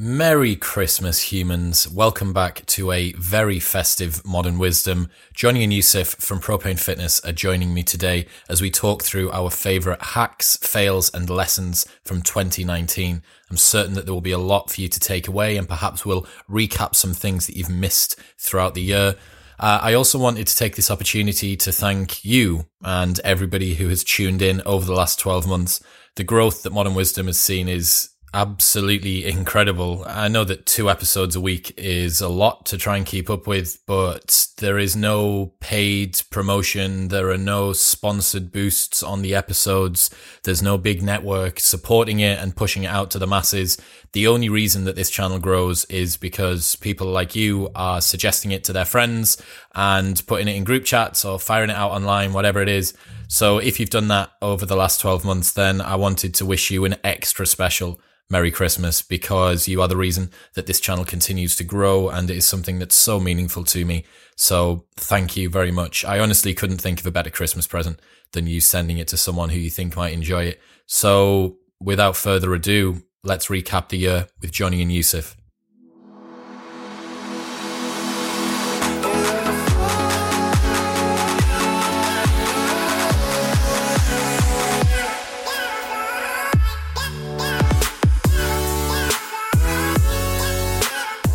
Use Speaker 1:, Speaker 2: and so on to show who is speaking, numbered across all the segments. Speaker 1: Merry Christmas, humans. Welcome back to a very festive Modern Wisdom. Johnny and Yusuf from Propane Fitness are joining me today as we talk through our favorite hacks, fails, and lessons from 2019. I'm certain that there will be a lot for you to take away, and perhaps we'll recap some things that you've missed throughout the year. Uh, I also wanted to take this opportunity to thank you and everybody who has tuned in over the last 12 months. The growth that Modern Wisdom has seen is absolutely incredible. I know that two episodes a week is a lot to try and keep up with, but there is no paid promotion. There are no sponsored boosts on the episodes. There's no big network supporting it and pushing it out to the masses. The only reason that this channel grows is because people like you are suggesting it to their friends and putting it in group chats or firing it out online, whatever it is. So if you've done that over the last 12 months, then I wanted to wish you an extra special Merry Christmas because you are the reason that this channel continues to grow and it is something that's so meaningful to me. So thank you very much. I honestly couldn't think of a better Christmas present than you sending it to someone who you think might enjoy it. So without further ado, let's recap the year with Johnny and Yusuf.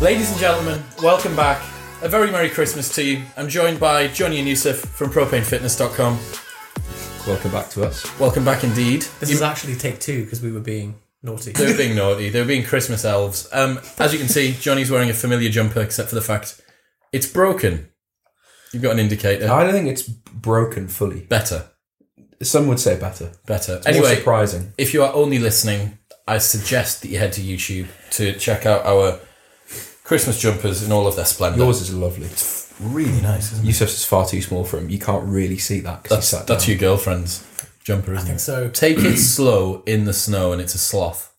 Speaker 1: Ladies and gentlemen, welcome back. A very Merry Christmas to you. I'm joined by Johnny and Yusuf from propanefitness.com.
Speaker 2: Welcome back to us.
Speaker 1: Welcome back indeed.
Speaker 3: This is actually take two because we were being naughty.
Speaker 1: They were being naughty. They were being Christmas elves. Um, as you can see, Johnny's wearing a familiar jumper, except for the fact it's broken. You've got an indicator.
Speaker 2: I don't think it's broken fully.
Speaker 1: Better,
Speaker 2: Some would say better.
Speaker 1: better.
Speaker 2: It's more
Speaker 1: Anyway,
Speaker 2: surprising.
Speaker 1: if you are only listening, I suggest that you head to YouTube to check out our Christmas jumpers in all of their splendour.
Speaker 2: Yours is lovely.
Speaker 1: really nice, isn't
Speaker 2: Yusuf's is far too small for him. You can't really see that because
Speaker 1: That's,
Speaker 2: he's sat
Speaker 1: that's
Speaker 2: down.
Speaker 1: your girlfriend's jumper, isn't
Speaker 3: I think
Speaker 1: it?
Speaker 3: so.
Speaker 1: Take it slow in the snow, and it's a sloth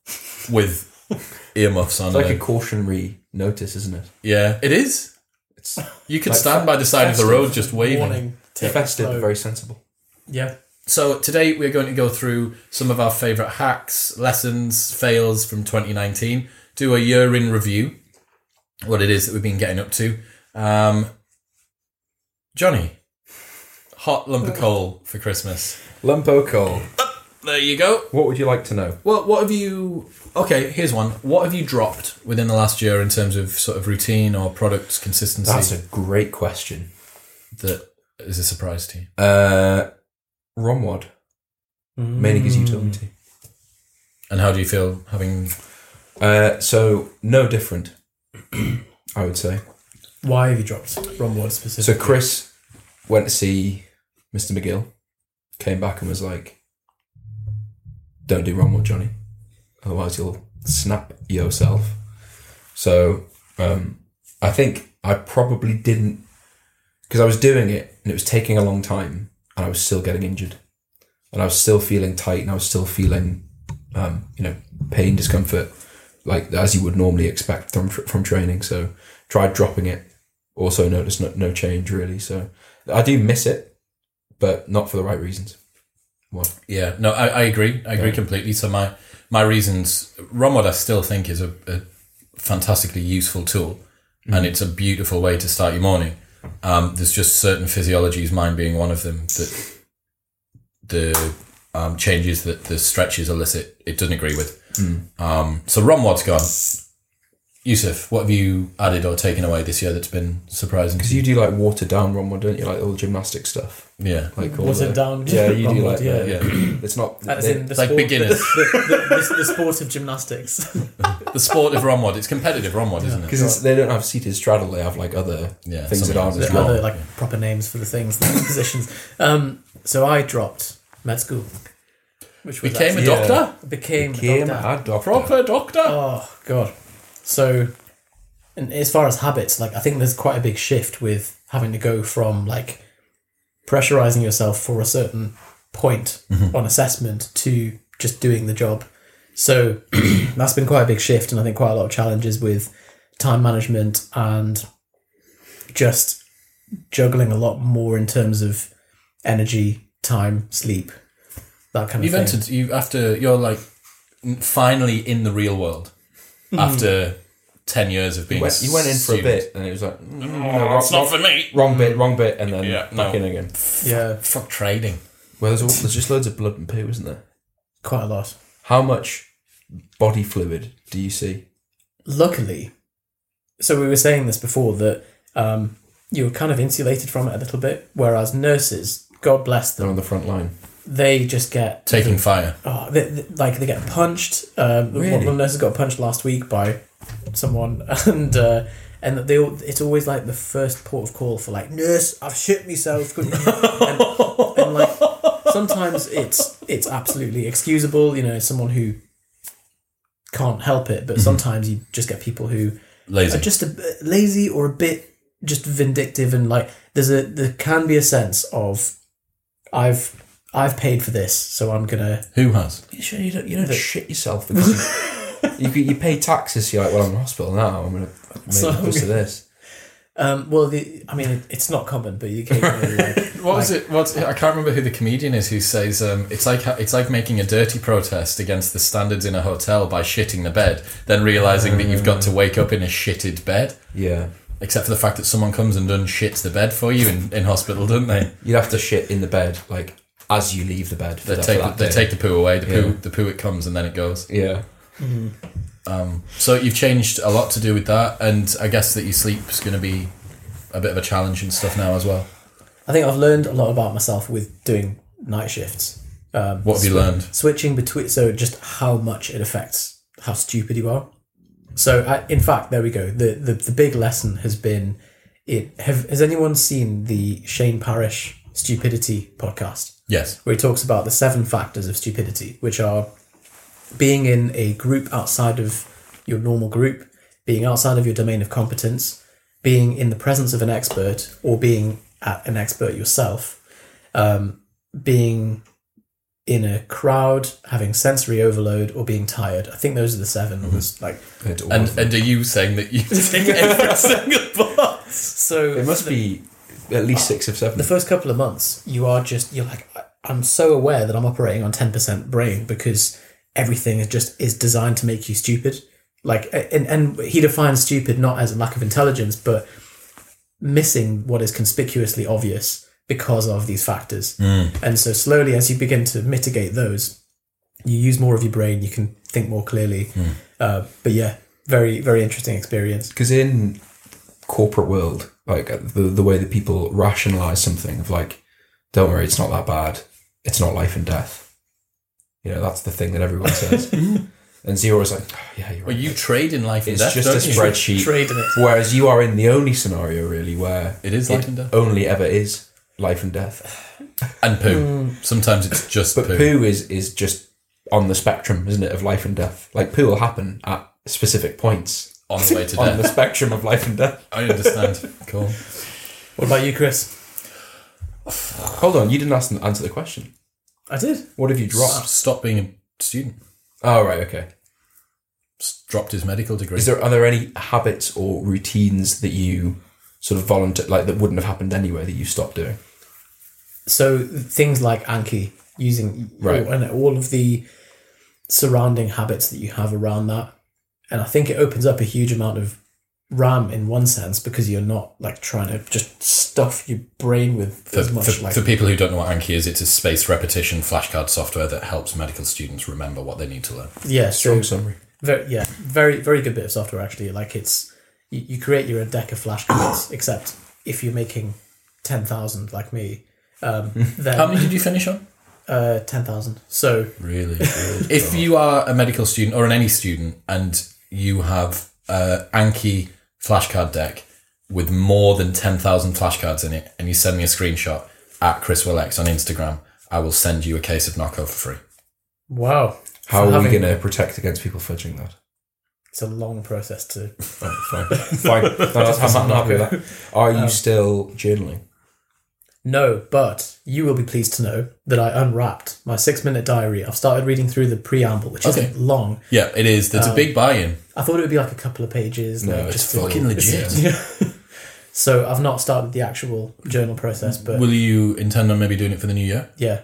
Speaker 1: with earmuffs on.
Speaker 2: It's like
Speaker 1: there.
Speaker 2: a cautionary notice, isn't it?
Speaker 1: yeah, it is.
Speaker 2: It's
Speaker 1: You could
Speaker 2: Like
Speaker 1: stand by the side of the
Speaker 3: festive
Speaker 1: road just waving.
Speaker 3: Warning. Take it
Speaker 2: festive
Speaker 3: slow.
Speaker 2: but very sensible.
Speaker 3: Yeah.
Speaker 1: So today we're going to go through some of our favorite hacks, lessons, fails from 2019. Do a year in review, what it is that we've been getting up to. Um, Johnny, hot lump of coal for Christmas.
Speaker 2: Lumpo coal.
Speaker 1: There you go.
Speaker 2: What would you like to know?
Speaker 1: Well, what have you? Okay, here's one. What have you dropped within the last year in terms of sort of routine or product consistency
Speaker 2: That's a great question.
Speaker 1: that is a surprise to you?
Speaker 2: Uh, Romwad. Mainly because you told me
Speaker 3: Mm.
Speaker 2: to.
Speaker 1: And how do you feel having?
Speaker 2: Uh, so, no different, I would say.
Speaker 3: Why have you dropped Romward
Speaker 2: So
Speaker 3: specifically?
Speaker 2: Chris went to see Mr. McGill, came back and was like, "Don't do Romwood, Johnny, otherwise you'll snap yourself." So um, I think I probably didn't because I was doing it and it was taking a long time, and I was still getting injured, and I was still feeling tight, and I was still feeling, um, you know, pain, discomfort, like as you would normally expect from from training. So tried dropping it also noticed no, no change really. So I do miss it, but not for the right reasons. What?
Speaker 1: Yeah, no, I, I agree. I agree completely. So my my reasons, Romod, I still think is a, a fantastically useful tool,
Speaker 2: Mm.
Speaker 1: and it's a beautiful way to start your morning. Um, there's just certain physiologies, mine being one of them, that the um, changes that the stretches elicit, it doesn't agree with.
Speaker 2: Mm.
Speaker 1: Um, so Romod's gone. Yusuf, what have you added or taken away this year that's been surprising?
Speaker 2: Because you do like watered down Romwood, don't you? Like all the gymnastic stuff.
Speaker 1: yeah,
Speaker 2: Like all
Speaker 3: Watered
Speaker 2: the-
Speaker 3: down.
Speaker 2: Yeah, you do
Speaker 3: Romward,
Speaker 2: like
Speaker 3: yeah.
Speaker 2: that.
Speaker 1: yeah,
Speaker 2: It's not.
Speaker 3: As
Speaker 2: they-
Speaker 3: in the
Speaker 1: like
Speaker 3: sport,
Speaker 1: beginners.
Speaker 3: The, the, the, the sport of gymnastics.
Speaker 1: the sport of Romod. It's competitive Romod, isn't it?
Speaker 2: because it's- they don't have seated straddle, they have like other
Speaker 1: Yeah,
Speaker 2: things that
Speaker 1: something
Speaker 2: aren't
Speaker 1: else.
Speaker 2: as
Speaker 3: There
Speaker 1: Yeah.
Speaker 3: are
Speaker 2: long.
Speaker 3: other like proper names for the things, the positions. Um, so I dropped med school, which was
Speaker 1: Became a
Speaker 3: actually-
Speaker 2: Yeah.
Speaker 1: doctor.
Speaker 3: became
Speaker 2: Became
Speaker 3: a doctor.
Speaker 2: a doctor.
Speaker 1: Proper doctor.
Speaker 3: Oh god. So, and as far as habits, like I think there's quite a big shift with having to go from like pressurizing yourself for a certain point on assessment to just doing the job. So that's been quite a big shift, and I think quite a lot of challenges with time management and just juggling a lot more in terms of energy, time, sleep, that kind
Speaker 1: You've
Speaker 3: of thing.
Speaker 1: entered. You after you're like n- finally in the real world. after 10 years of being
Speaker 2: Hmm. You went, you went in for a
Speaker 1: student.
Speaker 2: bit and it was like, mm,
Speaker 1: Oh,
Speaker 2: no,
Speaker 1: that's
Speaker 2: wrong,
Speaker 1: not for me.
Speaker 2: wrong
Speaker 3: Mm.
Speaker 2: bit, wrong bit, and then
Speaker 1: Yeah,
Speaker 2: back
Speaker 1: no.
Speaker 2: in again.
Speaker 3: Yeah,
Speaker 1: Fuck trading.
Speaker 2: Well, there's, all, there's just loads of blood and poo, isn't there?
Speaker 3: quite a lot.
Speaker 2: How much body fluid do you see?
Speaker 3: Luckily, so we were saying this before that um, you were kind of insulated from it a little bit, whereas nurses, God bless
Speaker 2: They're
Speaker 3: them,
Speaker 2: on the front line.
Speaker 3: they just get
Speaker 1: Taking fire.
Speaker 3: oh, they, they- like they get punched. Um,
Speaker 2: Really?
Speaker 3: One of the nurses got punched last week by someone, and uh, and they all, it's always like the first port of call for like nurse, I've shit myself. couldn't you?" and, and like sometimes it's it's absolutely excusable, you know, someone who can't help it, but sometimes you just get people who
Speaker 1: Lazy.
Speaker 3: are just a bit lazy or a bit just vindictive and like there's a there can be a sense of I've I've paid for this, so I'm gonna
Speaker 1: Who has?
Speaker 2: You sure you don't, you don't shit yourself because you, you, you pay taxes. You're like, well, I'm in hospital now. I'm going to make
Speaker 3: So-
Speaker 2: the most of this.
Speaker 3: Um, well, the, I mean, it, it's not common, but you occasionally like,
Speaker 1: What was it? What's I can't remember who the comedian is who says um, it's like it's like making a dirty protest against the standards in a hotel by shitting the bed, then realizing that you've got to wake up in a shitted bed.
Speaker 2: Yeah.
Speaker 1: Except for the fact that someone comes and done shits the bed for you in, in hospital, don't they?
Speaker 2: You'd have to shit in the bed, like, as you leave the bed. For
Speaker 1: They
Speaker 2: that,
Speaker 1: take
Speaker 2: for that
Speaker 1: they
Speaker 2: day.
Speaker 1: take the poo away. The poo
Speaker 2: Yeah.
Speaker 1: the poo it comes and then it goes.
Speaker 2: Yeah.
Speaker 1: So you've changed a lot to do with that, and I guess that your sleep's going to be a bit of a challenge and stuff now as well.
Speaker 3: I think I've learned a lot about myself with doing night shifts. Um,
Speaker 1: What have you learned?
Speaker 3: switching between, so just how much it affects how stupid you are. So, I, in fact, there we go. The, the the big lesson has been it. Have has anyone seen the Shane Parrish stupidity podcast?
Speaker 1: Yes.
Speaker 3: where he talks about the seven factors of stupidity, which are being in a group outside of your normal group, being outside of your domain of competence, being in the presence of an expert, or being at an expert yourself, um, being in a crowd, having sensory overload, or being tired. I think those are the 7 was like
Speaker 2: It's all
Speaker 1: And
Speaker 2: of them.
Speaker 1: and are you saying that you
Speaker 3: take every single box. So
Speaker 2: it must be at least six of seven.
Speaker 3: the first couple of months, you are just you're like "I- I'm so aware that I'm operating on ten percent brain because everything is just is designed to make you stupid. Like and and he defines stupid not as a lack of intelligence, but missing what is conspicuously obvious because of these factors. And so slowly, as you begin to mitigate those, you use more of your brain. You can think more clearly. Uh, but yeah, very very interesting experience.
Speaker 2: because in corporate world like uh, the, the way that people rationalize something of like don't worry it's not that bad it's not life and death you know that's the thing that everyone says and zero is like "Oh, yeah you're
Speaker 1: well,
Speaker 2: right.
Speaker 1: you trade in life and
Speaker 2: it's
Speaker 1: death?
Speaker 2: just
Speaker 1: don't
Speaker 2: a
Speaker 1: you?
Speaker 2: spreadsheet
Speaker 3: Trade in it.
Speaker 2: whereas you are in the only scenario really where
Speaker 1: It is life and death.
Speaker 2: only ever is life and death
Speaker 1: And poo. Sometimes it's just
Speaker 2: Mm. but
Speaker 1: poo.
Speaker 2: poo is is just on the spectrum isn't it of life and death like poo will happen at specific points
Speaker 1: on the way to
Speaker 2: on the
Speaker 1: death.
Speaker 2: spectrum of life and death
Speaker 1: I understand. Cool.
Speaker 3: What about you, Chris?
Speaker 2: hold on you didn't ask, answer the question
Speaker 3: I did.
Speaker 2: What have you dropped?
Speaker 1: S- Stop being a student.
Speaker 2: Oh right, okay.
Speaker 1: S- Dropped his medical degree.
Speaker 2: Is there are there any habits or routines that you sort of volunteer like that wouldn't have happened anyway that you stopped doing?
Speaker 3: so things like Anki using
Speaker 2: Right.
Speaker 3: and all of the surrounding habits that you have around that, and I think it opens up a huge amount of RAM in one sense because you're not like trying to just stuff your brain with
Speaker 1: for,
Speaker 3: as much
Speaker 1: for-
Speaker 3: like
Speaker 1: for people who don't know what Anki is, it's a space repetition flashcard software that helps medical students remember what they need to learn.
Speaker 3: yeah so
Speaker 2: Strong summary.
Speaker 3: very yeah very very good bit of software actually like it's you, you create your own deck of flashcards except if you're making ten thousand like me um,
Speaker 2: Hmm.
Speaker 3: then
Speaker 1: How many did you finish on?
Speaker 3: uh, ten thousand so
Speaker 1: Really? if you are a medical student or an any student and you have a Anki flashcard deck with more than 10,000 flashcards in it and you send me a screenshot at Chris Willex on Instagram, I will send you a case of knockout for free.
Speaker 3: wow
Speaker 2: How
Speaker 3: For
Speaker 2: are we
Speaker 3: having-
Speaker 2: going to protect against people fudging that?
Speaker 3: it's a long process to
Speaker 2: Oh, fine, fine. No, that's, I'm not happy with that. Are you still journaling?
Speaker 3: No, but you will be pleased to know that I unwrapped my six minute diary. I've started reading through the preamble, which
Speaker 1: Okay.
Speaker 3: isn't long.
Speaker 1: Yeah, it is. There's a big buy in.
Speaker 3: I thought it would be like a couple of pages. No, like
Speaker 1: Oh. it's
Speaker 3: to-
Speaker 1: fucking legit.
Speaker 3: Yeah. so I've not started the actual journal process, but
Speaker 1: Will you intend on maybe doing it for the new year?
Speaker 3: yeah.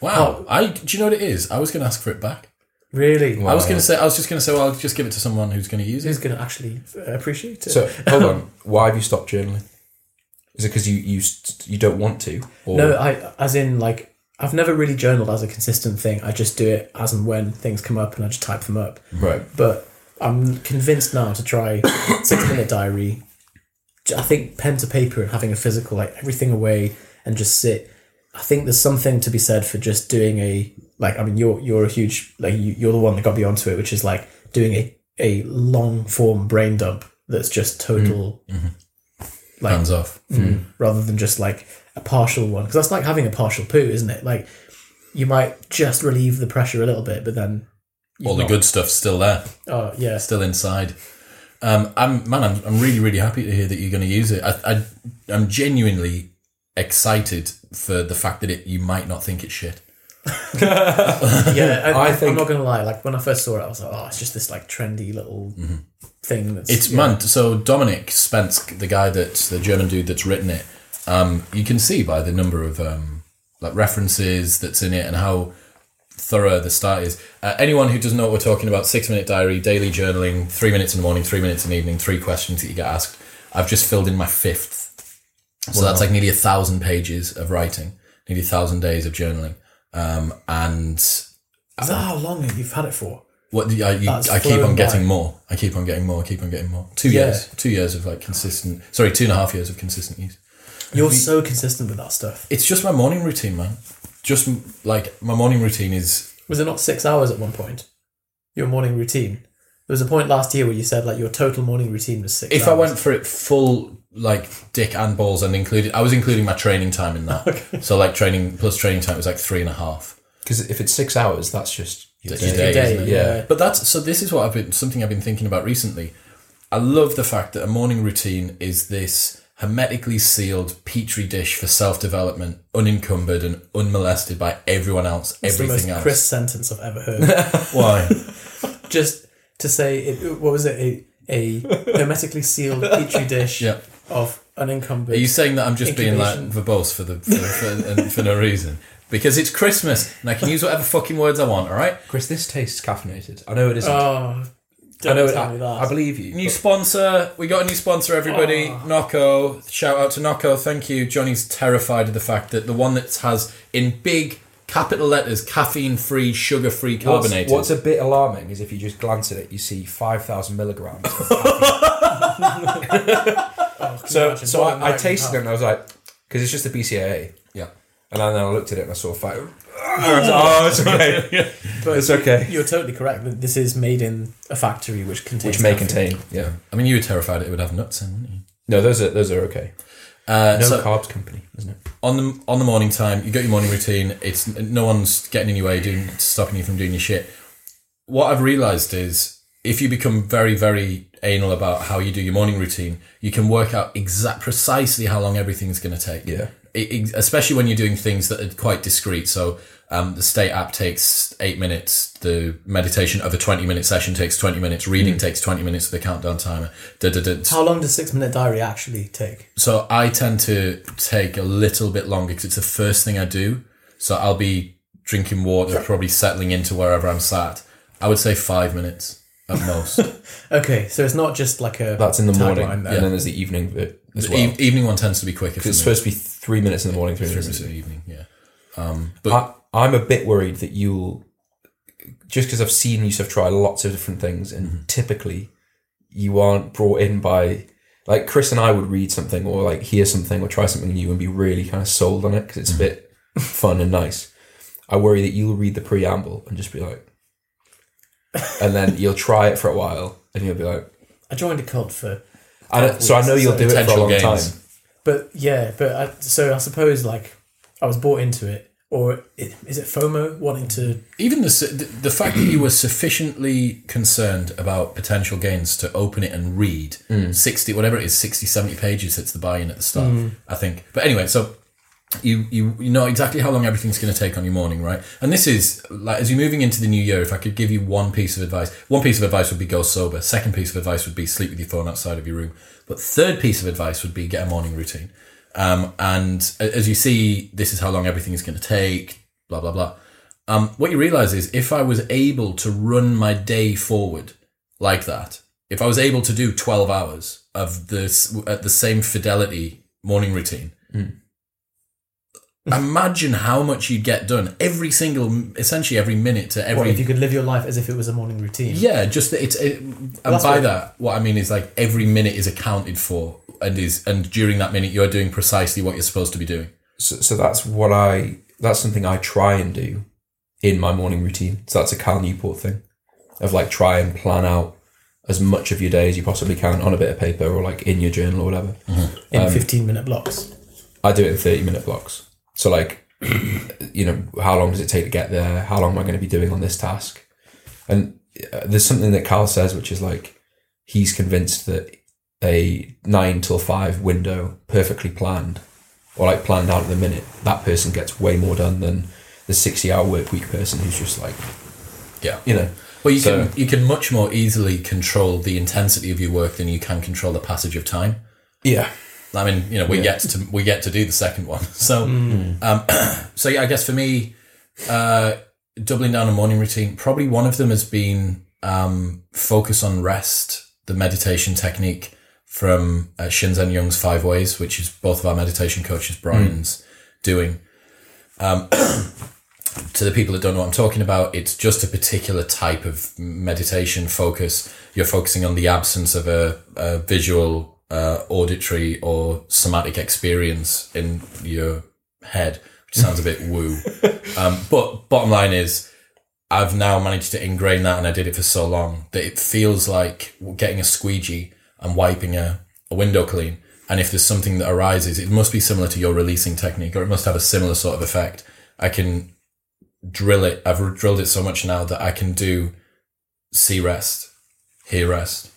Speaker 1: Oh. Wow. I do you know what it is? I was gonna ask for it back.
Speaker 3: Really?
Speaker 1: I was going to say, I was just going to say, well, I'll just give it to someone who's going to use it.
Speaker 3: Who's going to actually appreciate it?
Speaker 2: So hold on. Why have you stopped journaling? Is it because you you st- you don't want to? Or
Speaker 3: no, I as in like I've never really journaled as a consistent thing. I just do it as and when things come up, and I just type them
Speaker 1: Mm.
Speaker 3: up.
Speaker 2: right.
Speaker 3: But I'm convinced now to try six minute diary. J- I think pen to paper and having a physical, like everything away, and just sit. I think there's something to be said for just doing a like. I mean, you're you're a huge like you, you're the one that got me onto it, which is like doing a a long form brain dump that's just total like
Speaker 1: Hands off.
Speaker 3: rather than just like a partial one because that's like having a partial poo isn't it like you might just relieve the pressure a little bit but then
Speaker 1: All the good stuff's still there,
Speaker 3: oh yeah
Speaker 1: still inside. Um, I'm man, I'm, I'm really really happy to hear that you're going to use it. I, I I'm genuinely excited for the fact that it you might not think it's shit.
Speaker 3: yeah I,
Speaker 2: I
Speaker 3: I
Speaker 2: think-
Speaker 3: am not gonna lie like when I first saw it I was like oh it's just this like trendy little thing that's
Speaker 1: It's man. So Dominic Spence, the guy that's the German dude that's written it, um, you can see by the number of um, like references that's in it and how thorough the start is. Uh, anyone who doesn't know what we're talking about, six minute diary, daily journaling, three minutes in the morning, three minutes in the evening, three questions that you get asked. I've just filled in my fifth. So that's like nearly a thousand pages of writing, nearly a thousand days of journaling. Um, and
Speaker 3: is that "Oh, how long you've had it for
Speaker 1: what do- I, you,
Speaker 3: That's
Speaker 1: I keep on
Speaker 3: flown by.
Speaker 1: getting more. I keep on getting more. I keep on getting more. Two
Speaker 3: Yeah.
Speaker 1: years. Two years of like consistent. Sorry, two and a half years of consistent use.
Speaker 3: you're so consistent with that stuff
Speaker 1: It's just my morning routine, man. Just like my morning routine is
Speaker 3: was it not six hours at one point your morning routine there was a point last year where you said like your total morning routine was six
Speaker 1: if
Speaker 3: hours.
Speaker 1: I went for it full like dick and balls and included I was including my training time in that. So like training plus training time was like three and a half.
Speaker 2: Because if it's six hours, that's just your
Speaker 1: That's your day.
Speaker 2: day.
Speaker 3: day,
Speaker 1: isn't it?
Speaker 2: Yeah.
Speaker 1: But that's so this is what I've been something I've been thinking about recently. I love the fact that a morning routine is this hermetically sealed petri dish for self development, unencumbered and unmolested by everyone else,
Speaker 3: it's the most
Speaker 1: everything else.
Speaker 3: crisp sentence I've ever heard
Speaker 1: Why?
Speaker 3: just to say it, what was it a, a hermetically sealed petri dish
Speaker 1: Yeah.
Speaker 3: of
Speaker 1: Are
Speaker 3: unencumbered
Speaker 1: you saying that I'm just being like
Speaker 3: Incubation.
Speaker 1: verbose for the for, for, and for no reason? Because it's Christmas and I can use whatever fucking words I want, all right?
Speaker 2: Chris, this tastes caffeinated. I know it isn't.
Speaker 3: oh
Speaker 2: I
Speaker 3: don't
Speaker 2: know it.
Speaker 3: tell me
Speaker 2: I,
Speaker 3: that
Speaker 2: I believe you.
Speaker 1: New sponsor. We got a new sponsor, everybody.
Speaker 2: Ah.
Speaker 1: Nocco. Shout out to Nocco. Thank you. Johnny's terrified of the fact that the one that has in big capital letters caffeine free, sugar free,
Speaker 2: What's,
Speaker 1: carbonated.
Speaker 2: what's a bit alarming is if you just glance at it, you see five thousand milligrams. of caffeine. so,
Speaker 3: Oh, imagine?
Speaker 2: so
Speaker 3: What an
Speaker 2: I, I
Speaker 3: American
Speaker 2: tasted
Speaker 3: half.
Speaker 2: it and I was like, because it's just the BCAA,
Speaker 1: yeah.
Speaker 2: and then I looked at it and I saw five. I was like, oh, it's okay.
Speaker 3: But
Speaker 2: It's okay.
Speaker 3: you're totally correct that this is made in a factory which contains
Speaker 2: Which may
Speaker 3: caffeine.
Speaker 2: contain. Yeah.
Speaker 1: I mean, you were terrified it would have nuts in, weren't you?
Speaker 2: No, those are those are okay.
Speaker 1: Uh,
Speaker 2: No
Speaker 1: so
Speaker 2: carbs company, isn't it?
Speaker 1: on the on the morning time, you got your morning routine. It's no one's getting in your way, doing stopping you from doing your shit. What I've realised is if you become very very anal about how you do your morning routine, you can work out exact precisely how long everything's going to take.
Speaker 2: Yeah.
Speaker 1: it, it- especially when you're doing things that are quite discreet. So um, the state app takes eight minutes. The meditation of a twenty minute session takes twenty minutes. Reading takes twenty minutes with a countdown timer. Da, da, da.
Speaker 3: how long does six minute diary actually take
Speaker 1: So I tend to take a little bit longer because it's the first thing I do. So I'll be drinking water, probably settling into wherever I'm sat. I would say five minutes at most.
Speaker 3: okay so it's not just like a
Speaker 2: That's in the morning,
Speaker 3: tagline
Speaker 2: and
Speaker 3: there.
Speaker 2: then there's the evening bit as
Speaker 1: The
Speaker 2: well.
Speaker 1: e- evening one tends to be quicker. For me.
Speaker 2: It's supposed to be three minutes in the morning, three,
Speaker 1: Three
Speaker 2: minutes.
Speaker 1: minutes in the evening, yeah.
Speaker 2: I, I'm a bit worried that you'll just because I've seen Yusuf try lots of different things, and typically you aren't brought in by like Chris and I would read something or like hear something or try something new and be really kind of sold on it because it's a bit fun and nice. I worry that you'll read the preamble and just be like, and then you'll try it for a while and you'll be like,
Speaker 3: I joined a cult for
Speaker 2: I don't, so I know you'll do it for a
Speaker 1: Potential
Speaker 2: long
Speaker 1: gains.
Speaker 2: time.
Speaker 3: but yeah but I, so I suppose like I was bought into it or it, is it FOMO wanting to
Speaker 1: Even the, su- the the fact that you were sufficiently concerned about potential gains to open it and read 60, whatever it is, 60, 70 pages that's the buy in at the start, I think. But anyway, so you, you you know exactly how long everything's going to take on your morning, right? And this is like as you're moving into the new year. If I could give you one piece of advice, one piece of advice would be go sober. Second piece of advice would be sleep with your phone outside of your room. But third piece of advice would be get a morning routine. Um, and a- as you see, this is how long everything is going to take. Blah blah blah. Um, what you realize is if I was able to run my day forward like that, if I was able to do 12 hours of this at the same fidelity morning routine,
Speaker 3: Mm.
Speaker 1: imagine how much you'd get done every single, essentially every minute to
Speaker 3: What
Speaker 1: every.
Speaker 3: if you could live your life as if it was a morning routine?
Speaker 1: yeah, just that it's it, and
Speaker 3: That's
Speaker 1: by
Speaker 3: what-
Speaker 1: that, what I mean is like every minute is accounted for, and is and during that minute you're doing precisely what you're supposed to be doing.
Speaker 2: So, so that's what I. That's something I try and do in my morning routine. So that's a Cal Newport thing, of like try and plan out as much of your day as you possibly can on a bit of paper or like in your journal or whatever.
Speaker 3: In 15 minute blocks.
Speaker 2: I do it in 30 minute blocks. So, like, you know, how long does it take to get there? How long am I going to be doing on this task? And uh, there's something that Carl says, which is like, he's convinced that a nine till five window, perfectly planned, or like planned out at the minute, that person gets way more done than the 60 hour work week person who's just like,
Speaker 1: Yeah.
Speaker 2: you know,
Speaker 1: Well, you
Speaker 2: So-
Speaker 1: can you can much more easily control the intensity of your work than you can control the passage of time.
Speaker 2: yeah.
Speaker 1: I mean, you know, we
Speaker 2: Yeah. Mm.
Speaker 1: yet to we yet to do the second one. So, um, so yeah, I guess for me, uh, doubling down on morning routine. Probably one of them has been um, focus on rest, the meditation technique from uh, Shinzen Young's Five Ways, which is both of our meditation coaches,
Speaker 2: Mm.
Speaker 1: Brian's, doing. Um, to the people that don't know what I'm talking about, it's just a particular type of meditation focus. You're focusing on the absence of a, a visual, uh, auditory, or somatic experience in your head, which sounds a bit woo. Um, but bottom line is, I've now managed to ingrain that, and I did it for so long that it feels like getting a squeegee and wiping a, a window clean. And if there's something that arises, it must be similar to your releasing technique, or it must have a similar sort of effect. I can drill it. I've drilled it so much now that I can do see rest, hear rest,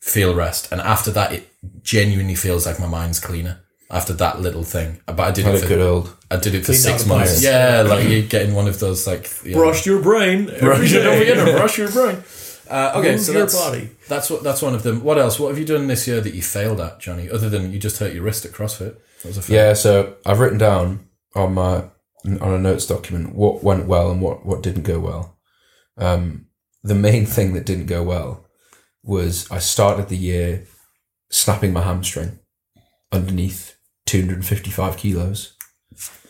Speaker 1: feel rest, and after that, it genuinely feels like my mind's cleaner after that little thing. But I did
Speaker 2: Had
Speaker 1: it
Speaker 2: a
Speaker 1: for
Speaker 2: good old.
Speaker 1: I did it for
Speaker 3: Cleaned out
Speaker 1: six
Speaker 3: the
Speaker 1: months.
Speaker 3: bias.
Speaker 1: Yeah, like you're getting one of those like yeah.
Speaker 3: your brain.
Speaker 1: brush it over here, brush your brain. Uh, okay,
Speaker 3: Move
Speaker 1: so
Speaker 3: your
Speaker 1: that's
Speaker 3: body.
Speaker 1: that's what that's one of them. What else? What have you done this year that you failed at, Johnny? Other than you just hurt your wrist at CrossFit. That was a fail.
Speaker 2: Yeah, so I've written down on my on a notes document what went well and what what didn't go well. Um, the main thing that didn't go well was I started the year snapping my hamstring underneath 255 kilos.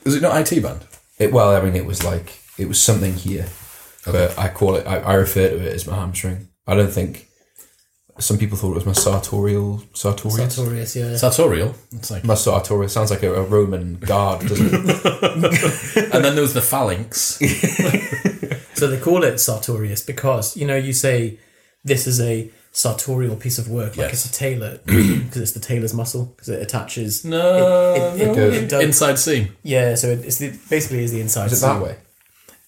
Speaker 1: Is it not IT band?
Speaker 2: It well, I mean, it was like it was something here, but I call it. I, I refer to it as my hamstring. I don't think some people thought it was my sartorial sartorial
Speaker 3: Sartorius, yeah.
Speaker 1: Sartorial. It's like,
Speaker 2: my sartorial sounds like a, a Roman guard, doesn't it?
Speaker 1: and then there was the phalanx.
Speaker 3: So they call it sartorius because you know you say this is a sartorial piece of work, like
Speaker 1: Yes.
Speaker 3: it's a tailor because it's the tailor's muscle because it attaches.
Speaker 1: No,
Speaker 3: it, it, it,
Speaker 2: no.
Speaker 3: it does-
Speaker 1: Inside seam.
Speaker 3: yeah. So it, it's the, basically is the inside.
Speaker 2: Is it
Speaker 3: seam.
Speaker 2: that way?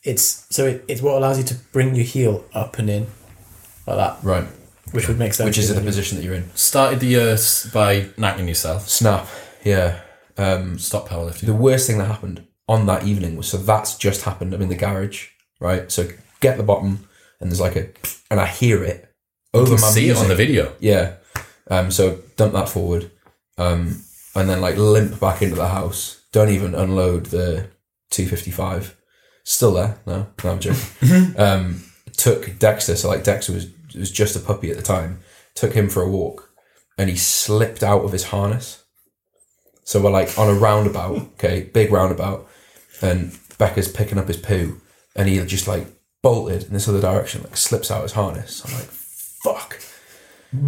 Speaker 3: It's so it, it's what allows you to bring your heel up and in like that,
Speaker 2: Right.
Speaker 3: which would make sense.
Speaker 2: Which is
Speaker 3: you
Speaker 2: the
Speaker 3: know.
Speaker 2: position that you're in.
Speaker 1: Started the year s- by knacking yourself.
Speaker 2: Snap. Yeah. Um,
Speaker 1: Stop powerlifting.
Speaker 2: the worst thing that happened on that evening was so that's just happened. I'm in the garage, right? So get the bottom, and there's like a, and I hear it over my
Speaker 1: See it
Speaker 2: music.
Speaker 1: on the video.
Speaker 2: Yeah. Um, so dump that forward, um, and then like limp back into the house. Don't even unload the 255. Still there? No, no, I'm joking. um, took Dexter. So like Dexter was was just a puppy at the time. Took him for a walk, and he slipped out of his harness. So we're like on a roundabout. Okay, big roundabout, and Becca's picking up his poo, and he just like bolted in this other direction. Like slips out his harness. I'm like, fuck.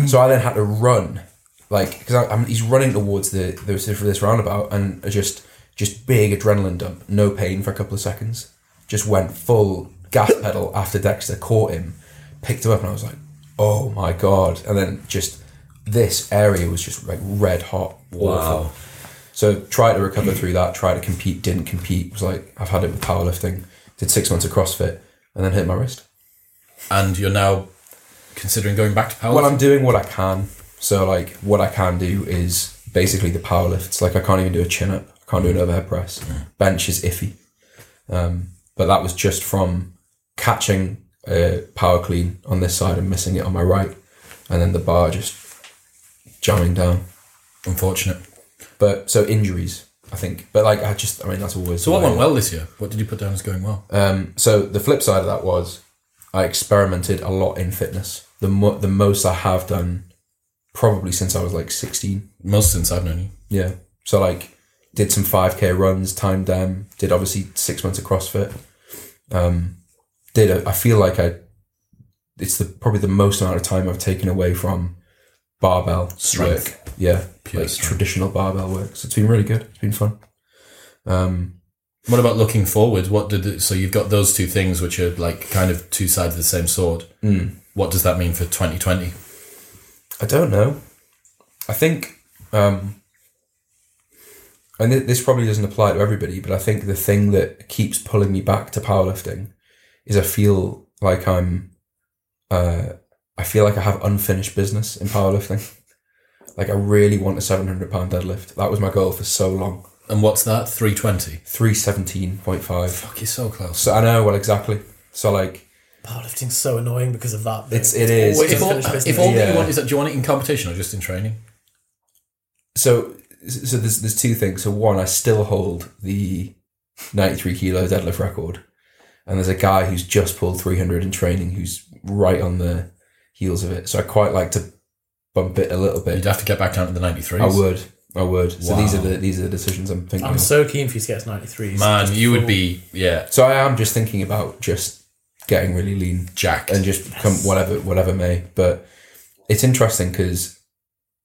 Speaker 2: So I then had to run, like because I'm he's running towards the there's this, this roundabout and I just just big adrenaline dump, no pain for a couple of seconds. Just went full gas pedal after Dexter caught him, picked him up, and I was like, oh my god! And then just this area was just like red hot. Awful.
Speaker 1: Wow.
Speaker 2: So try to recover through that. Try to compete. Didn't compete. Was like I've had it with powerlifting. Did six months of CrossFit and then hit my wrist.
Speaker 1: And you're now considering going back to powerlifting.
Speaker 2: Well, I'm doing what I can. So, like, what I can do is basically the power lifts. Like, I can't even do a chin up. I can't do an
Speaker 1: Mm.
Speaker 2: overhead press. Bench is iffy. Um, but that was just from catching a power clean on this side and missing it on my right, and then the bar just jamming down.
Speaker 1: Unfortunate.
Speaker 2: But so injuries. I think. But like, I just, I mean, that's always.
Speaker 1: So
Speaker 2: the
Speaker 1: what
Speaker 2: way.
Speaker 1: went well this year? What did you put down as going well?
Speaker 2: Um, so the flip side of that was I experimented a lot in fitness. The mo- the most I have done probably since I was like 16.
Speaker 1: Most since I've known you.
Speaker 2: Yeah. So like did some 5k runs, timed them, did obviously 6 months of CrossFit. Um did a, I feel like I it's the probably the most amount of time I've taken away from barbell
Speaker 1: Strength.
Speaker 2: work. Yeah.
Speaker 1: Pure
Speaker 2: like
Speaker 1: strength.
Speaker 2: traditional barbell work. So it's been really good. It's been fun. Um
Speaker 1: What about looking forward? What did the, so you've got those two things which are like kind of two sides of the same sword.
Speaker 2: Hmm.
Speaker 1: What does that mean for 2020?
Speaker 2: I don't know. I think, um, and th- this probably doesn't apply to everybody, but I think the thing that keeps pulling me back to powerlifting is I feel like I'm, uh, I feel like I have unfinished business in powerlifting. like I really want a 700 pound deadlift. That was my goal for so long.
Speaker 1: And what's that? 320.
Speaker 2: 317.5.
Speaker 1: Fuck, you're so close.
Speaker 2: So I know, well, exactly. So like,
Speaker 3: Powerlifting's so annoying because of that.
Speaker 2: It's- it is.
Speaker 3: always
Speaker 1: If all,
Speaker 3: unfinished business.
Speaker 1: if all that
Speaker 2: Yeah.
Speaker 1: you want is that, do you want it in competition or just in training?
Speaker 2: so so there's there's two things. So one, I still hold the 93 kilo deadlift record, and there's a guy who's just pulled 300 in training who's right on the heels of it. So I quite like to bump it a little
Speaker 1: You'd
Speaker 2: bit.
Speaker 1: have to get back down to the 93s.
Speaker 2: I would, I would. So these are
Speaker 1: Wow.
Speaker 2: the these are the decisions I'm thinking.
Speaker 3: I'm
Speaker 2: of.
Speaker 3: so keen for you to get to 93s.
Speaker 1: Man, you would be, yeah,
Speaker 2: so I am just thinking about just getting really lean
Speaker 1: jacked.
Speaker 2: and just come whatever whatever may. But it's interesting because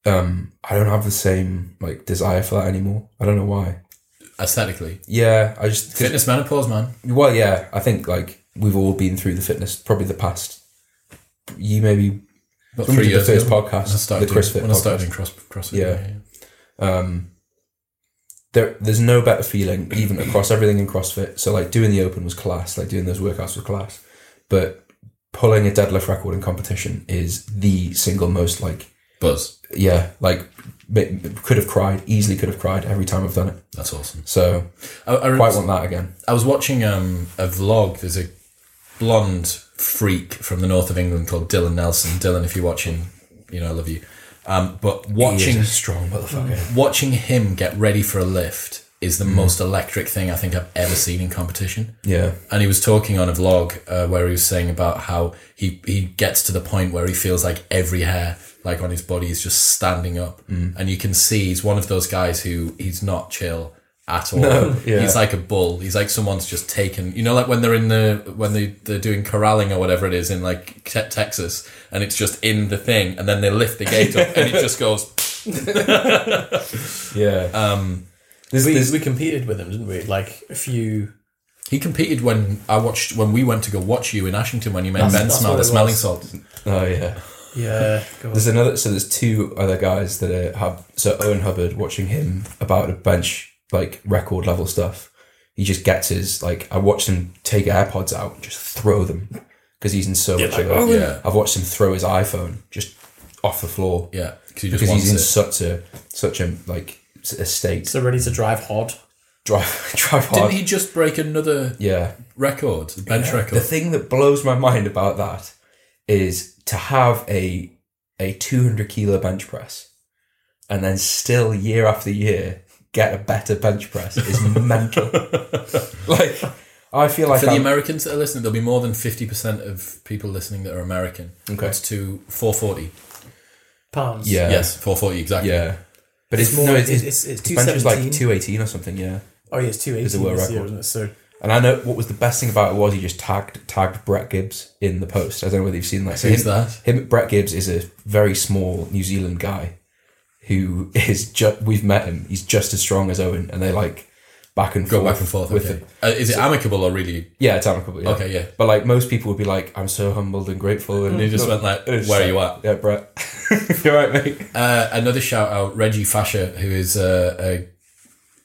Speaker 2: um, I don't have the same like desire for that anymore. I don't know why.
Speaker 1: Aesthetically.
Speaker 2: Yeah, I just 'cause-
Speaker 1: Fitness menopause, man.
Speaker 2: Well, yeah, I think like we've all been through the fitness, probably the past. You maybe
Speaker 1: About
Speaker 2: When we
Speaker 1: three
Speaker 2: did the
Speaker 1: years
Speaker 2: first
Speaker 1: ago,
Speaker 2: podcast,
Speaker 1: when I started
Speaker 2: the
Speaker 1: doing-
Speaker 2: CrossFit
Speaker 1: When I started
Speaker 2: podcast.
Speaker 1: doing cross, CrossFit.
Speaker 2: Yeah. um, there. There's no better feeling even across everything in CrossFit. So like doing the open was class, like doing those workouts was class, but pulling a deadlift record in competition is the single most like
Speaker 1: Buzz.
Speaker 2: yeah like ma- could have cried easily could have cried every time I've done it.
Speaker 1: That's awesome.
Speaker 2: So
Speaker 1: I, I, re-
Speaker 2: quite want that again.
Speaker 1: I was watching um, a vlog. There's a blonde freak from the north of England called Dylan Nelson. Dylan, if you're watching, you know I love you. Um, but watching
Speaker 2: strong motherfucker.
Speaker 1: watching him get ready for a lift is the most electric thing I think I've ever seen in competition.
Speaker 2: Yeah,
Speaker 1: And he was talking on a vlog uh, where he was saying about how he he gets to the point where he feels like every hair like on his body is just standing up,
Speaker 3: Mm.
Speaker 1: and you can see he's one of those guys who he's not chill at all.
Speaker 2: yeah.
Speaker 1: He's like a bull. He's like someone's just taken. You know, like when they're in the when they they're doing corralling or whatever it is in like te- Texas, and it's just in the thing, and then they lift the gate up, and it just goes.
Speaker 2: yeah.
Speaker 1: Um,
Speaker 2: There's-
Speaker 3: we,
Speaker 2: there's-
Speaker 3: we competed with them, didn't we? Like a few.
Speaker 1: He competed when I watched when we went to go watch you in Ashington when you made men
Speaker 3: that's
Speaker 1: smell
Speaker 3: what
Speaker 1: the
Speaker 3: it
Speaker 1: smelling
Speaker 3: was.
Speaker 1: salts.
Speaker 2: oh yeah.
Speaker 3: Yeah. God.
Speaker 2: There's another. So there's two other guys that are, have. So Owen Hubbard, watching him about a bench like record level stuff. He just gets his like. I watched him take AirPods out and just throw them because he's in so much
Speaker 3: like,
Speaker 2: of it.
Speaker 3: Owen.
Speaker 1: Yeah.
Speaker 2: I've watched him throw his iPhone just off the floor
Speaker 1: Yeah, because he just
Speaker 2: because
Speaker 1: wants
Speaker 2: he's in
Speaker 1: it.
Speaker 2: such a such a like s- a state.
Speaker 3: so ready to drive hard.
Speaker 2: drive drive hard.
Speaker 1: Didn't he just break another
Speaker 2: yeah.
Speaker 1: record, the bench
Speaker 2: The
Speaker 1: record?
Speaker 2: thing that blows my mind about that is to have a a 200 kilo bench press and then still year after year get a better bench press is mental. Like I feel like
Speaker 1: For the
Speaker 2: I'm-
Speaker 1: Americans that are listening, there'll be more than fifty percent of people listening that are American.
Speaker 2: Okay.
Speaker 1: That's to four forty.
Speaker 3: Pounds.
Speaker 2: yeah
Speaker 1: Yes, four forty exactly.
Speaker 2: yeah, but it's,
Speaker 3: It's more.
Speaker 2: no
Speaker 3: it's,
Speaker 2: it's,
Speaker 3: it's, it's,
Speaker 2: the bench was like
Speaker 3: 217.
Speaker 2: 218 or something yeah.
Speaker 3: oh, yeah, it's 218
Speaker 2: a world
Speaker 3: this year,
Speaker 2: record.
Speaker 3: isn't it? So
Speaker 2: And I know what was the best thing about it was he just tagged tagged Brett Gibbs in the post. I don't know whether you've seen that. So
Speaker 1: Who's
Speaker 2: him-
Speaker 1: that?
Speaker 2: Him, Brett Gibbs is a very small New Zealand guy who is just. We've met him. He's just as strong as Owen, and they like back and
Speaker 1: Go
Speaker 2: forth
Speaker 1: back and forth.
Speaker 2: with
Speaker 1: Okay.
Speaker 2: it.
Speaker 1: Uh, is it amicable or really?
Speaker 2: Yeah, it's amicable. Yeah.
Speaker 1: Okay, yeah.
Speaker 2: But like most people would be like, "I'm so humbled and grateful," and
Speaker 1: He just went like,
Speaker 2: it's
Speaker 1: "Where
Speaker 2: like,
Speaker 1: are you at?"
Speaker 2: Yeah, Brett, you're right, mate.
Speaker 1: Uh, another shout out, Reggie Fasher, who is a, a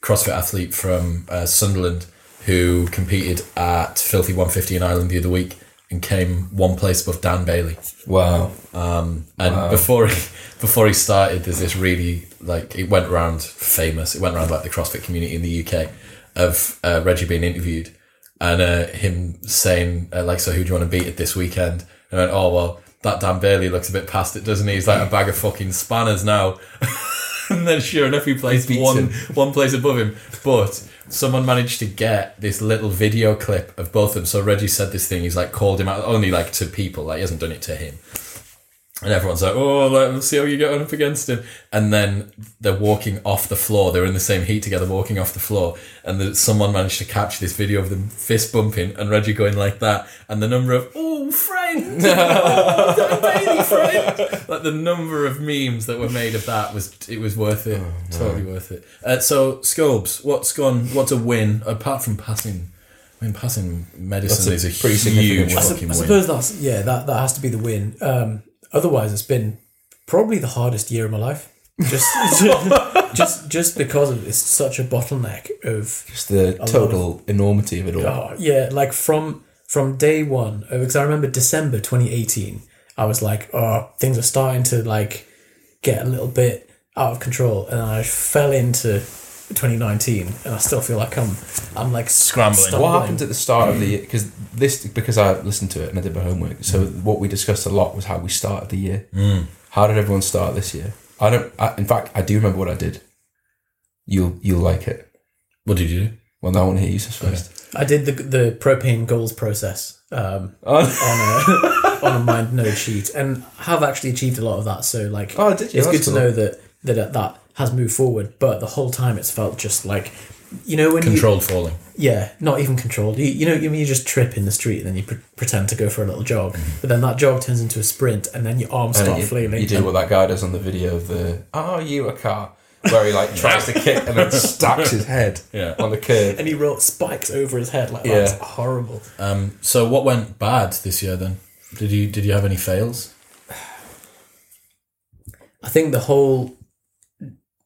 Speaker 1: CrossFit athlete from uh, Sunderland, who competed at Filthy 150 in Ireland the other week and came one place above Dan Bailey.
Speaker 2: Wow.
Speaker 1: And before he, before he started, there's this really like it went around famous. It went around like the CrossFit community in the UK of uh, Reggie being interviewed and uh, him saying uh, like, "So who do you want to beat at this weekend?" And I went, "Oh well, that Dan Bailey looks a bit past it, doesn't he? He's like a bag of fucking spanners now." and then sure enough, he placed
Speaker 2: He beats
Speaker 1: one
Speaker 2: him.
Speaker 1: one place above him. But someone managed to get this little video clip of both of them. So Reggie said this thing. He's like called him out only like to people. Like he hasn't done it to him. And everyone's like, oh, let's see how you get on up against him. And then they're walking off the floor. They're in the same heat together, walking off the floor. And the, someone managed to capture this video of them fist bumping and Reggie going like that. And the number of, oh, friend! Oh, that daily friend! Like the number of memes that were made of that was, it was worth
Speaker 2: Oh,
Speaker 1: it. Totally worth it. Uh, so, Scobes, what's gone, what's a win, apart from passing? I mean, passing medicine
Speaker 2: That's a
Speaker 1: is a
Speaker 2: pretty significant
Speaker 1: huge
Speaker 2: win.
Speaker 3: I, sup-
Speaker 1: fucking
Speaker 3: I
Speaker 1: win.
Speaker 3: suppose that's yeah. That that has to be the win. Um, otherwise, it's been probably the hardest year of my life. Just just just because of, it's such a bottleneck of
Speaker 2: Just the total enormity of it all.
Speaker 3: Oh, yeah, like from from day one, uh, because I remember December 2018, I was like, oh, things are starting to like get a little bit out of control, and I fell into 2019, and I still feel like I'm I'm like
Speaker 1: Scrambling.
Speaker 2: What happened at the start of the year? Because this, because I listened to it and I did my homework. So what we discussed a lot was how we started the year. How did everyone start this year? I don't. I, in fact, I do remember what I did. You'll you'll like it.
Speaker 1: What did you do?
Speaker 2: Well, no, I want to hear Yusuf's first.
Speaker 3: I did the the propane goals process um,
Speaker 2: Oh,
Speaker 3: on a on a mind node sheet, and have actually achieved a lot of that. So like,
Speaker 2: oh, did you?
Speaker 3: it's
Speaker 2: That's
Speaker 3: good to
Speaker 2: cool.
Speaker 3: know that that that has moved forward, but the whole time it's felt just like. You know when you,
Speaker 1: Controlled falling.
Speaker 3: Yeah, not even controlled. You, you know, you mean you just trip in the street and then you pre- pretend to go for a little jog, but then that jog turns into a sprint and then your arms
Speaker 2: Mm-hmm. And
Speaker 3: start
Speaker 2: you,
Speaker 3: flailing.
Speaker 2: You do what that guy does on the video of the "Are you a car?" where he like tries to kick and then stacks his head
Speaker 1: Yeah.
Speaker 2: on the curb.
Speaker 3: And he rolled spikes over his head like
Speaker 2: Yeah.
Speaker 3: that's horrible.
Speaker 1: Um, so what went bad this year then? Did you did you have any fails?
Speaker 3: I think the whole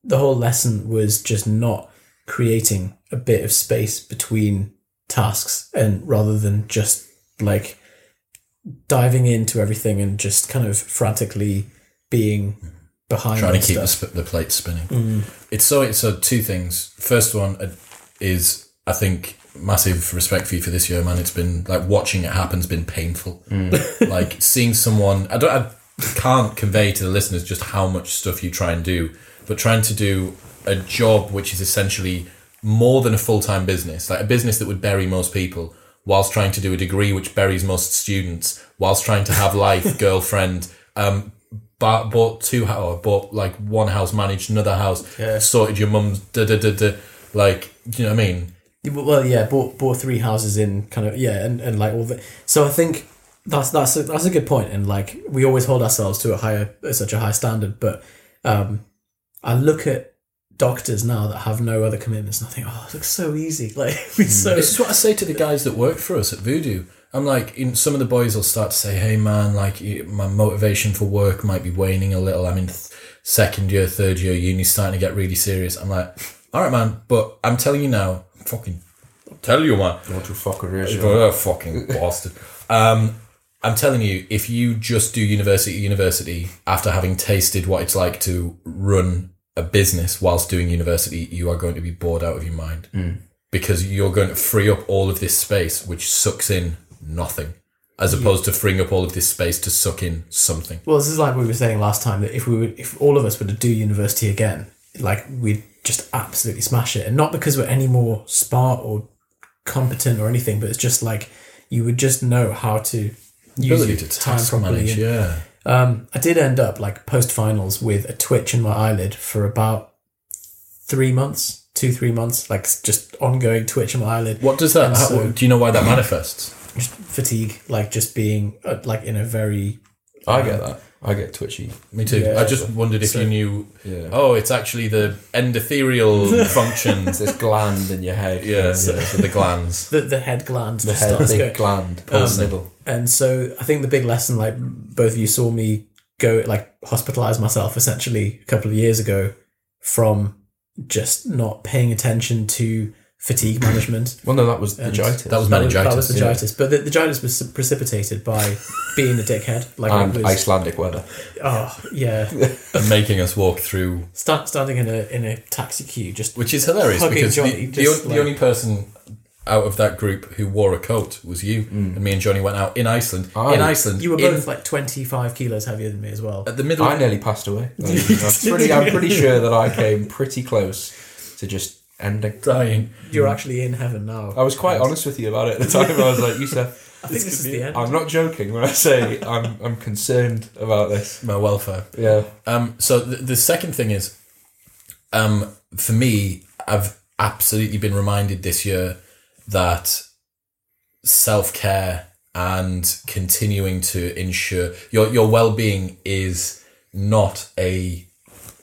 Speaker 3: the whole lesson was just not creating a bit of space between tasks and rather than just like diving into everything and just kind of frantically being behind
Speaker 1: Trying
Speaker 3: on
Speaker 1: to keep the,
Speaker 3: stuff.
Speaker 1: sp- the plate spinning. It's so it's so two things. First one uh, is I think massive respect for you for this year, man. It's been like watching it happen's been painful. like seeing someone, I don't, I can't convey to the listeners just how much stuff you try and do, but trying to do a job which is essentially more than a full time business, like a business that would bury most people, whilst trying to do a degree which buries most students, whilst trying to have life, girlfriend, um, bought, bought two house, bought like one house, managed another house, sorted your mum's, da da da da. Like, do you know what I mean?
Speaker 3: Yeah, but- Well, yeah, bought bought three houses in kind of yeah, and, and like all the. So I think that's that's a, that's a good point, and like we always hold ourselves to a higher such a high standard, but um, I look at doctors now that have no other commitments, and I think, oh, it looks so easy, like we so.
Speaker 1: This is what I say to the guys that work for us at Voodoo. I'm like, in, some of the boys will start to say, "Hey man, like y- my motivation for work might be waning a little. I'm in th- second year, third year uni, starting to get really serious." I'm like, "All right, man, but I'm telling you now, fucking, I'll tell you, man,
Speaker 2: What a fucking ratio.
Speaker 1: Oh, fucking bastard. Um, I'm telling you, if you just do university, university, after having tasted what it's like to run a business whilst doing university, you are going to be bored out of your mind
Speaker 3: Mm.
Speaker 1: because you're going to free up all of this space, which sucks in nothing, as opposed to freeing up all of this space to suck in something.
Speaker 3: Well, this is like we were saying last time that if we would, if all of us were to do university again, like we'd just absolutely smash it, and not because we're any more smart or competent or anything, but it's just like you would just know how to use
Speaker 1: Ability
Speaker 3: your
Speaker 1: to
Speaker 3: time
Speaker 1: task
Speaker 3: properly
Speaker 1: manage,
Speaker 3: and-
Speaker 1: yeah.
Speaker 3: Um, I did end up like post finals with a twitch in my eyelid for about three months, two three months, like s- just ongoing twitch in my eyelid.
Speaker 1: What does that?
Speaker 3: And
Speaker 1: how-
Speaker 3: so-
Speaker 1: do you know why that manifests?
Speaker 3: Just fatigue, like just being uh, like in a very
Speaker 2: I get that. I get twitchy.
Speaker 1: Me too.
Speaker 3: Yeah.
Speaker 1: I just wondered if
Speaker 3: So-
Speaker 1: you knew.
Speaker 2: Yeah.
Speaker 1: Oh, it's actually the endothelial functions
Speaker 2: It's this gland in your head.
Speaker 1: Yeah, so, so the glands.
Speaker 3: the, the head gland
Speaker 2: The
Speaker 3: just
Speaker 2: head,
Speaker 3: starts
Speaker 2: big
Speaker 3: going.
Speaker 2: gland, pulse middle.
Speaker 3: And so I think the big lesson, like both of you saw me go, like hospitalize myself essentially a couple of years ago from just not paying attention to fatigue management.
Speaker 2: Well, no, that was
Speaker 3: And
Speaker 2: meningitis.
Speaker 1: That was
Speaker 3: That was, that
Speaker 1: meningitis.
Speaker 3: was the
Speaker 2: yeah.
Speaker 3: gitis, but the, the gitis was precipitated by being the dickhead. Like
Speaker 2: and
Speaker 3: it was,
Speaker 2: Icelandic weather.
Speaker 3: oh yeah,
Speaker 1: and making us walk through,
Speaker 3: Stand, standing in a in a taxi queue, just
Speaker 1: which is hilarious
Speaker 3: Fucking
Speaker 1: because the,
Speaker 3: Johnny,
Speaker 1: the,
Speaker 3: just
Speaker 1: on-
Speaker 3: like-
Speaker 1: the only person out of that group who wore a coat was you. And me and Johnny went out in Iceland.
Speaker 2: I-
Speaker 1: in Iceland.
Speaker 3: Mm. Oh, You were
Speaker 1: in- Uh,
Speaker 3: both like 25 kilos heavier than me as well.
Speaker 1: at the middle
Speaker 2: I nearly passed away. I'm pretty, I'm pretty sure that I came pretty close to just ending.
Speaker 1: dying.
Speaker 3: You're actually in heaven now.
Speaker 2: I
Speaker 1: Oh.
Speaker 2: was quite honest with you about it at the time. I was like, Yusuf,
Speaker 3: I think this, is the end.
Speaker 2: I'm not joking when I say I'm, I'm concerned about this.
Speaker 1: My welfare.
Speaker 2: Yeah.
Speaker 1: Um, so the, the second thing is, um, for me, I've absolutely been reminded this year that self care and continuing to ensure your your well being is not a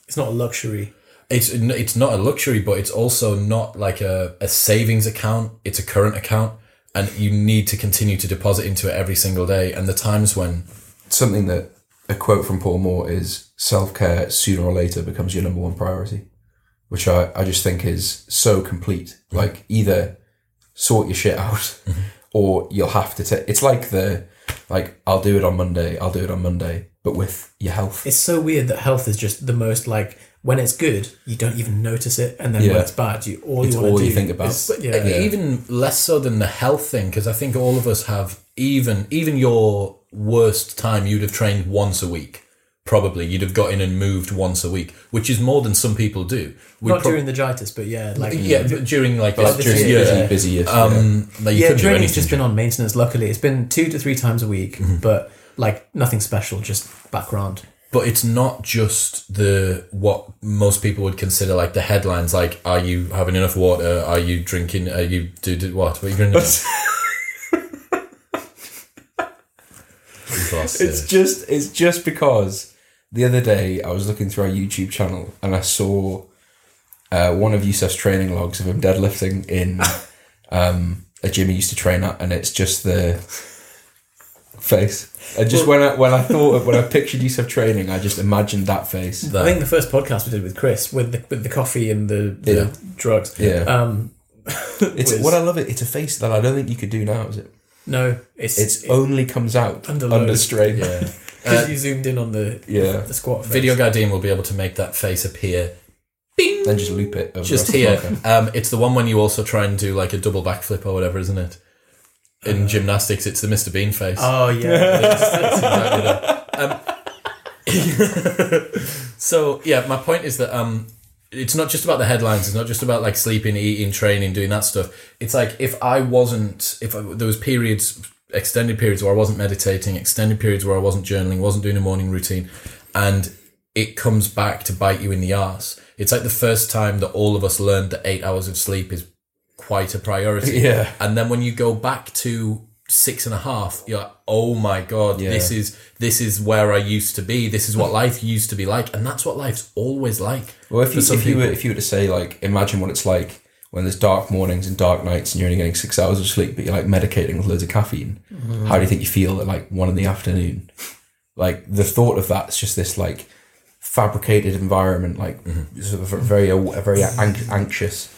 Speaker 3: It's not a luxury.
Speaker 1: it's it's not a luxury, but it's also not like a, a savings account. It's a current account, and you need to continue to deposit into it every single day. And the times when
Speaker 2: Something that a quote from Paul Moore is self care sooner or later becomes your number one priority, which I, I just think is so complete. Like, either sort your shit out or you'll have to take it's like the like I'll do it on Monday, I'll do it on Monday, but with your health.
Speaker 3: It's so weird that health is just the most like when it's good, you don't even notice it, and then
Speaker 2: Yeah.
Speaker 3: when it's bad, you all
Speaker 2: It's
Speaker 3: you want
Speaker 2: all
Speaker 3: to do
Speaker 2: you think about.
Speaker 3: is-
Speaker 1: But
Speaker 3: yeah,
Speaker 1: e- even less so than the health thing, because I think all of us have even even your worst time, you'd have trained once a week. Probably you'd have got in and moved once a week, which is more than some people do. We
Speaker 3: not
Speaker 1: prob-
Speaker 3: during the jitis, but yeah, like
Speaker 1: yeah, but during like,
Speaker 2: Like,
Speaker 1: this
Speaker 2: during
Speaker 1: year,
Speaker 2: busy, busy years.
Speaker 1: um, like, you
Speaker 3: yeah,
Speaker 1: couldn't do
Speaker 3: training's
Speaker 1: anything.
Speaker 3: just been on maintenance. Luckily, it's been two to three times a week,
Speaker 2: Mm-hmm.
Speaker 3: but like nothing special, just background.
Speaker 1: but it's not just the what most people would consider like the headlines like are you having enough water are you drinking are you do, do what what are you drinking We've lost
Speaker 2: It's
Speaker 1: it.
Speaker 2: just it's just because the other day I was looking through our YouTube channel and I saw uh, one of Yusuf's training logs of him deadlifting in um, a gym he used to train at, and it's just the face. And just when I when I thought of when I pictured Yusuf training, I just imagined that face.
Speaker 1: That-
Speaker 3: I think the first podcast we did with Chris, with the, with the coffee and the, the
Speaker 2: Yeah.
Speaker 3: drugs.
Speaker 2: Yeah.
Speaker 3: Um,
Speaker 2: It's
Speaker 3: was-
Speaker 2: what I love it. It's a face that I don't think you could do now, is it?
Speaker 3: no, it's
Speaker 2: It's only comes out
Speaker 3: Under
Speaker 2: under,
Speaker 3: load.
Speaker 2: strain.
Speaker 1: yeah
Speaker 3: because
Speaker 1: uh,
Speaker 3: you zoomed in on the
Speaker 2: Yeah.
Speaker 3: the squat face.
Speaker 1: video guy dean will be able to make that face appear Bing!
Speaker 2: Then just loop it. Over
Speaker 1: just
Speaker 2: the
Speaker 1: here
Speaker 2: rest of the podcast.
Speaker 1: um, it's the one when you also try and do like a double backflip or whatever isn't it
Speaker 3: Uh,
Speaker 1: in gymnastics it's the mr bean face
Speaker 3: Oh yeah,
Speaker 1: exactly that. Um, so yeah, my point is that um, it's not just about the headlines. It's not just about like sleeping, eating, training, doing that stuff. It's like if I wasn't, if I, there was periods, extended periods where I wasn't meditating, extended periods where I wasn't journaling, wasn't doing a morning routine, and it comes back to bite you in the ass. It's like the first time that all of us learned that eight hours of sleep is quite a priority.
Speaker 2: Yeah.
Speaker 1: And then when you go back to six and a half, you're like, oh my god, this is this is where I used to be. This is what life used to be like, and that's what life's always like.
Speaker 2: Well, if you,
Speaker 1: some
Speaker 2: if you were if you were to say like, imagine what it's like when there's dark mornings and dark nights, and you're only getting six hours of sleep, but you're like medicating with loads of caffeine. How do you think you feel at like one in the afternoon? Like the thought of that's just this like fabricated environment, like sort of very aw- very anx- anxious.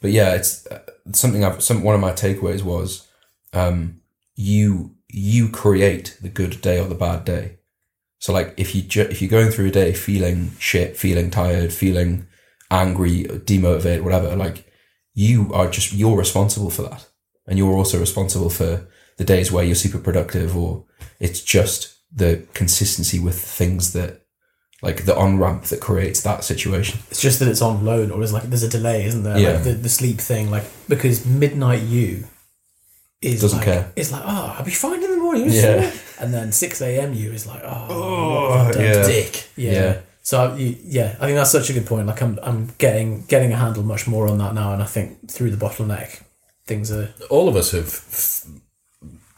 Speaker 2: But yeah, it's uh, something I've some one of my takeaways was um, you you create the good day or the bad day. So like if you ju- if you're going through a day feeling shit, feeling tired, feeling angry, demotivated, whatever, like you are just you're responsible for that, and you're also responsible for the days where you're super productive, or it's just the consistency with things that like the on ramp that creates that situation.
Speaker 3: it's just that it's on loan, or it's like there's a delay, isn't there?
Speaker 2: Yeah.
Speaker 3: Like the, the sleep thing, like because midnight you is
Speaker 2: Doesn't
Speaker 3: like,
Speaker 2: care.
Speaker 3: It's like oh, I'll be fine in the morning.
Speaker 2: Yeah.
Speaker 3: and then six a.m. you is like oh, what
Speaker 2: Oh
Speaker 3: have I done to
Speaker 1: Dick.
Speaker 3: Yeah.
Speaker 2: Yeah.
Speaker 3: So you, yeah, I think that's such a good point. Like I'm, I'm getting getting a handle much more on that now, and I think through the bottleneck, things are
Speaker 1: All of us have f-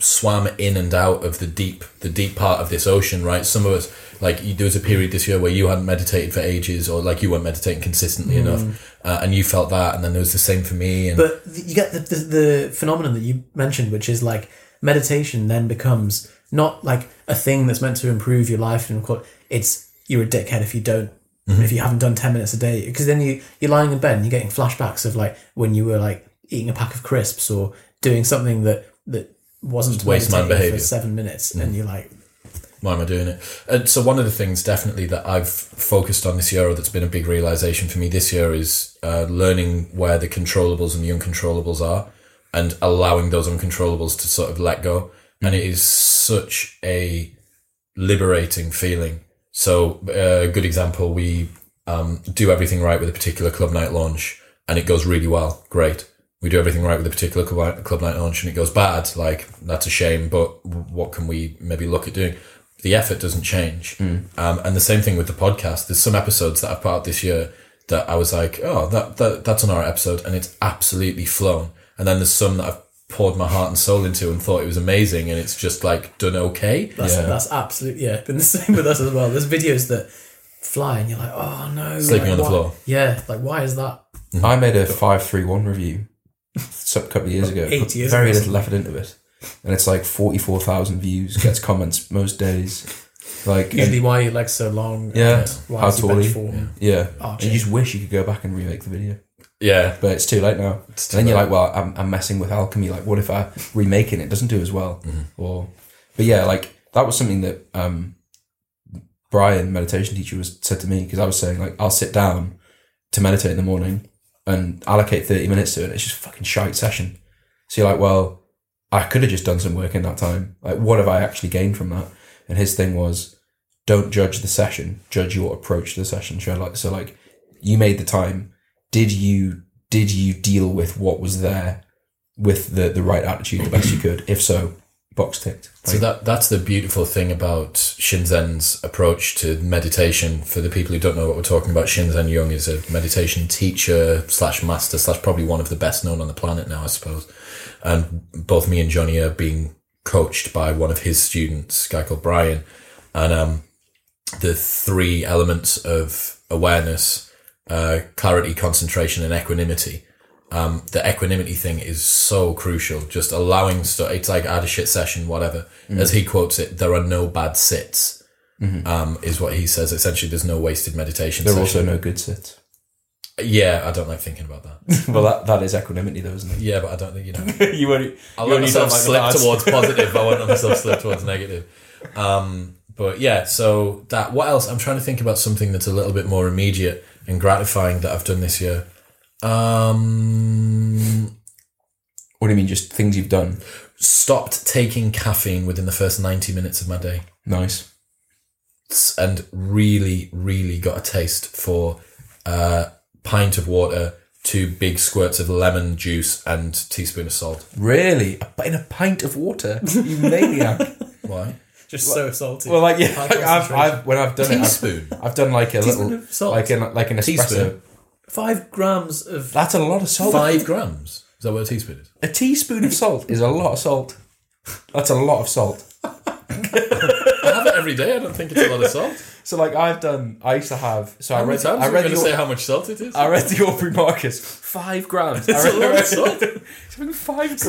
Speaker 1: swam in and out of the deep the deep part of this ocean, right? Some of us like you, there was a period this year where you hadn't meditated for ages, or like you weren't meditating consistently enough, uh, and you felt that, and then there was the same for me, and
Speaker 3: But th- you get the, the, the phenomenon that you mentioned, which is like meditation then becomes not like a thing that's meant to improve your life and qual- it's you're a dickhead if you don't
Speaker 1: Mm-hmm.
Speaker 3: if you haven't done ten minutes a day because then you you're lying in bed and you're getting flashbacks of like when you were like eating a pack of crisps or doing something that that wasn't
Speaker 1: waste Mm. man
Speaker 3: meditating for
Speaker 1: behaviour.
Speaker 3: seven minutes and you're like
Speaker 1: why am I doing it? And so one of the things definitely that I've focused on this year, or that's been a big realization for me this year, is uh, learning where the controllables and the uncontrollables are, and allowing those uncontrollables to sort of let go. And it is such a liberating feeling. So, uh, a good example, we um, do everything right with a particular club night launch and it goes really well. Great. We do everything right with a particular club club night launch and it goes bad. Like, that's a shame, but what can we maybe look at doing? The effort doesn't change. Um, and the same thing with the podcast. There's some episodes that I've put out this year that I was like, oh, that, that that's an alright episode, and it's absolutely flown. And then there's some that I've poured my heart and soul into and thought it was amazing, and it's just like done okay.
Speaker 3: That's, that's absolute. Yeah, been the same with us as well. There's videos that fly, and you're like, oh no,
Speaker 1: Sleeping
Speaker 3: like,
Speaker 1: on the
Speaker 3: why-
Speaker 1: floor.
Speaker 3: Yeah, like why is that?
Speaker 2: I made a five three one review a couple of years ago.
Speaker 3: Eight
Speaker 2: put
Speaker 3: years
Speaker 2: Very
Speaker 3: ago.
Speaker 2: little effort into it, and it's like forty four thousand views. Gets comments most days. Like and-
Speaker 3: Usually, why your legs so long?
Speaker 2: Yeah.
Speaker 3: and why
Speaker 2: How
Speaker 3: is your bench
Speaker 2: tall
Speaker 3: form?
Speaker 2: yeah,
Speaker 3: Archie.
Speaker 2: and you just wish you could go back and remake the video,
Speaker 1: Yeah,
Speaker 2: but it's too late now.
Speaker 1: It's too
Speaker 2: And then you're
Speaker 1: late.
Speaker 2: like, well, I'm, I'm messing with alchemy. Like, what if I remake it? and It doesn't do as well.
Speaker 1: Mm-hmm.
Speaker 2: Or, but yeah, like that was something that um, Brian, meditation teacher, was said to me because I was saying like I'll sit down to meditate in the morning and allocate thirty minutes to it. It's just a fucking shite session. So you're like, well, I could have just done some work in that time. Like, what have I actually gained from that? And his thing was, don't judge the session, judge your approach to the session. So like, so like, you made the time. Did you did you deal with what was there with the the right attitude the best you could? If so, box ticked.
Speaker 1: So that that's the beautiful thing about Shinzen's approach to meditation. For the people who don't know what we're talking about, Shinzen Jung is a meditation teacher slash master slash probably one of the best known on the planet now, I suppose. And both me and Johnny are being coached by one of his students, a guy called Brian. And um, the three elements of awareness, uh, clarity, concentration, and equanimity um, the equanimity thing is so crucial. Just allowing stuff. It's like I had a shit session, whatever.
Speaker 2: Mm-hmm.
Speaker 1: As he quotes it, there are no bad sits. Um, is what he says. Essentially, there's no wasted meditation.
Speaker 2: there are
Speaker 1: session.
Speaker 2: also no good sits.
Speaker 1: yeah, I don't like thinking about that.
Speaker 2: well, that, that is equanimity, though, isn't
Speaker 1: yeah, but I don't think you know.
Speaker 2: it? you only
Speaker 1: I
Speaker 2: you
Speaker 1: let
Speaker 2: only
Speaker 1: myself
Speaker 2: don't like the
Speaker 1: slip
Speaker 2: bad-
Speaker 1: towards positive. I won't let myself slip towards negative. Um, but yeah, so that. What else? I'm trying to think about something that's a little bit more immediate and gratifying that I've done this year. Um,
Speaker 2: What do you mean? Just things you've done.
Speaker 1: stopped taking caffeine within the first 90 minutes of my day
Speaker 2: Nice.
Speaker 1: s- and really, really got a taste for a pint of water, two big squirts of lemon juice, and teaspoon of salt.
Speaker 2: Really, A pi- in a pint of water, you maniac.
Speaker 1: Why?
Speaker 3: Just so salty.
Speaker 2: well, like yeah,
Speaker 3: High
Speaker 2: like, I've, I've when I've done it, I've,
Speaker 1: Teaspoon.
Speaker 2: I've done like a
Speaker 3: Teaspoon
Speaker 2: little
Speaker 3: of salt.
Speaker 2: like an like an espresso.
Speaker 1: Teaspoon.
Speaker 3: five grams of
Speaker 2: That's a lot of salt.
Speaker 1: Five grams. Is that what a teaspoon is?
Speaker 2: A teaspoon of salt is a lot of salt. That's a lot of salt.
Speaker 1: I have it every day. I don't think it's a lot of salt.
Speaker 2: So like I've done, I used to have. So I
Speaker 1: How many
Speaker 2: read,
Speaker 1: times
Speaker 2: I
Speaker 1: are we
Speaker 2: read
Speaker 1: going to
Speaker 2: the,
Speaker 1: say how much salt it is?
Speaker 2: I read the Aubrey Marcus five grams.
Speaker 1: It's
Speaker 2: I
Speaker 1: a
Speaker 2: read,
Speaker 1: lot of salt.
Speaker 2: five grams.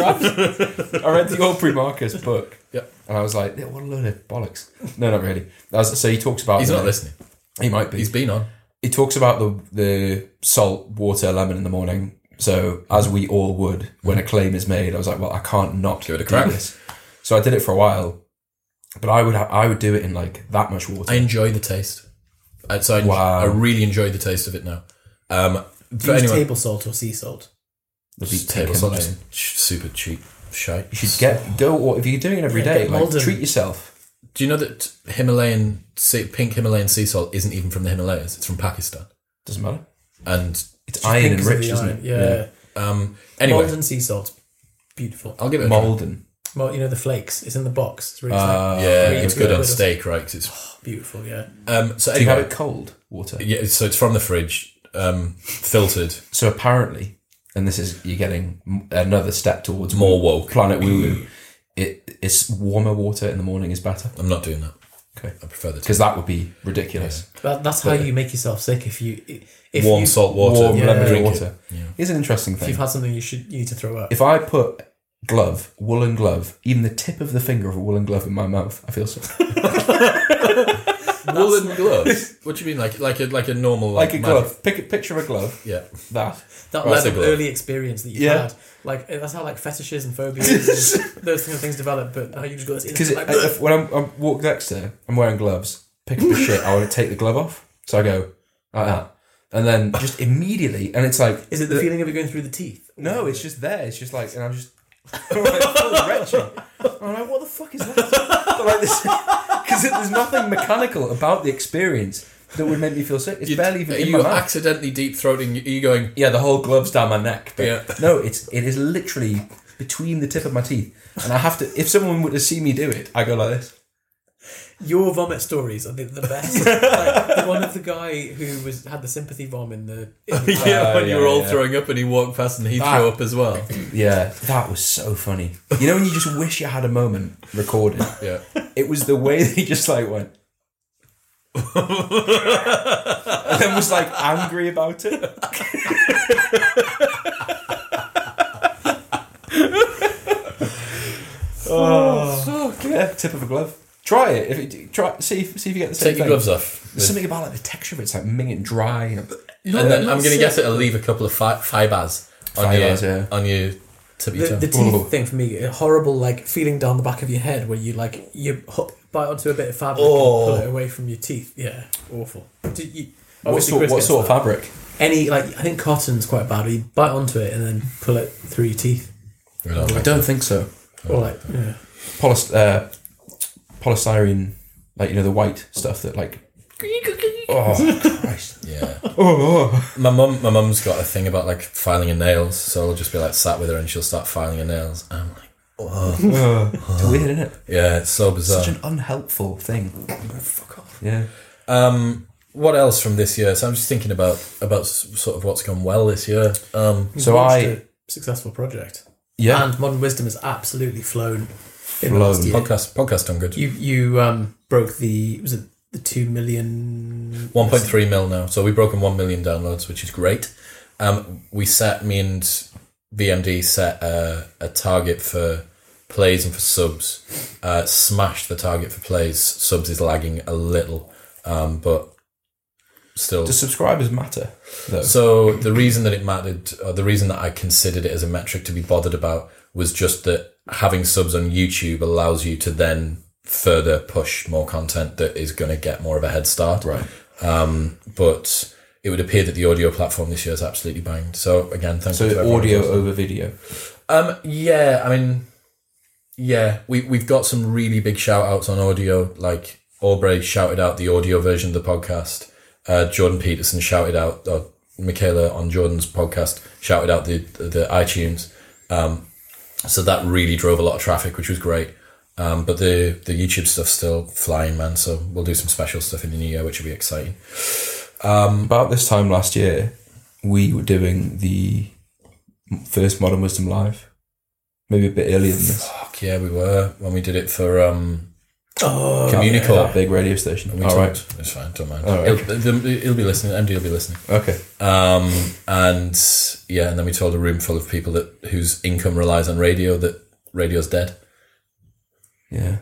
Speaker 2: I read the Aubrey Marcus book.
Speaker 1: Yep.
Speaker 2: And I was like, "Yeah, what a load of bollocks. No, not really. That was- so he talks about.
Speaker 1: He's
Speaker 2: the-
Speaker 1: not listening.
Speaker 2: He might be.
Speaker 1: He's been on.
Speaker 2: he talks about the the salt, water, lemon in the morning. So as we all would when a claim is made, I was like, well, I can't not
Speaker 1: Give it a crack.
Speaker 2: do this. So I did it for a while, but I would ha- I would do it in like that much water.
Speaker 1: I enjoy the taste. Uh, So I,
Speaker 2: Wow.
Speaker 1: I really enjoy the taste of it now. Um,
Speaker 3: do
Speaker 1: for
Speaker 3: you use
Speaker 1: anyone-
Speaker 3: table salt or sea salt.
Speaker 2: The
Speaker 1: Just table salt, just ch- super cheap shite.
Speaker 2: You should get go or if you're doing it every
Speaker 3: Yeah,
Speaker 2: day,
Speaker 3: get
Speaker 2: like
Speaker 3: Malden.
Speaker 2: treat yourself.
Speaker 1: Do you know that Himalayan sea, pink Himalayan sea salt isn't even from the Himalayas? It's from Pakistan.
Speaker 2: Doesn't matter.
Speaker 1: And
Speaker 2: It's iron
Speaker 3: Pink is
Speaker 2: enriched,
Speaker 3: the
Speaker 2: isn't
Speaker 3: iron,
Speaker 2: it?
Speaker 3: Yeah.
Speaker 1: um, anyway,
Speaker 3: Malden sea salt. Beautiful.
Speaker 1: I'll give it a try.
Speaker 2: Malden.
Speaker 3: Well, you know the flakes. It's in the box. It's really
Speaker 2: Uh,
Speaker 1: Yeah,
Speaker 3: really
Speaker 1: it's good
Speaker 3: good.
Speaker 1: on steak, right? 'cause it's
Speaker 3: beautiful. Yeah.
Speaker 1: um, so
Speaker 2: Do you have
Speaker 1: anyway,
Speaker 2: it cold water?
Speaker 1: yeah, so it's from the fridge, um, filtered,
Speaker 2: So apparently, and this is you're getting m- another step towards
Speaker 1: more woke.
Speaker 2: Planet Woo Woo. It it's warmer water in the morning is better
Speaker 1: I'm not doing that.
Speaker 2: Okay.
Speaker 1: I prefer the
Speaker 2: because that would be ridiculous.
Speaker 3: That, that's how you make yourself sick if you if
Speaker 1: warm
Speaker 3: you,
Speaker 1: salt water.
Speaker 2: Warm
Speaker 1: yeah.
Speaker 2: lemon
Speaker 1: Drink it.
Speaker 2: water. Here's an interesting
Speaker 3: if
Speaker 2: thing.
Speaker 3: you've had something you should you need to throw up.
Speaker 2: If I put glove, woolen glove, even the tip of the finger of a woolen glove in my mouth, I feel sick.
Speaker 1: Woolen gloves. What do you mean, like like a like a normal like,
Speaker 2: Like a
Speaker 1: magic-
Speaker 2: glove. Pick a picture of a glove.
Speaker 1: Yeah.
Speaker 2: That.
Speaker 3: that
Speaker 1: Right,
Speaker 3: was
Speaker 1: so
Speaker 3: an
Speaker 1: glove.
Speaker 3: early experience that you
Speaker 2: Yeah.
Speaker 3: had. Like that's how like fetishes and phobias, and those kind of things develop. But how you just got
Speaker 2: Because
Speaker 3: this. Like,
Speaker 2: if when I'm, I'm walk next to her, I'm wearing gloves, pick up a shit, I want to take the glove off. So I go like that. And then just immediately, and it's like,
Speaker 3: Is it the feeling of it going through the teeth?
Speaker 2: no, it's just there. It's just like, and I'm just I'm like, fully retching. I'm like, what the fuck is that? But like this, because there's nothing mechanical about the experience that would make me feel sick. It's barely even
Speaker 1: Are
Speaker 2: in
Speaker 1: you
Speaker 2: my mouth.
Speaker 1: accidentally deep throating? Are you going?
Speaker 2: yeah, the whole gloves down my neck. But
Speaker 1: Yeah.
Speaker 2: no, it's it is literally between the tip of my teeth, and I have to. If someone were to see me do it, I go like this.
Speaker 3: Your vomit stories are the, the best. like, the one of the guy who was had the sympathy vom in the. In the
Speaker 1: yeah,
Speaker 2: Oh,
Speaker 1: when you
Speaker 2: yeah,
Speaker 1: were all
Speaker 2: yeah. Ah.
Speaker 1: throwing up and he walked past and he
Speaker 2: That-
Speaker 1: threw up as well.
Speaker 2: Yeah, that was so funny. You know when you just wish you had a moment recorded.
Speaker 1: Yeah.
Speaker 2: It was the way they just like went. and then was like angry about it. oh, yeah, tip of a glove. Try it. If it, try, see, if, see if you get the same
Speaker 1: Take your
Speaker 2: thing.
Speaker 1: gloves off.
Speaker 2: There's something about like the texture of it. It's like minging it dry. and-
Speaker 1: and then I'm
Speaker 3: that's
Speaker 1: going to
Speaker 3: it.
Speaker 1: guess it'll leave a couple of fi- fibers on
Speaker 2: Fibres,
Speaker 1: your
Speaker 2: yeah.
Speaker 1: on your tip of your
Speaker 3: The,
Speaker 1: tongue.
Speaker 3: the teeth
Speaker 2: Ooh.
Speaker 3: thing for me, a horrible like feeling down the back of your head where you like you hook, bite onto a bit of fabric
Speaker 1: Oh.
Speaker 3: and pull it away from your teeth. Yeah, awful. Do you,
Speaker 2: What
Speaker 3: obviously
Speaker 2: sort,
Speaker 3: Chris
Speaker 2: what
Speaker 3: gets
Speaker 2: sort of
Speaker 3: that.
Speaker 2: fabric?
Speaker 3: Any like I think cotton's quite bad. You bite onto it and then pull it through your teeth.
Speaker 1: You know,
Speaker 2: I don't think so.
Speaker 3: Or like yeah.
Speaker 2: Polyst- uh, polystyrene, like you know the white stuff that like. Oh Christ!
Speaker 1: yeah.
Speaker 2: Oh,
Speaker 1: My mum, my mum's got a thing about like filing her nails, so I'll just be like sat with her and she'll start filing her nails. I'm like,
Speaker 2: oh, oh. it's weird, isn't it?
Speaker 1: yeah, it's so Uh-huh. bizarre.
Speaker 2: Such an unhelpful thing.
Speaker 1: Fuck off.
Speaker 2: Yeah.
Speaker 1: Um, what else from this year? So I'm just thinking about about s- sort of what's gone well this year. Um,
Speaker 2: So
Speaker 3: Launched
Speaker 2: I-
Speaker 3: a successful project.
Speaker 2: Yeah.
Speaker 3: And modern wisdom has absolutely flown in the last
Speaker 2: Flown.
Speaker 3: year.
Speaker 1: podcast podcast done good.
Speaker 3: You you um broke the was it the two million
Speaker 1: 1.3 mil now. So we've broken 1 million downloads, which is great. Um, we set, me and BMD set a, a target for plays and for subs. Uh, smashed the target for plays. Subs is lagging a little, um, but still.
Speaker 2: Do subscribers matter? Though.
Speaker 1: So the reason that it mattered, or the reason that I considered it as a metric to be bothered about, was just that having subs on YouTube allows you to then further push more content that is going to get more of a head start.
Speaker 2: Right.
Speaker 1: Um, but it would appear that the audio platform this year is absolutely banged. So again, thank you. to
Speaker 2: So
Speaker 1: everyone
Speaker 2: audio
Speaker 1: who's
Speaker 2: over video.
Speaker 1: um, yeah, I mean, yeah, we we've got some really big shout outs on audio. Like Aubrey shouted out the audio version of the podcast. Uh, Jordan Peterson shouted out, or Michaela on Jordan's podcast shouted out the the, the iTunes. Um, so that really drove a lot of traffic, which was great. Um, but the the YouTube stuff's still flying, man. So we'll do some special stuff in the new year, which will be exciting. Um,
Speaker 2: About this time last year, we were doing the first Modern Wisdom live. Maybe a bit earlier than this.
Speaker 1: Fuck yeah, we were when we did it for um,
Speaker 3: Oh
Speaker 1: Communicore.
Speaker 2: That big radio station.
Speaker 1: We
Speaker 2: All right.
Speaker 1: talked. It's fine. Don't mind.
Speaker 2: All right.
Speaker 1: He'll- the- the- he'll be listening. MD will be listening.
Speaker 2: Okay.
Speaker 1: Um, and yeah, and then we told a room full of people that whose income relies on radio that radio's dead.
Speaker 2: Yeah.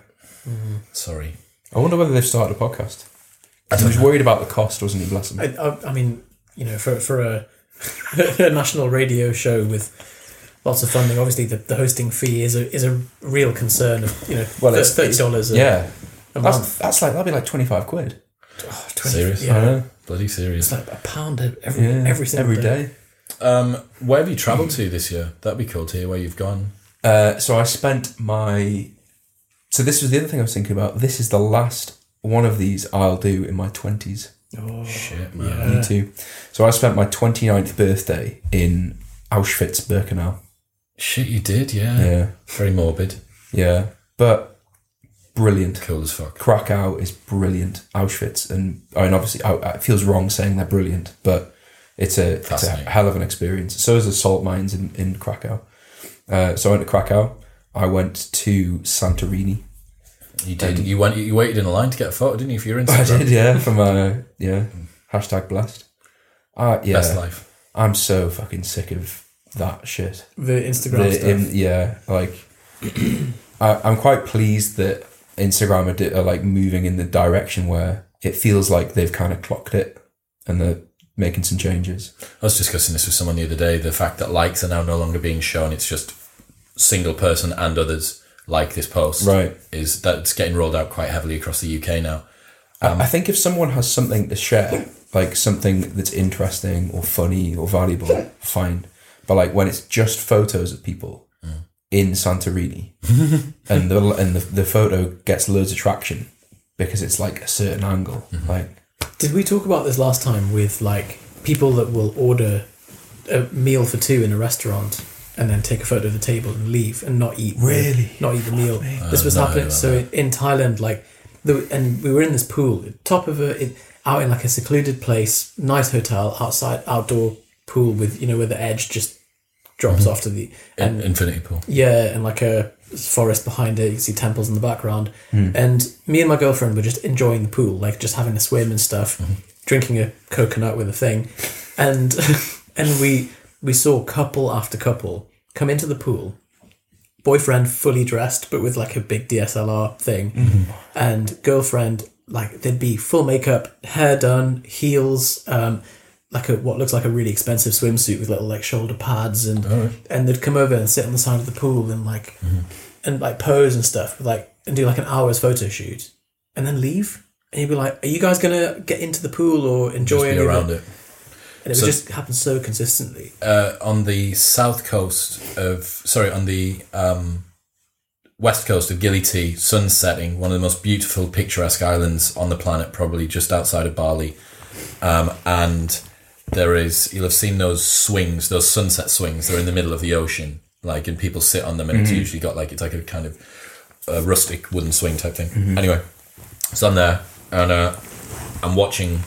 Speaker 1: Sorry.
Speaker 2: I wonder whether they've started a podcast. He was worried about the cost, wasn't he? Bless him.
Speaker 3: I, I, I mean, you know, for for a, a national radio show with lots of funding, obviously the, the hosting fee is a is a real concern. Of, you know,
Speaker 2: Well,
Speaker 3: that's
Speaker 2: it's-
Speaker 3: thirty dollars a,
Speaker 2: yeah.
Speaker 3: a
Speaker 2: That's,
Speaker 3: month.
Speaker 2: that's like that'd be like twenty five quid.
Speaker 3: Oh, 20
Speaker 1: Serious?
Speaker 3: Yeah,
Speaker 2: know.
Speaker 1: Bloody serious.
Speaker 3: it's like a pound every every single
Speaker 2: every
Speaker 3: day.
Speaker 2: day.
Speaker 1: Um, where have you travelled to this year? That'd be cool to hear where you've gone.
Speaker 2: Uh, so I spent my. So this was the other thing I was thinking about. This is the last one of these I'll do in my twenties.
Speaker 3: Oh,
Speaker 1: Shit, man.
Speaker 2: Me too. So I spent my 29th birthday in Auschwitz Birkenau.
Speaker 1: Shit, you did, yeah.
Speaker 2: Yeah,
Speaker 1: Very morbid.
Speaker 2: yeah, but brilliant.
Speaker 1: Cool as fuck.
Speaker 2: Krakow is brilliant. Auschwitz, and I mean, obviously, I, it feels wrong saying they're brilliant, but it's a, it's a
Speaker 1: Fascinating.
Speaker 2: hell of an experience. So is the salt mines in in Krakow. Uh, so I went to Krakow. I went to Santorini.
Speaker 1: You did. You went. You waited in a line to get a photo, didn't you? For your
Speaker 2: I
Speaker 1: Instagram.
Speaker 2: did, yeah. From uh, yeah, hashtag blessed. Uh, yeah,
Speaker 1: Mm. Best life.
Speaker 2: I'm so fucking sick of that shit.
Speaker 3: the Instagram
Speaker 2: The-
Speaker 3: stuff.
Speaker 2: in- yeah, like I, I'm quite pleased that Instagram are, di- are like moving in the direction where it feels like they've kind of clocked it and they're making some changes.
Speaker 1: I was discussing this with someone the other day. The fact that likes are now no longer being shown. It's just single person and others like this post.
Speaker 2: Right.
Speaker 1: Is that's getting rolled out quite heavily across the UK now.
Speaker 2: I, I think if someone has something to share, like something that's interesting or funny or valuable, fine. But like when it's just photos of people in Santorini, and the and the, the photo gets loads of traction because it's like a certain angle. Like
Speaker 3: Did we talk about this last time with like people that will order a meal for two in a restaurant and then take a photo of the table and leave and not eat the-
Speaker 2: Really?
Speaker 3: not eat the meal? this was
Speaker 1: Uh, no,
Speaker 3: happening.
Speaker 1: no,
Speaker 3: so in Thailand, like, the, and we were in this pool, top of a it, out in like a secluded place, nice hotel, outside outdoor pool with you know where the edge just drops
Speaker 1: Mm-hmm.
Speaker 3: off to the and
Speaker 1: Infinity Pool.
Speaker 3: yeah, and like a forest behind it. You can see temples in the background. And me and my girlfriend were just enjoying the pool, like just having a swim and stuff, drinking a coconut with a thing. And and we we saw couple after couple come into the pool, boyfriend fully dressed but with like a big DSLR thing,
Speaker 1: Mm-hmm.
Speaker 3: and girlfriend like there'd be full makeup, hair done, heels, um, like a what looks like a really expensive swimsuit with little like shoulder pads and
Speaker 1: Oh.
Speaker 3: and they'd come over and sit on the side of the pool and like
Speaker 1: Mm-hmm.
Speaker 3: and like pose and stuff with like and do like an hour's photo shoot and then leave and you'd be like are you guys gonna get into the pool or enjoy
Speaker 1: Just be
Speaker 3: any of
Speaker 1: around
Speaker 3: it
Speaker 1: it.
Speaker 3: and it would just happen so consistently
Speaker 1: uh, on the south coast of sorry on the um, west coast of Gili T, sun setting, one of the most beautiful picturesque islands on the planet, probably just outside of Bali, um, and there is you'll have seen those swings, those sunset swings. They're in the middle of the ocean, like and people sit on them, and it's usually got like it's like a kind of a rustic wooden swing type thing. Anyway, so I'm there and uh, I'm watching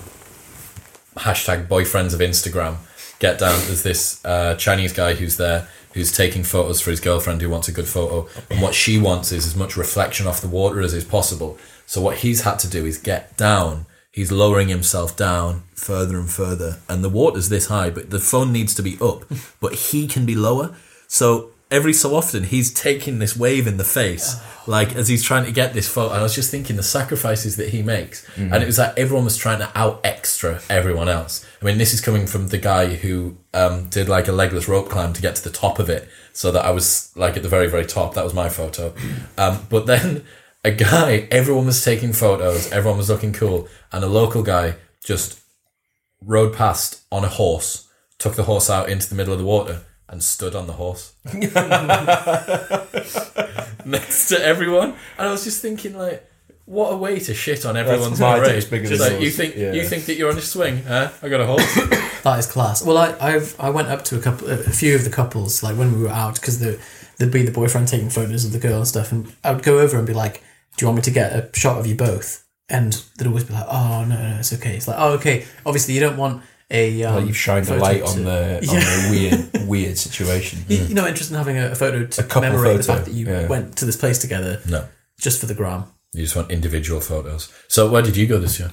Speaker 1: hashtag boyfriends of Instagram get down. There's this uh, Chinese guy who's there who's taking photos for his girlfriend who wants a good photo. And what she wants is as much reflection off the water as is possible. So what he's had to do is get down. He's lowering himself down further and further. And the water's this high, but the phone needs to be up, but he can be lower. So every so often he's taking this wave in the face like as he's trying to get this photo and i was just thinking the sacrifices that he makes and it was like everyone was trying to out extra everyone else i mean this is coming from the guy who um, did like a legless rope climb to get to the top of it so that i was like at the very very top that was my photo um, but then a guy everyone was taking photos everyone was looking cool and a local guy just rode past on a horse, took the horse out into the middle of the water, and stood on the horse next to everyone. And I was just thinking, like, what a way to shit on everyone's
Speaker 2: my
Speaker 1: parade.
Speaker 2: dick's bigger
Speaker 1: Just
Speaker 2: than
Speaker 1: like, you
Speaker 2: yours.
Speaker 1: think
Speaker 2: Yeah.
Speaker 1: you think that you're on a swing, huh? I got a horse.
Speaker 3: That is class. Well, I I've, I went up to a couple, a few of the couples like when we were out because the there'd be the boyfriend taking photos of the girl and stuff, and I would go over and be like, "Do you want me to get a shot of you both?" And they'd always be like, "Oh no, no, it's okay." It's like, "Oh okay." Obviously, you don't want a um,
Speaker 2: like you've shined a
Speaker 3: photo
Speaker 2: light
Speaker 3: to-
Speaker 2: on the on
Speaker 3: Yeah.
Speaker 2: the weird weird situation. Hmm.
Speaker 3: You, you're not interested in having a, a photo to
Speaker 2: couple
Speaker 3: commemorate the
Speaker 2: photo,
Speaker 3: fact that you
Speaker 2: yeah.
Speaker 3: went to this place together
Speaker 1: no,
Speaker 3: just for the gram.
Speaker 1: you just want individual photos. So where did you go this year?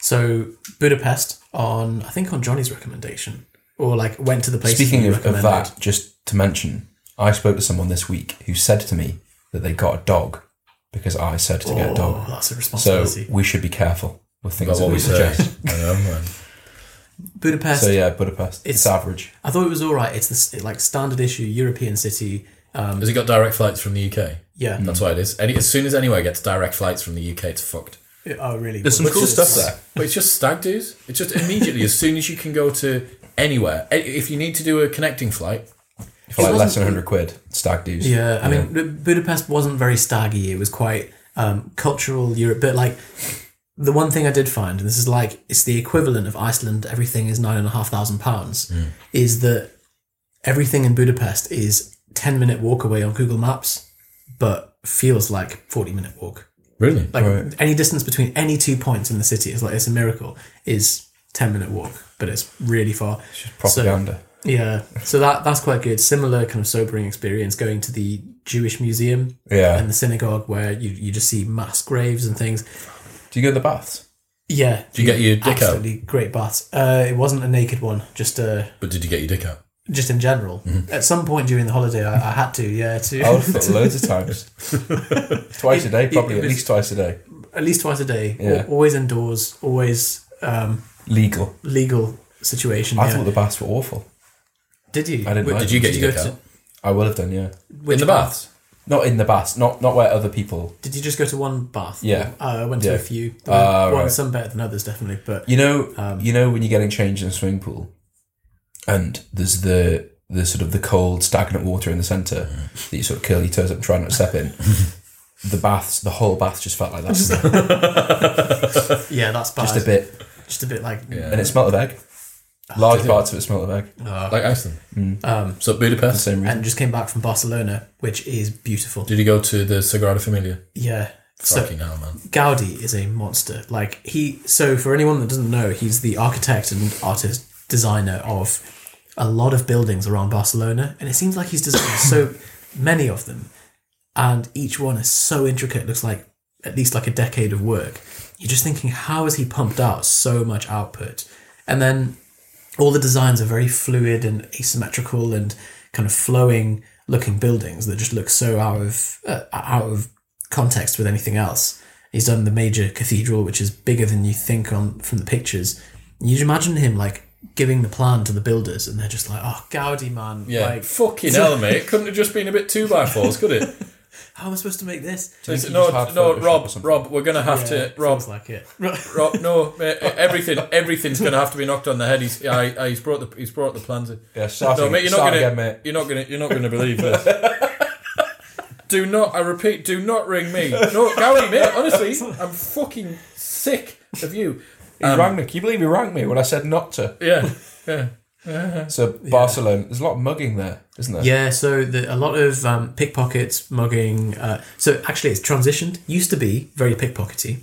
Speaker 3: So Budapest on I think on Johnny's recommendation or like went to the place.
Speaker 2: Speaking
Speaker 3: he
Speaker 2: of, of
Speaker 3: recommended.
Speaker 2: that, just to mention, I spoke to someone this week who said to me that they got a dog because I said to get a
Speaker 3: Oh,
Speaker 2: dog.
Speaker 3: that's a
Speaker 2: So
Speaker 3: responsibility.
Speaker 2: we should be careful with
Speaker 1: About
Speaker 2: things that
Speaker 1: what
Speaker 2: we
Speaker 1: we said.
Speaker 2: suggest.
Speaker 1: I know, man.
Speaker 3: Budapest.
Speaker 2: So yeah, Budapest. It's,
Speaker 3: It's-
Speaker 2: average.
Speaker 3: I thought it was all right. It's this like standard issue European city. Um,
Speaker 1: Has it got direct flights from the UK?
Speaker 3: yeah.
Speaker 2: Mm.
Speaker 1: That's why it is. Any, as soon as anywhere gets direct flights from the UK, it's fucked.
Speaker 3: Oh, really?
Speaker 2: There's some
Speaker 3: Which
Speaker 2: cool
Speaker 3: is-
Speaker 2: stuff there.
Speaker 1: But it's just stag do's. It's just immediately as soon as you can go to anywhere. I- If you need to do a connecting flight,
Speaker 2: For like less than
Speaker 3: wasn't-
Speaker 2: hundred quid, stag dues.
Speaker 3: Yeah, I mean, Bu- Budapest wasn't very staggy. It was quite um, cultural Europe, but like the one thing I did find, and this is like it's the equivalent of Iceland. Everything is nine and a half thousand pounds.
Speaker 2: Hmm.
Speaker 3: Is that everything in Budapest is ten minute walk away on Google Maps, but feels like forty minute walk.
Speaker 1: really,
Speaker 3: like any distance between any two points in the city is like it's a miracle is 10 minute walk but it's really far
Speaker 2: Propaganda.
Speaker 3: so, yeah so that that's quite good similar kind of sobering experience going to the jewish museum
Speaker 2: yeah.
Speaker 3: and the synagogue where you, you just see mass graves and things
Speaker 2: Do you go to the baths?
Speaker 3: yeah
Speaker 1: Did you get your dick out?
Speaker 3: absolutely great baths uh, it wasn't a naked one just uh
Speaker 1: But did you get your dick out?
Speaker 3: just in general at some point during the holiday i, I had to yeah to
Speaker 2: I would have thought loads of times. twice a day, probably
Speaker 3: it
Speaker 2: at
Speaker 3: was-
Speaker 2: least twice a day.
Speaker 3: at least twice a day
Speaker 2: Yeah.
Speaker 3: al- always indoors always um,
Speaker 2: Legal.
Speaker 3: legal situation
Speaker 2: I
Speaker 3: yeah.
Speaker 2: thought the baths were awful.
Speaker 3: did you
Speaker 2: I didn't
Speaker 3: Wait,
Speaker 2: like
Speaker 1: Did you get your
Speaker 3: go
Speaker 1: dick
Speaker 3: to-
Speaker 1: out
Speaker 2: I would have done, yeah.
Speaker 3: Which
Speaker 1: in the
Speaker 3: bath?
Speaker 1: baths?
Speaker 2: Not in the bath, not not where other people.
Speaker 3: Did you just go to one bath?
Speaker 2: Yeah.
Speaker 3: Uh, I went to
Speaker 2: Yeah.
Speaker 3: a few.
Speaker 2: Ah,
Speaker 3: one
Speaker 2: right.
Speaker 3: some better than others, definitely. But
Speaker 2: You know,
Speaker 3: Um,
Speaker 2: you know when you're getting changed in a swimming pool, and there's the the sort of the cold stagnant water in the centre that you sort of curl your toes up and try not to step in. the baths, the whole bath just felt like that, just a
Speaker 3: yeah, that's bad.
Speaker 2: bit,
Speaker 3: Just a bit like.
Speaker 2: and it smelled of egg. Large parts of it smelled of egg.
Speaker 1: Like Iceland.
Speaker 2: Mm.
Speaker 3: Um,
Speaker 1: So
Speaker 2: The
Speaker 1: Budapest.
Speaker 2: same reason.
Speaker 3: uh, and just came back from Barcelona, which is beautiful.
Speaker 1: Did you go to the Sagrada Familia?
Speaker 3: Yeah. So
Speaker 1: Fucking hell, man.
Speaker 3: Gaudi is a monster. Like he, so for anyone that doesn't know, he's the architect and artist designer of a lot of buildings around Barcelona, and it seems like he's designed so many of them, and each one is so intricate. Looks like at least like a decade of work. You're just thinking, how has he pumped out so much output? And then all the designs are very fluid and asymmetrical and kind of flowing looking buildings that just look so out of uh, out of context with anything else. He's done the major cathedral, which is bigger than you think on from the pictures. You'd imagine him like giving the plan to the builders, and they're just like, "Oh, Gaudi, man!
Speaker 1: Yeah.
Speaker 3: Like,
Speaker 1: Fucking hell, mate. Couldn't have just been a bit two by fours, could it?
Speaker 3: how am I supposed to make this?"
Speaker 1: Is it-
Speaker 2: you
Speaker 1: no,
Speaker 2: just have
Speaker 1: no,
Speaker 2: Photoshop or
Speaker 1: Rob,
Speaker 2: something?
Speaker 1: Rob, we're gonna have
Speaker 3: Yeah,
Speaker 1: to, Rob,
Speaker 3: feels like it.
Speaker 1: Rob, no, mate, everything, everything's gonna have to be knocked on the head. He's, I, I, he's brought the, he's brought the plans. In.
Speaker 2: yeah, start,
Speaker 1: No,
Speaker 2: again,
Speaker 1: mate, you're not
Speaker 2: start
Speaker 1: gonna,
Speaker 2: again, mate.
Speaker 1: you're not gonna, you're not gonna believe this. do not, I repeat, do not ring me. No, Gary, mate, honestly, I'm fucking sick of you.
Speaker 2: He
Speaker 3: Um,
Speaker 2: rang me. Can you believe he rang me when I said not to?
Speaker 1: Yeah, yeah.
Speaker 2: So Barcelona, there's a lot of mugging there, isn't there?
Speaker 3: Yeah, so the, a lot of um, pickpockets, mugging. Uh, so actually, it's transitioned. Used to be very pickpockety,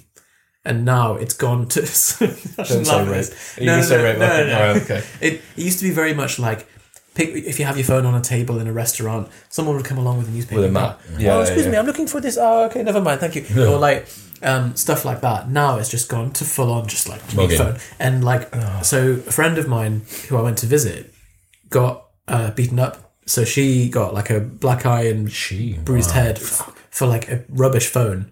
Speaker 3: and now it's gone to. I
Speaker 2: Don't
Speaker 3: shouldn't
Speaker 2: say
Speaker 3: laugh at
Speaker 2: rape.
Speaker 3: this.
Speaker 2: You can say rape. okay, alright, okay.
Speaker 3: It, it used to be very much like pick if you have your phone on a table in a restaurant, someone would come along with a newspaper.
Speaker 2: With a map. Yeah,
Speaker 3: oh, excuse
Speaker 2: yeah.
Speaker 3: me, I'm looking for this. Oh, okay, never mind, thank you. Or like um, stuff like that. Now it's just gone to full on, just like
Speaker 1: Mugging.
Speaker 3: phone. And like,
Speaker 2: Ah.
Speaker 3: so a friend of mine who I went to visit got uh, beaten up. So she got like a black eye and
Speaker 1: She,
Speaker 3: bruised head f- for like a rubbish phone.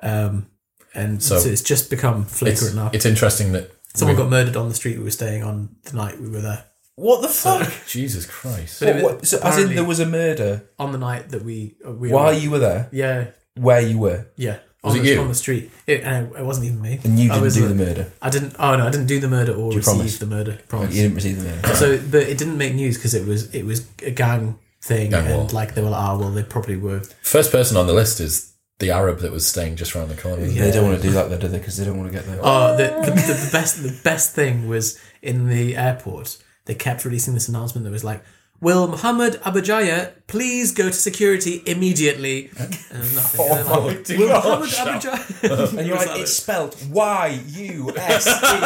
Speaker 3: Um, and so,
Speaker 1: So-
Speaker 3: it's just become
Speaker 1: It's,
Speaker 3: flagrant now.
Speaker 1: it's interesting that
Speaker 3: Someone got murdered on the street we were staying on the night we were there.
Speaker 2: What the fuck?
Speaker 1: Jesus Christ.
Speaker 3: But it was-
Speaker 2: What- so, as in,
Speaker 3: apparently-
Speaker 2: there was a murder
Speaker 3: on the night that we uh, we
Speaker 2: while
Speaker 3: were-
Speaker 2: you were there,
Speaker 3: yeah
Speaker 2: where you were,
Speaker 3: yeah
Speaker 1: Was
Speaker 3: on,
Speaker 1: it
Speaker 3: the,
Speaker 1: you?
Speaker 3: on the street. It, and it wasn't even me.
Speaker 2: and you
Speaker 3: I
Speaker 2: didn't
Speaker 3: was
Speaker 2: do
Speaker 3: a-
Speaker 2: the murder.
Speaker 3: I didn't. Oh no, I didn't do the murder or receive
Speaker 2: promise?
Speaker 3: the murder.
Speaker 2: You
Speaker 3: Promise.
Speaker 2: didn't receive the murder.
Speaker 3: So, but it didn't make news because it was it was a gang thing,
Speaker 1: Gang
Speaker 3: and
Speaker 1: war.
Speaker 3: like they were like, ah, well, they probably were.
Speaker 1: First person on the list is the Arab that was staying just around the corner.
Speaker 3: Yeah.
Speaker 2: They don't want to do that, though, do they? Because they don't want to get there.
Speaker 3: Oh, the, the, the best the best thing was in the airport. They kept releasing this announcement that was like, "Will Muhammad Abujaya please go to security immediately?" And there was nothing. And they're like,
Speaker 1: do
Speaker 3: Will
Speaker 1: not
Speaker 3: Muhammad
Speaker 1: shout."
Speaker 3: Abujaya?
Speaker 2: and you're like, it's spelled Y U S E.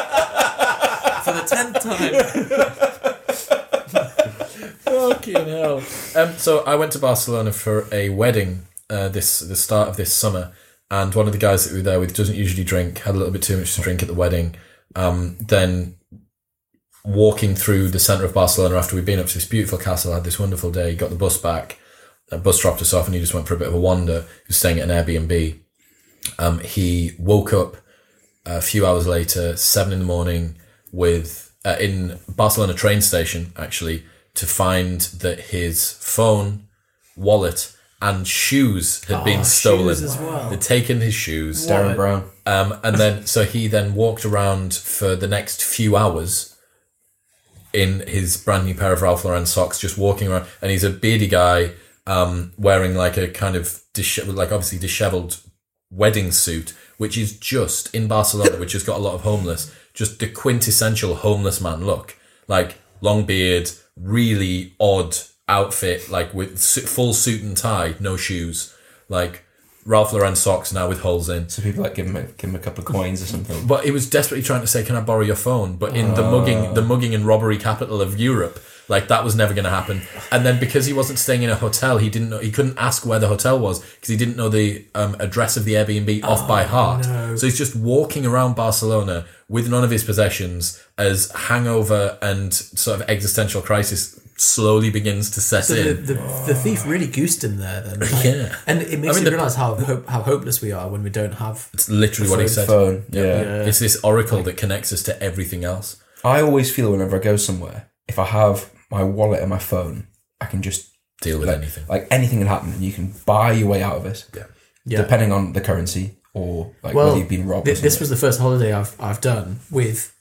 Speaker 3: for the tenth time.
Speaker 1: Fucking hell. Um, so I went to Barcelona for a wedding uh, this the start of this summer, and one of the guys that we were there with doesn't usually drink, had a little bit too much to drink at the wedding. Um, then walking through the centre of Barcelona after we'd been up to this beautiful castle, had this wonderful day, got the bus back, a bus dropped us off, and he just went for a bit of a wander. He was staying at an Airbnb. Um, he woke up a few hours later, seven in the morning, with uh, in Barcelona train station actually to find that his phone, wallet, and shoes had been stolen.
Speaker 3: Ah, shoes as well.
Speaker 1: They'd taken his shoes.
Speaker 2: Darren Brown.
Speaker 1: Um, and then so he then walked around for the next few hours in his brand new pair of Ralph Lauren socks, just walking around. And he's a beardy guy, um, wearing like a kind of dishe- like obviously dishevelled wedding suit, which is just in Barcelona, which has got a lot of homeless, just the quintessential homeless man look, like long beard, really odd outfit, like with su- full suit and tie, no shoes, like Ralph Lauren socks now with holes in.
Speaker 2: So people like give him a, give him a couple of coins or something.
Speaker 1: But he was desperately trying to say, "Can I borrow your phone?" But in the mugging,
Speaker 3: Ah.
Speaker 1: the mugging and robbery capital of Europe, like that was never going to happen. And then because he wasn't staying in a hotel, he didn't know he couldn't ask where the hotel was because he didn't know the um, address of the Airbnb off by
Speaker 3: Oh,
Speaker 1: heart. So he's just walking around Barcelona with none of his possessions as hangover and sort of existential crisis slowly begins to set
Speaker 3: So
Speaker 1: in.
Speaker 3: the, the, the thief really goosed him there then. Like,
Speaker 1: Yeah.
Speaker 3: And it makes
Speaker 1: I mean,
Speaker 3: you
Speaker 1: the-
Speaker 3: realise how hope, how hopeless we are when we don't have
Speaker 1: it's literally what he said.
Speaker 2: Phone. yeah.
Speaker 1: It's this oracle that connects us to everything else.
Speaker 2: I always feel whenever I go somewhere, if I have my wallet and my phone, I can just
Speaker 1: deal with
Speaker 2: like,
Speaker 1: anything.
Speaker 2: Like anything can happen, and you can buy your way out of it.
Speaker 1: Yeah.
Speaker 3: Yeah.
Speaker 2: Depending on the currency or like
Speaker 3: Well,
Speaker 2: whether you've been robbed.
Speaker 3: Th-
Speaker 2: or
Speaker 3: this
Speaker 2: something.
Speaker 3: was the first holiday I've I've done with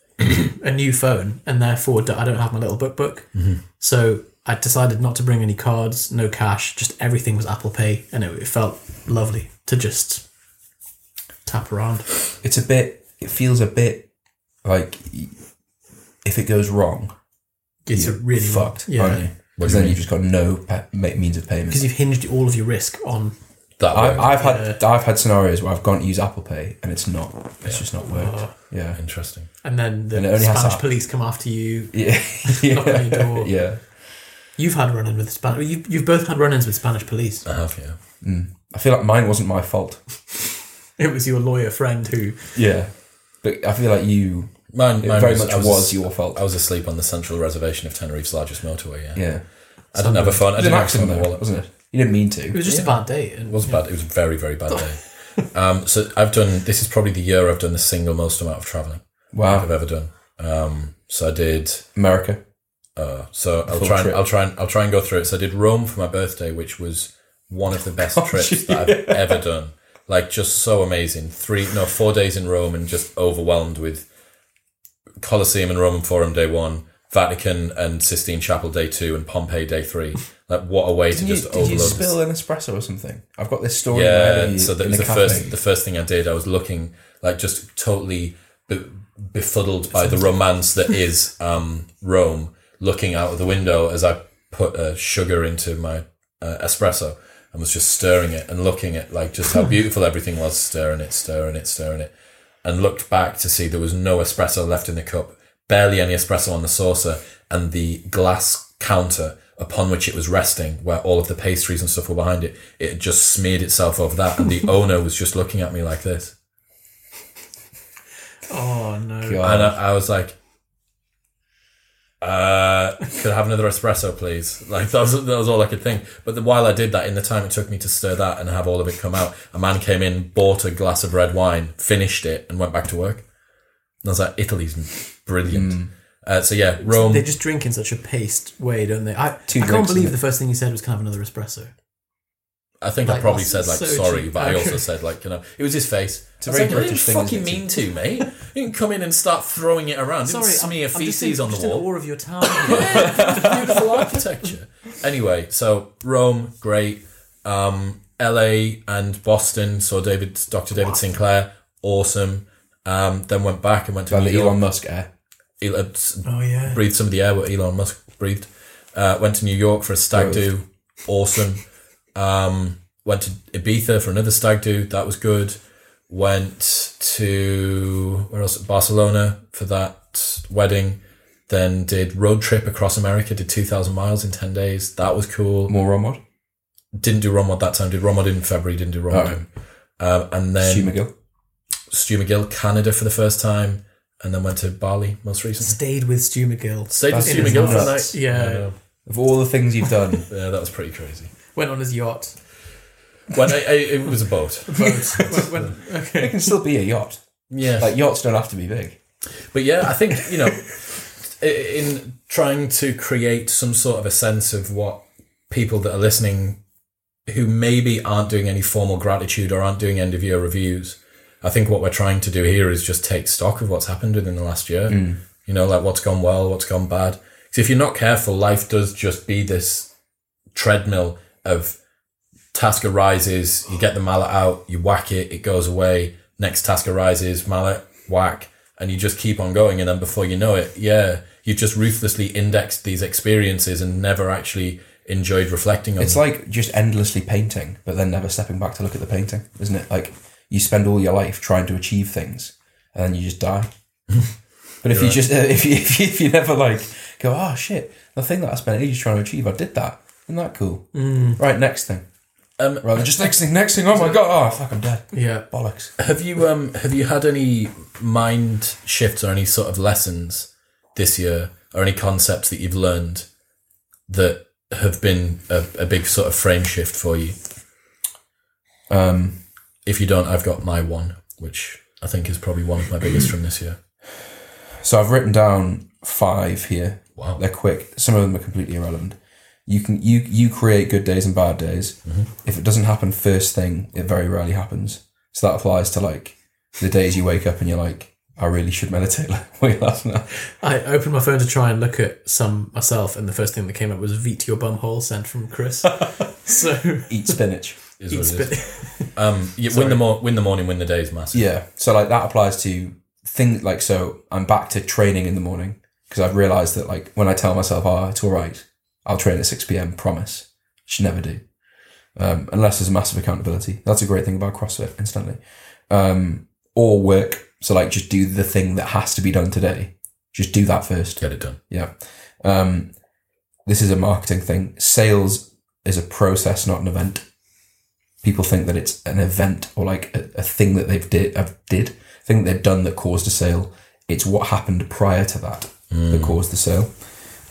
Speaker 3: a new phone, and therefore d- I don't have my little book book.
Speaker 2: Mm-hmm.
Speaker 3: So I decided not to bring any cards, no cash, just everything was Apple Pay, and it, it felt lovely to just tap around.
Speaker 2: it's a bit. It feels a bit like y- if it goes wrong,
Speaker 3: It's a
Speaker 2: you're
Speaker 3: really
Speaker 2: fucked, aren't
Speaker 3: yeah,
Speaker 2: you? Because then you've just got no pa- ma- means of payment.
Speaker 3: because you've hinged all of your risk on
Speaker 1: That
Speaker 2: I,
Speaker 1: way.
Speaker 2: I've had I've had scenarios where I've gone to use Apple Pay and it's not. It's just not worked. Yeah.
Speaker 1: Interesting.
Speaker 3: and then the
Speaker 2: And it only has to
Speaker 3: Spanish
Speaker 2: happen-
Speaker 3: police come after you.
Speaker 2: Yeah.
Speaker 3: Knock on your door.
Speaker 2: yeah.
Speaker 3: You've had run-in with Spanish. You, you've both had run-ins with Spanish police.
Speaker 1: I have, Uh-huh, yeah.
Speaker 2: Mm. I feel like mine wasn't my fault.
Speaker 3: It was your lawyer friend who.
Speaker 2: Yeah. But I feel like you
Speaker 1: Mine,
Speaker 2: it
Speaker 1: mine
Speaker 2: very
Speaker 1: was,
Speaker 2: much
Speaker 1: I
Speaker 2: was,
Speaker 1: as-
Speaker 2: your fault.
Speaker 1: I was asleep on the central reservation of Tenerife's largest motorway. Yeah,
Speaker 2: yeah.
Speaker 1: I didn't have a phone. I
Speaker 2: It
Speaker 1: didn't have a
Speaker 2: was an
Speaker 1: phone
Speaker 2: accident
Speaker 1: in my
Speaker 2: though,
Speaker 1: wallet.
Speaker 2: wasn't it? You didn't mean
Speaker 3: It
Speaker 2: to.
Speaker 3: was just a bad day.
Speaker 1: It
Speaker 3: And,
Speaker 1: was bad. It was a very very bad day. um, so I've done. This is probably the year I've done the single most amount of traveling I've
Speaker 2: Wow.
Speaker 1: ever done. Um, so I did.
Speaker 2: America.
Speaker 1: Uh, so I'll
Speaker 2: Full
Speaker 1: try. And,
Speaker 2: trip.
Speaker 1: I'll try and I'll try and go through it. So I did Rome for my birthday, which was one of the best
Speaker 2: Oh,
Speaker 1: trips that I've ever done. Like just so amazing. Three no four days in Rome and just overwhelmed with Colosseum and Roman Forum day one, Vatican and Sistine Chapel day two, and Pompeii day three. Like what a way to
Speaker 2: Did you,
Speaker 1: just
Speaker 2: did
Speaker 1: overload.
Speaker 2: you
Speaker 1: this-
Speaker 2: spill an espresso or something? I've got this story.
Speaker 1: yeah,
Speaker 2: where you-
Speaker 1: so that
Speaker 2: in
Speaker 1: was
Speaker 2: a
Speaker 1: the
Speaker 2: cafe.
Speaker 1: first the first thing I did. I was looking like just totally be- befuddled by the romance that is um, Rome. Looking out of the window as I put uh, sugar into my uh, espresso and was just stirring it and looking at like just how beautiful everything was, stirring it, stirring it, stirring it, and looked back to see there was no espresso left in the cup, barely any espresso on the saucer, and the glass counter upon which it was resting, where all of the pastries and stuff were behind it, it had just smeared itself over that, and the owner was just looking at me like this,
Speaker 3: Oh no!
Speaker 1: and
Speaker 2: God.
Speaker 1: I, I was like. Uh, could I have another espresso, please? Like that was that was all I could think. But the, while I did that, in the time it took me to stir that and have all of it come out, a man came in, bought a glass of red wine, finished it, and went back to work. And I was like, Italy's brilliant.
Speaker 2: Mm.
Speaker 1: Uh, so yeah, Rome.
Speaker 3: They just drink in such a paced way, don't they? I,
Speaker 2: Two
Speaker 3: I can't
Speaker 2: drinks,
Speaker 3: believe
Speaker 2: isn't
Speaker 3: the first thing you said was kind of another espresso.
Speaker 1: I think I
Speaker 3: Like,
Speaker 1: probably
Speaker 3: that's
Speaker 1: said like
Speaker 3: so
Speaker 1: sorry,
Speaker 3: cheap.
Speaker 1: but I
Speaker 3: Okay.
Speaker 1: also said like you know it was his face. It's
Speaker 2: a
Speaker 1: like,
Speaker 2: very
Speaker 1: I didn't
Speaker 2: British thing,
Speaker 1: fucking
Speaker 2: isn't it,
Speaker 1: mean to, mate. You didn't come in and start throwing it around. Sorry,
Speaker 3: Sorry,
Speaker 1: didn't smear
Speaker 3: I'm, I'm just,
Speaker 1: feces
Speaker 3: in,
Speaker 1: on the
Speaker 3: just in
Speaker 1: wall.
Speaker 3: awe of your town. here.
Speaker 1: beautiful architecture. Anyway, so Rome, great. Um, LA and Boston saw David, Dr. David Sinclair, awesome. Um, then went back and went to
Speaker 2: By
Speaker 1: New
Speaker 2: the
Speaker 1: York.
Speaker 2: Elon Musk air.
Speaker 1: El- uh, s-
Speaker 3: oh yeah.
Speaker 1: breathed some of the air what Elon Musk breathed. Uh, went to New York for a stag do, awesome. Um, went to Ibiza for another stag do, that was good. Went to where else? Barcelona for that wedding. Then did road trip across America, did two thousand miles in ten days. That was cool.
Speaker 2: More Romod.
Speaker 1: Didn't do Romod that time. Did Romod in February. Didn't do Romod.
Speaker 2: Alright.
Speaker 1: Um, and then
Speaker 2: Stu McGill.
Speaker 1: Stu McGill, Canada for the first time, and then went to Bali most recently.
Speaker 3: Stayed with Stu McGill.
Speaker 1: Stayed with
Speaker 2: That's
Speaker 1: Stu McGill for
Speaker 2: nuts.
Speaker 1: that.
Speaker 3: Yeah.
Speaker 2: Of all the things you've done,
Speaker 1: Yeah, that was pretty crazy.
Speaker 3: Went on his yacht.
Speaker 1: When I, I, it was a boat.
Speaker 3: Boat. Went- went-
Speaker 2: it
Speaker 3: okay.
Speaker 2: can still be a yacht.
Speaker 1: Yeah.
Speaker 2: Like yachts don't have to be big.
Speaker 1: but yeah, I think, you know, i- in trying to create some sort of a sense of what people that are listening who maybe aren't doing any formal gratitude or aren't doing end of year reviews, I think what we're trying to do here is just take stock of what's happened within the last year. You know, like what's gone well, what's gone bad. 'Cause if you're not careful, life does just be this treadmill of task arises, you get the mallet out, you whack it, it goes away. Next task arises, mallet, whack, and you just keep on going. And then before you know it, yeah, you've just ruthlessly indexed these experiences and never actually enjoyed reflecting on
Speaker 2: It's
Speaker 1: them.
Speaker 2: like just endlessly painting, but then never stepping back to look at the painting, isn't it? Like you spend all your life trying to achieve things, and then you just die. but if you just if you, if you if you never like go, oh shit, the thing that I spent ages trying to achieve, I did that. Isn't that cool? Right, next thing.
Speaker 1: Um,
Speaker 2: Rather just next thing, next thing. Oh my god! Oh fuck, I'm dead.
Speaker 3: Yeah.
Speaker 2: Bollocks.
Speaker 1: have you um have you had any mind shifts or any sort of lessons this year or any concepts that you've learned that have been a, a big sort of frame shift for you?
Speaker 2: Um,
Speaker 1: If you don't, I've got my one, which I think is probably one of my biggest from this year.
Speaker 2: So I've written down five here.
Speaker 1: Wow.
Speaker 2: They're quick. Some of them are completely irrelevant. You can you you create good days and bad days. If it doesn't happen first thing, it very rarely happens. So that applies to like the days you wake up and you're like, I really should meditate like way last night.
Speaker 3: I opened my phone to try and look at some myself, and the first thing that came up was "Veet your bum hole" sent from Chris. so
Speaker 2: Eat spinach.
Speaker 1: Is what
Speaker 3: it's
Speaker 1: it is.
Speaker 3: been-
Speaker 1: Um, you win the mo- win the morning, win the day is massive.
Speaker 2: Yeah. So like that applies to things like so I'm back to training in the morning because I've realized that like when I tell myself, oh, it's all right, I'll train at 6 p.m. Promise. Should never do. Um, unless there's massive accountability. That's a great thing about CrossFit instantly. Um, or work. So like just do the thing that has to be done today. Just do that first.
Speaker 1: Get it done.
Speaker 2: Yeah. Um, this is a marketing thing. Sales is a process, not an event. People think that it's an event or like a, a thing that they've did, have did, thing that they've done that caused a sale. It's what happened prior to that that caused the sale.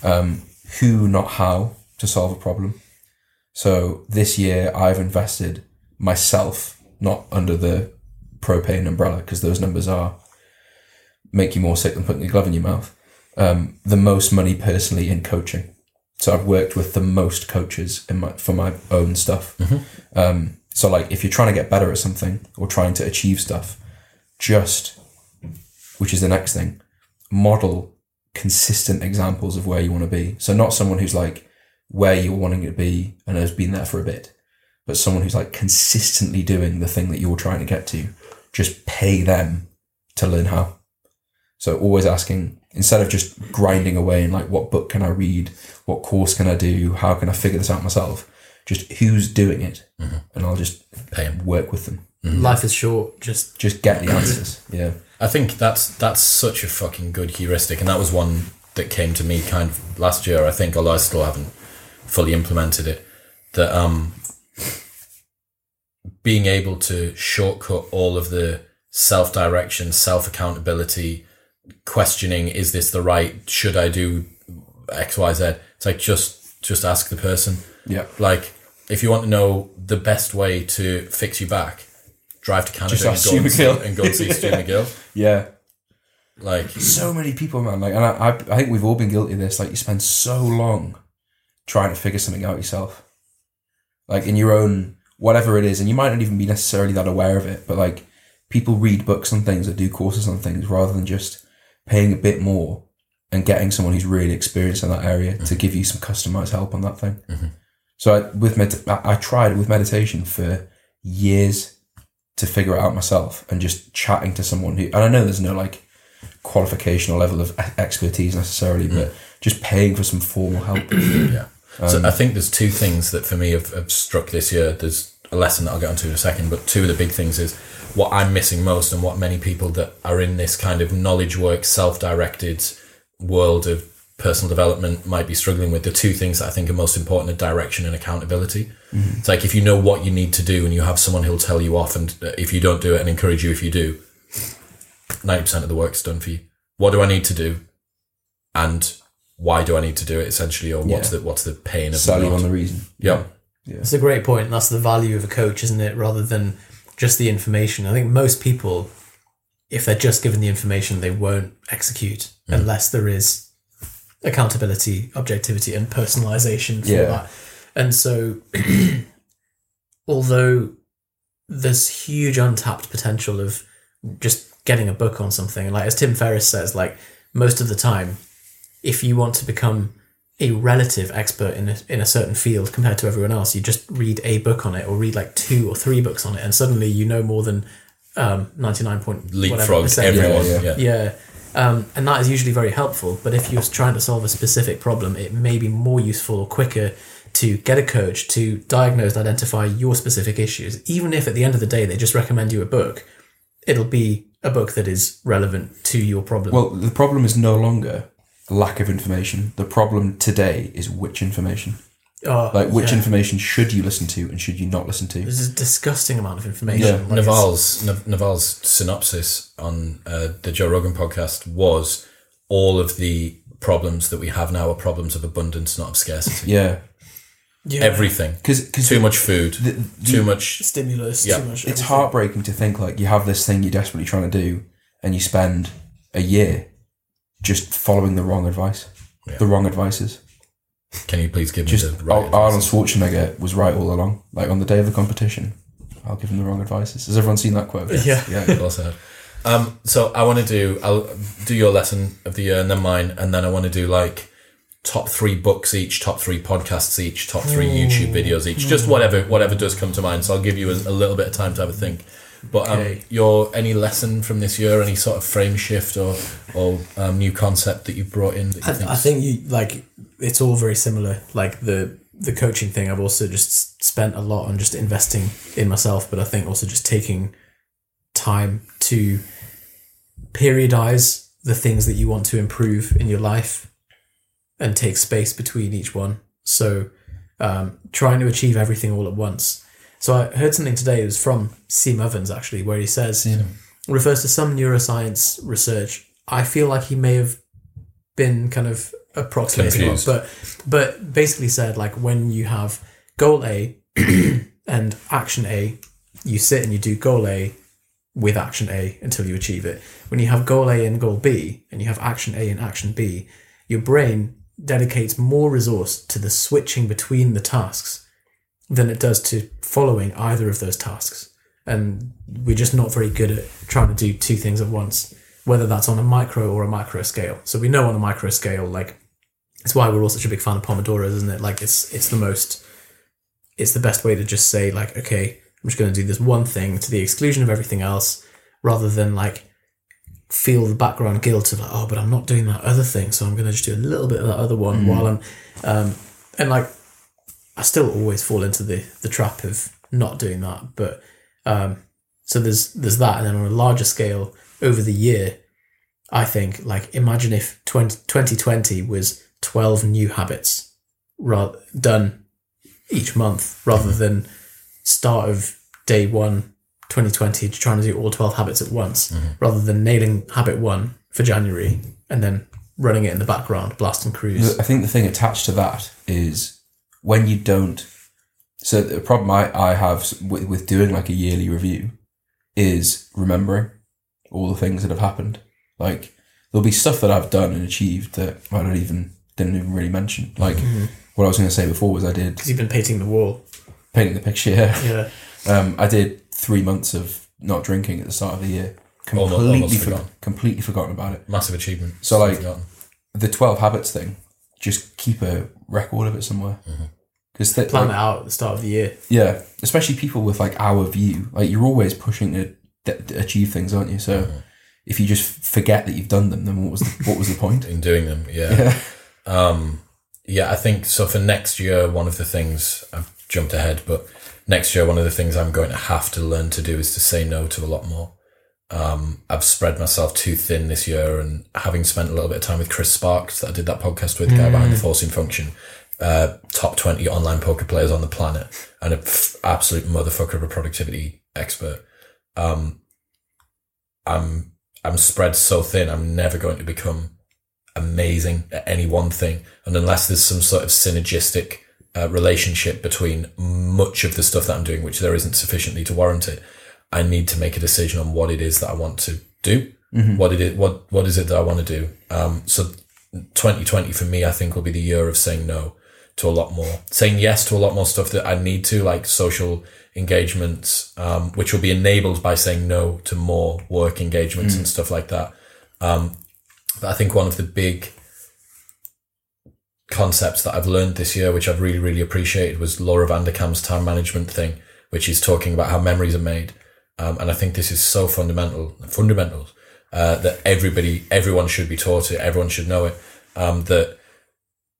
Speaker 2: Um, who, not how, to solve a problem. So this year, I've invested myself, not under the propane umbrella, because those numbers are make you more sick than putting a glove in your mouth um, the most money personally in coaching. So I've worked with the most coaches in my for my own stuff. Um, so like if you're trying to get better at something or trying to achieve stuff, just which is the next thing, model consistent examples of where you want to be. So not someone who's like where you're wanting to be and has been there for a bit, but someone who's like consistently doing the thing that you're trying to get to. Just pay them to learn how. So always asking instead of just grinding away and like what book can I read, what course can I do, how can I figure this out myself? Just who's doing it, and I'll just
Speaker 1: Pay 'em.
Speaker 2: work with them.
Speaker 3: life is short. Just
Speaker 2: Just get the answers. Yeah,
Speaker 1: I think that's that's such a fucking good heuristic, and that was one that came to me kind of last year. I think, although I still haven't fully implemented it, that um, being able to shortcut all of the self direction, self accountability, questioning: is this the right? Should I do X, Y, Z? It's like just just ask the person.
Speaker 2: yeah.
Speaker 1: Like, if you want to know the best way to fix your back, drive to Canada
Speaker 2: Just
Speaker 1: and
Speaker 2: ask
Speaker 1: go,
Speaker 2: Stu
Speaker 1: and see,
Speaker 2: McGill.
Speaker 1: and go and see Stu McGill.
Speaker 2: Yeah,
Speaker 1: Like,
Speaker 2: so many people, man. Like, and I, I, I think we've all been guilty of this. Like, you spend so long trying to figure something out yourself, like in your own whatever it is, and you might not even be necessarily that aware of it. But like, people read books on things that do courses on things rather than just paying a bit more and getting someone who's really experienced in that area to give you some customized help on that thing. So I, with med- I I tried with meditation for years to figure it out myself and just chatting to someone who, and I know there's no like qualification or level of e-, expertise necessarily,
Speaker 1: Mm.
Speaker 2: but just paying for some formal help.
Speaker 1: yeah. so I think there's two things that for me have, have struck this year. There's a lesson that I'll get onto in a second, but two of the big things is what I'm missing most and what many people that are in this kind of knowledge work, self directed world of personal development might be struggling with. The two things that I think are most important are direction and accountability. It's like if you know what you need to do and you have someone who'll tell you off, and uh, if you don't do it and encourage you if you do, 90% of the work's done for you. What do I need to do? And why do I need to do it essentially? Or what's
Speaker 2: Yeah.
Speaker 1: the what's the pain of
Speaker 2: Sally
Speaker 1: not?
Speaker 2: on the reason.
Speaker 1: Yeah.
Speaker 3: it's a great point, and that's the value of a coach, isn't it? Rather than just the information. I think most people, if they're just given the information, they won't execute unless there is accountability, objectivity, and personalization for
Speaker 2: Yeah.
Speaker 3: that. And so, although there's huge untapped potential of just getting a book on something, like as Tim Ferriss says, like most of the time, if you want to become a relative expert in a, in a certain field compared to everyone else, you just read a book on it or read like two or three books on it, and suddenly you know more than um, 99 point whatever
Speaker 1: Leapfrog
Speaker 3: percent.
Speaker 1: everyone. Yeah.
Speaker 2: Yeah,
Speaker 3: Yeah. Um, and that is usually very helpful. But if you're trying to solve a specific problem, it may be more useful or quicker to get a coach to diagnose and identify your specific issues. Even if at the end of the day they just recommend you a book, it'll be a book that is relevant to your problem.
Speaker 2: Well, the problem is no longer lack of information. The problem today is which information.
Speaker 3: Oh,
Speaker 2: Like, which
Speaker 3: yeah.
Speaker 2: information should you listen to and should you not listen to?
Speaker 3: There's a disgusting amount of information.
Speaker 2: Yeah.
Speaker 3: Like, it's-
Speaker 1: Naval's Nav- Naval's synopsis on uh, the Joe Rogan podcast was all of the problems that we have now are problems of abundance, not of scarcity.
Speaker 2: Yeah.
Speaker 3: yeah.
Speaker 1: Everything.
Speaker 2: Because
Speaker 1: Too much food. too much.
Speaker 3: stimulus,
Speaker 1: Yeah.
Speaker 3: too much.
Speaker 2: it's heartbreaking to think like you have this thing you're desperately trying to do and you spend a year just following the wrong advice,
Speaker 1: Yeah.
Speaker 2: the wrong advices.
Speaker 1: Can you please give me
Speaker 2: Just
Speaker 1: the right?
Speaker 2: Ar-
Speaker 1: advice?
Speaker 2: Arnold Schwarzenegger was right all along. Like on the day of the competition, I'll give him the wrong advices. Has everyone seen that quote?
Speaker 3: Yeah.
Speaker 2: yeah.
Speaker 1: Well said. Um, so I want to do I'll do your lesson of the year and then mine, and then I want to do like top three books each, top three podcasts each, top three
Speaker 3: Hmm.
Speaker 1: YouTube videos each, just whatever whatever does come to mind. So I'll give you a, a little bit of time to have a think. But um,
Speaker 3: Okay.
Speaker 1: your any lesson from this year, any sort of frame shift or or um, new concept that you brought in that you
Speaker 3: I,
Speaker 1: think
Speaker 3: I think you like it's all very similar. Like the the coaching thing, I've also just s- spent a lot on just investing in myself, but I think also just taking time to periodize the things that you want to improve in your life and take space between each one. So um, trying to achieve everything all at once. So I heard something today. It was from Seam Evans actually, where he says refers to some neuroscience research. I feel like he may have been kind of approximating, it,
Speaker 1: Confused.
Speaker 3: but but basically said like when you have goal A and action A, you sit and you do goal A with action A until you achieve it. When you have goal A and goal B, and you have action A and action B, your brain dedicates more resource to the switching between the tasks than it does to following either of those tasks. And we're just not very good at trying to do two things at once, whether that's on a micro or a macro scale. So we know on a micro scale, like it's why we're all such a big fan of Pomodoro's, isn't it? Like it's it's the most it's the best way to just say like, okay, I'm just gonna do this one thing to the exclusion of everything else, rather than like feel the background guilt of like, oh, but I'm not doing that other thing, so I'm gonna just do a little bit of that other one while I'm um and like I still always fall into the the trap of not doing that, but um, so there's there's that, and then on a larger scale over the year, I think like imagine if 20, 2020 was twelve new habits rather, done each month rather than start of day one 2020 trying to do all 12 habits at once rather than nailing habit one for January and then running it in the background blast and cruise
Speaker 2: I think the thing attached to that is when you don't. So the problem I, I have s- with, with doing like a yearly review is remembering all the things that have happened. Like there'll be stuff that I've done and achieved that I don't even didn't even really mention. Like what I was going to say before was I did
Speaker 3: because you've been painting the wall
Speaker 2: painting the picture. Yeah.
Speaker 3: yeah
Speaker 2: Um, I did three months of not drinking at the start of the year.
Speaker 1: Almost-
Speaker 2: Completely,
Speaker 1: almost
Speaker 2: forgot-
Speaker 1: forgotten.
Speaker 2: completely forgotten about it.
Speaker 1: massive achievement.
Speaker 2: So, like-
Speaker 1: Forgotten.
Speaker 2: The twelve habits thing. Just keep a record of it somewhere.
Speaker 1: Mm-hmm.
Speaker 2: Because
Speaker 3: plan it out at the start of the year
Speaker 2: yeah, especially people with like our view. Like you're always pushing to d- d- achieve things, aren't you? So
Speaker 1: Mm-hmm.
Speaker 2: if you just forget that you've done them, then what was the, what was the point?
Speaker 1: in doing them. Yeah.
Speaker 2: Yeah.
Speaker 1: Um, yeah, I think so. For next year, one of the things I've jumped ahead, but next year, one of the things I'm going to have to learn to do is to say no to a lot more. Um, I've spread myself too thin this year, and having spent a little bit of time with Chris Sparks, that I did that podcast with, guy behind the forcing function, uh, top 20 online poker players on the planet, and an absolute motherfucker of a productivity expert. Um, I'm I'm spread so thin. I'm never going to become amazing at any one thing. And unless there's some sort of synergistic uh, relationship between much of the stuff that I'm doing, which there isn't sufficiently to warrant it, I need to make a decision on what it is that I want to do. What it is, what what is it that I want to do? Um, so, 2020 for me, I think will be the year of saying no to a lot more, saying yes to a lot more stuff that I need to, like social engagements, um, which will be enabled by saying no to more work engagements and stuff like that. But I think one of the big concepts that I've learned this year, which I've really, really appreciated, was Laura Vanderkam's time management thing, which is talking about how memories are made. Um, and I think this is so fundamental, fundamentals uh, that everybody, everyone should be taught it. Everyone should know it. Um, that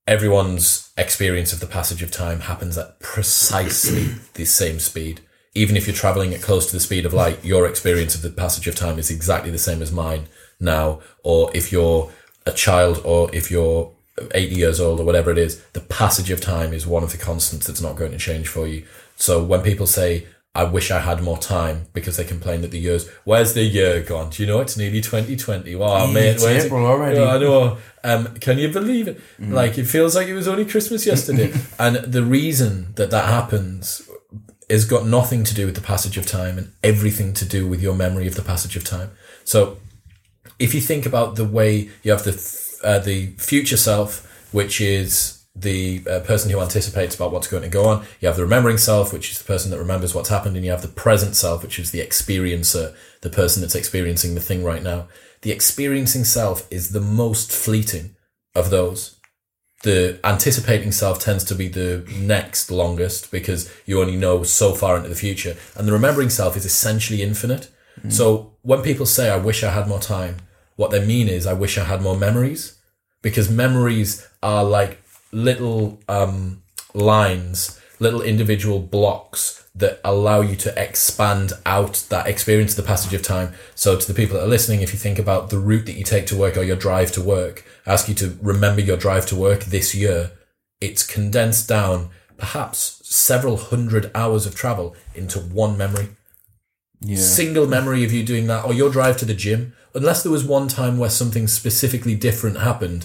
Speaker 1: everyone's experience of the passage of time happens at precisely the same speed. Even if you're traveling at close to the speed of light, your experience of the passage of time is exactly the same as mine now. Or if you're a child or if you're 80 years old or whatever it is, the passage of time is one of the constants that's not going to change for you. So when people say, I wish I had more time because they complain that the years, where's the year gone? Do you know it's nearly 2020? Wow, mate,
Speaker 2: it's
Speaker 1: where's
Speaker 2: April
Speaker 1: it? Oh,
Speaker 2: already.
Speaker 1: Yeah, I know. Um, can you believe it? Like it feels like it was only Christmas yesterday. and the reason that that happens has got nothing to do with the passage of time and everything to do with your memory of the passage of time. So if you think about the way you have the f- uh, the future self, which is the uh, person who anticipates about what's going to go on. You have the remembering self, which is the person that remembers what's happened, and you have the present self, which is the experiencer, the person that's experiencing the thing right now. The experiencing self is the most fleeting of those. The anticipating self tends to be the next longest because you only know so far into the future. And the remembering self is essentially infinite. So when people say, I wish I had more time, what they mean is, I wish I had more memories because memories are like little um, lines, little individual blocks that allow you to expand out that experience of the passage of time. So, to the people that are listening, if you think about the route that you take to work or your drive to work, I ask you to remember your drive to work this year. It's condensed down perhaps several hundred hours of travel into one memory
Speaker 2: Yeah.
Speaker 1: single memory of you doing that or your drive to the gym unless there was one time where something specifically different happened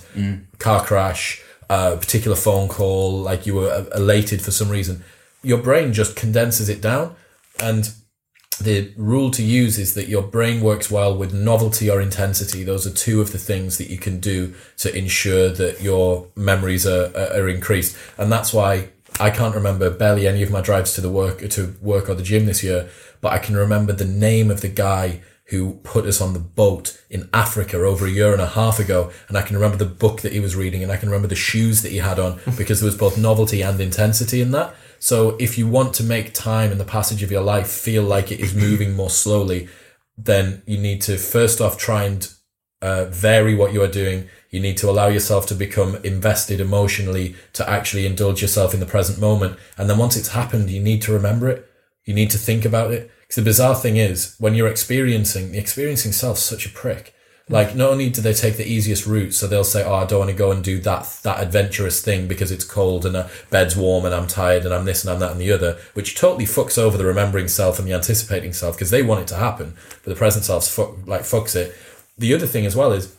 Speaker 1: car crash a particular phone call like you were uh, elated for some reason your brain just condenses it down and the rule to use is that your brain works well with novelty or intensity. Those are two of the things that you can do to ensure that your memories are, are are increased. And that's why I can't remember barely any of my drives to the work to work or the gym this year, but I can remember the name of the guy who put us on the boat in Africa over a year and a half ago. And I can remember the book that he was reading and I can remember the shoes that he had on because there was both novelty and intensity in that. So if you want to make time and the passage of your life feel like it is moving more slowly, then you need to first off try and uh, vary what you are doing. You need to allow yourself to become invested emotionally to actually indulge yourself in the present moment. And then once it's happened, you need to remember it. You need to think about it. Because the bizarre thing is, when you're experiencing, the experiencing self's such a prick. Like, not only do they take the easiest route, so they'll say, "Oh, I don't want to go and do that that adventurous thing because it's cold and uh, bed's warm and I'm tired and I'm this and I'm that and the other," which totally fucks over the remembering self and the anticipating self because they want it to happen, but the present self's fuck, like fucks it. The other thing as well is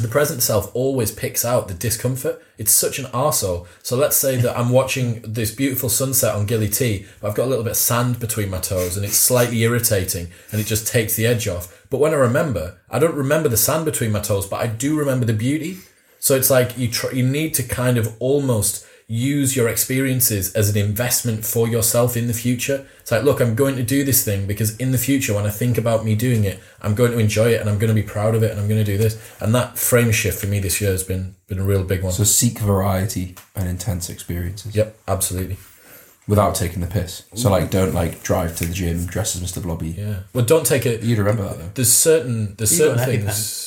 Speaker 1: the present self always picks out the discomfort. It's such an arsehole. So let's say that I'm watching this beautiful sunset on Gilly T, but I've got a little bit of sand between my toes and it's slightly irritating and it just takes the edge off. But when I remember, I don't remember the sand between my toes, but I do remember the beauty. So it's like you tr- you need to kind of almost use your experiences as an investment for yourself in the future. It's like, look, I'm going to do this thing because in the future, when I think about me doing it, I'm going to enjoy it and I'm going to be proud of it and I'm going to do this. And that frame shift for me this year has been been a real big one.
Speaker 2: So seek variety and intense experiences
Speaker 1: yep, absolutely.
Speaker 2: without taking the piss. So like, don't like drive to the gym, dress as Mr. Blobby.
Speaker 1: Yeah. Well, don't take it.
Speaker 2: You'd remember that though.
Speaker 1: There's certain there's
Speaker 3: You
Speaker 1: certain
Speaker 3: got an
Speaker 1: things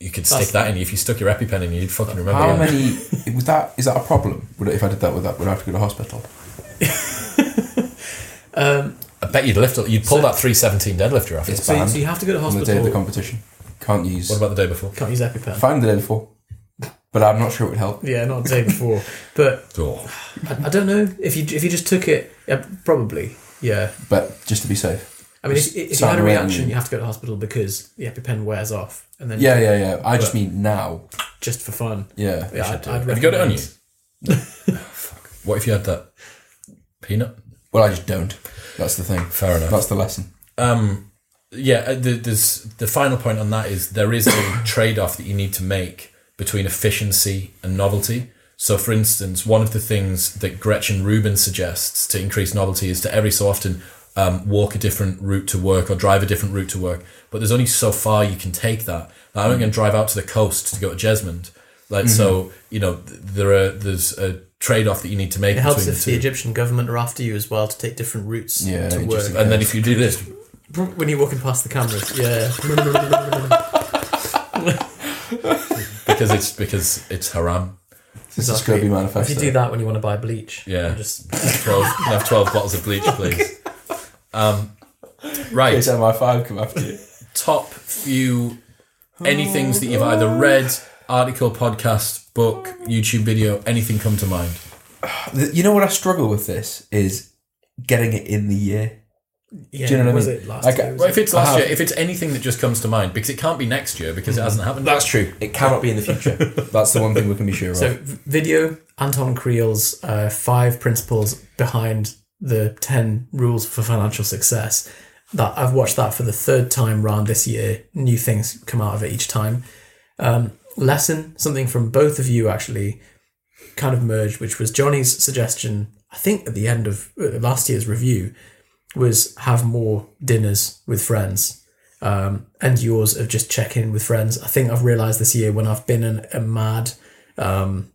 Speaker 1: you could
Speaker 3: That's-
Speaker 1: stick that in. If you stuck your EpiPen in, you'd fucking remember.
Speaker 2: How
Speaker 1: it.
Speaker 2: many was that? Is that a problem? Would I- if I did that with that, would I have to go to hospital?
Speaker 3: Um,
Speaker 1: I bet you'd lift. You'd pull
Speaker 3: So-
Speaker 1: that 317 deadlifter off.
Speaker 2: It's
Speaker 3: so,
Speaker 2: banned
Speaker 3: so you have to go to
Speaker 2: on the day of the
Speaker 3: hospital.
Speaker 2: competition. Can't use.
Speaker 1: What about the day before?
Speaker 3: Can't use EpiPen.
Speaker 2: Fine the day before, but I'm not sure it would help.
Speaker 3: Yeah, not the day before. but
Speaker 1: Oh.
Speaker 3: I, I don't know if you if you just took it. Yeah, probably. Yeah.
Speaker 2: But just to be safe.
Speaker 3: I mean, if, if you had a
Speaker 2: Sound
Speaker 3: reaction,
Speaker 2: around.
Speaker 3: you have to go to hospital because the EpiPen wears off, and then
Speaker 2: Yeah, yeah, yeah. I just mean now.
Speaker 3: just for fun.
Speaker 2: Yeah.
Speaker 3: Yeah, I'd, I'd
Speaker 1: Have you got it on you? Oh,
Speaker 3: recommend-
Speaker 1: Fuck. What if you had that peanut?
Speaker 2: Well, I just don't. That's the thing.
Speaker 1: Fair enough.
Speaker 2: That's the lesson.
Speaker 1: Um, yeah, uh, the, there's the final point on that is there is a trade off that you need to make between efficiency and novelty. So, for instance, one of the things that Gretchen Rubin suggests to increase novelty is to every so often um, walk a different route to work or drive a different route to work. But there's only so far you can take that. Now, I'm not going
Speaker 3: Mm-hmm.
Speaker 1: to drive out to the coast to go to Jesmond. Like so, you know, th- there are there's a trade off that you need to make.
Speaker 3: It helps
Speaker 1: between
Speaker 3: if
Speaker 1: the
Speaker 3: the
Speaker 1: two.
Speaker 3: Egyptian government are after you as well to take different routes
Speaker 2: Yeah,
Speaker 3: to
Speaker 2: just
Speaker 3: work.
Speaker 2: in-
Speaker 1: and then if you do this,
Speaker 3: Uh, When you're walking past the cameras, yeah.
Speaker 1: because it's because it's haram.
Speaker 2: This is
Speaker 3: Exactly.
Speaker 2: Scobie
Speaker 3: if
Speaker 2: manifesto.
Speaker 3: you do that when you want to buy bleach,
Speaker 1: Yeah.
Speaker 3: you just
Speaker 1: 12, can I have 12 bottles of bleach, please. Um,
Speaker 2: In
Speaker 1: right,
Speaker 2: case MI5 come after you.
Speaker 1: top few anythings that you've either read, article, podcast, book, YouTube video, anything come to mind?
Speaker 2: The- You know what I struggle with this is getting it in the year.
Speaker 3: yeah.
Speaker 2: Do you know what I
Speaker 3: was
Speaker 2: mean?
Speaker 3: it last
Speaker 2: Like,
Speaker 3: year? Was
Speaker 1: Well,
Speaker 3: it-
Speaker 1: if it's last
Speaker 2: have- Mm-hmm.
Speaker 1: year, if it's anything that just comes to mind, because it can't be next year because it hasn't happened.
Speaker 2: true. It cannot be in the future. That's the one thing we can be sure of.
Speaker 3: So, v- video Anton Creel's uh, five principles behind the 10 rules for financial success. That I've watched that for the third time round this year. New things come out of it each time. Um, lesson, something from both of you actually. kind of merged, which was Johnny's suggestion, I think at the end of uh, last year's review, was have more dinners with friends. Um, and yours of just check in with friends. I think I've realized this year when I've been in a mad um,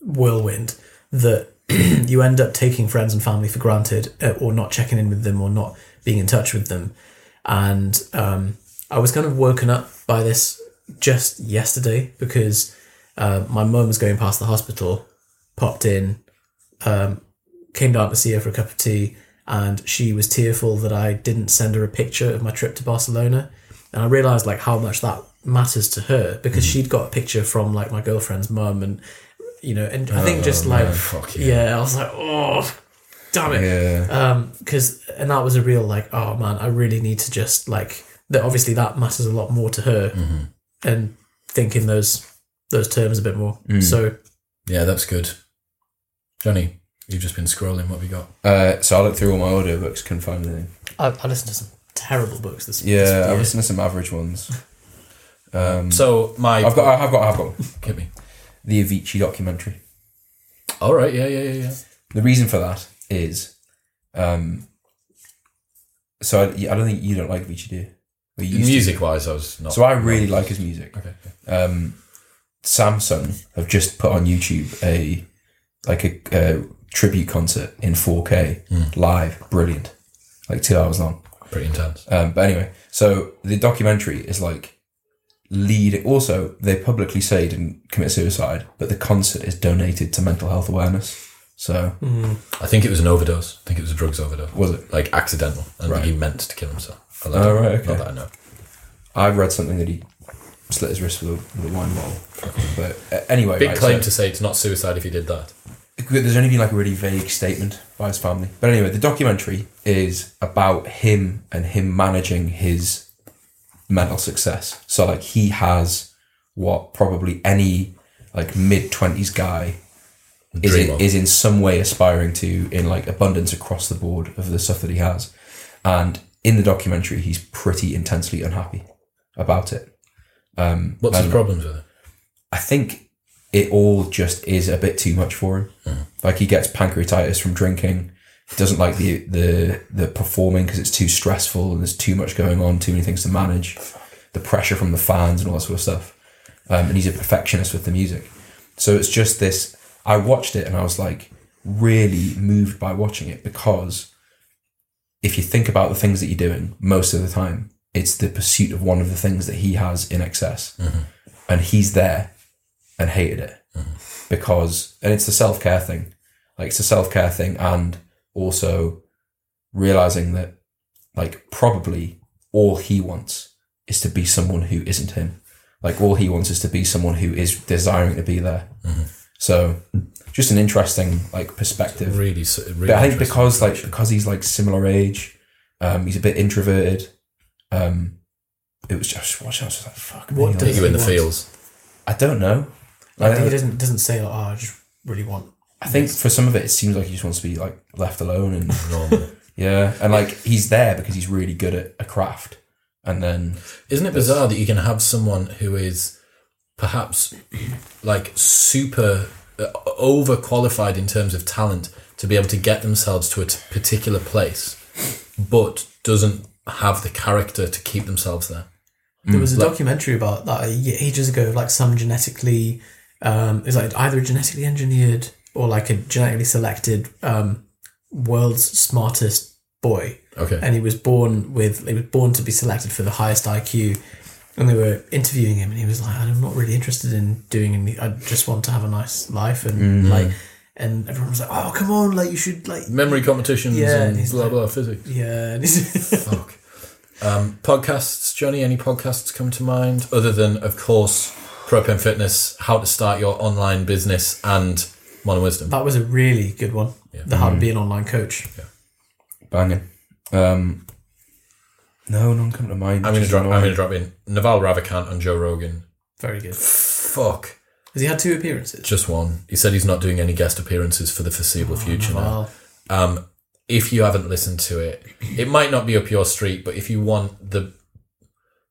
Speaker 3: whirlwind that you end up taking friends and family for granted uh, or not checking in with them or not being in touch with them. And um, I was kind of woken up by this just yesterday because uh, my mum was going past the hospital, popped in, um, came down to see her for a cup of tea, and she was tearful that I didn't send her a picture of my trip to Barcelona. And I realised like how much that matters to her because she'd got a picture from like my girlfriend's mum and you know and I think just
Speaker 1: Oh,
Speaker 3: like
Speaker 1: no, fuck yeah.
Speaker 3: yeah, I was like, oh, damn it.
Speaker 2: Yeah.
Speaker 3: Um, because and that was a real like, oh man, I really need to just like that. Obviously, that matters a lot more to her, and thinking those those terms a bit more. So
Speaker 1: Yeah, that's good. Johnny, you've just been scrolling. What have you got?
Speaker 2: Uh, so I looked through all my audiobooks, couldn't find anything.
Speaker 3: I, I listened to some terrible books this. this
Speaker 2: Yeah, I
Speaker 3: year.
Speaker 2: listened to some average ones. Um,
Speaker 1: So my
Speaker 2: I've got, I have got, I have got
Speaker 1: hit me.
Speaker 2: the Avicii documentary.
Speaker 1: All right. Yeah. Yeah. Yeah. Yeah.
Speaker 2: The reason for that is, um, so I, I don't think you don't like Avicii, do you? Or you used to.
Speaker 1: Music wise, I was not.
Speaker 2: So I really like his music.
Speaker 1: Okay.
Speaker 2: Um, Samsung have just put on YouTube a like a, a tribute concert in 4K
Speaker 1: Hmm.
Speaker 2: live, brilliant, like two hours long.
Speaker 1: Pretty intense.
Speaker 2: Um, but anyway, so the documentary is like lead. Also, they publicly say he didn't commit suicide, but the concert is donated to mental health awareness. So
Speaker 3: Mm.
Speaker 1: I think it was an overdose. I think it was a drugs overdose.
Speaker 2: was it?
Speaker 1: Like accidental. I don't
Speaker 2: Right.
Speaker 1: think he meant to kill himself. I
Speaker 2: Oh, right, okay.
Speaker 1: Not that I know.
Speaker 2: I read something that he slit his wrist with a, with a wine bottle. But uh, anyway,
Speaker 1: Big
Speaker 2: right,
Speaker 1: claim
Speaker 2: so-
Speaker 1: to say it's not suicide if he did that.
Speaker 2: there's only been like a really vague statement by his family. But anyway, the documentary is about him and him managing his mental success. So like he has what probably any like mid twenties guy is
Speaker 1: Dream
Speaker 2: in,
Speaker 1: of.
Speaker 2: is in some way aspiring to in like abundance across the board of the stuff that he has. And in the documentary, he's pretty intensely unhappy about it.
Speaker 1: What's his problems with it?
Speaker 2: I think it all just is a bit too much for him. Like he gets pancreatitis from drinking. He doesn't like the the the performing because it's too stressful and there's too much going on, too many things to manage, the pressure from the fans and all that sort of stuff. Um, and he's a perfectionist with the music, so it's just this. I watched it and I was like really moved by watching it because if you think about the things that you're doing most of the time, it's the pursuit of one of the things that he has in excess and he's there and hated it because and it's the self-care thing like it's a self-care thing and also realizing that like probably all he wants is to be someone who isn't him like all he wants is to be someone who is desiring to be there so just an interesting like perspective
Speaker 1: Really, s- really
Speaker 2: but I think
Speaker 1: interesting.
Speaker 2: because like because he's like similar age, um, he's a bit introverted. Um, it was just watching. I was just like, "Fuck me!"
Speaker 3: What
Speaker 2: like,
Speaker 3: does
Speaker 1: hit you in the
Speaker 3: he wants-
Speaker 1: fields.
Speaker 2: I don't know.
Speaker 3: Like,
Speaker 2: I,
Speaker 3: he doesn't doesn't say like, oh, I just really want.
Speaker 2: I think for some of it, it seems like he just wants to be like left alone and
Speaker 1: Normal.
Speaker 2: yeah, and like he's there because he's really good at a craft. And then
Speaker 1: Isn't it bizarre that you can have someone who is perhaps like super uh, overqualified in terms of talent to be able to get themselves to a t- particular place, but doesn't have the character to keep themselves there?
Speaker 3: There was a documentary about that a ye- ages ago, of, like some genetically, um, it's like either a genetically engineered or like a genetically selected um, world's smartest boy.
Speaker 1: Okay.
Speaker 3: and he was born with he was born to be selected for the highest IQ. And they were interviewing him, and he was like, "I'm not really interested in doing any. I just want to have a nice life." And like, and everyone was like, "Oh, come on! Like, you should like,
Speaker 1: Memory competitions
Speaker 3: Yeah, and
Speaker 1: and
Speaker 3: he's
Speaker 1: blah
Speaker 3: like-
Speaker 1: blah physics.
Speaker 3: yeah." And he's-
Speaker 1: Fuck. Um, podcasts, Johnny. Any podcasts come to mind other than, of course, Propane Fitness, How to Start Your Online Business, and Modern Wisdom.
Speaker 3: that was a really good one. The how to be an online coach.
Speaker 2: banging. Um, no, none come to mind.
Speaker 1: I'm gonna
Speaker 2: which is
Speaker 1: drop. I'm
Speaker 2: annoying.
Speaker 1: gonna drop in Naval Ravikant and Joe Rogan.
Speaker 3: Very good. Has
Speaker 1: Fuck,
Speaker 3: he had two appearances?
Speaker 1: just one. He said he's not doing any guest appearances for the foreseeable future now.
Speaker 3: Well,
Speaker 1: Um, if you haven't listened to it, it might not be up your street, but if you want the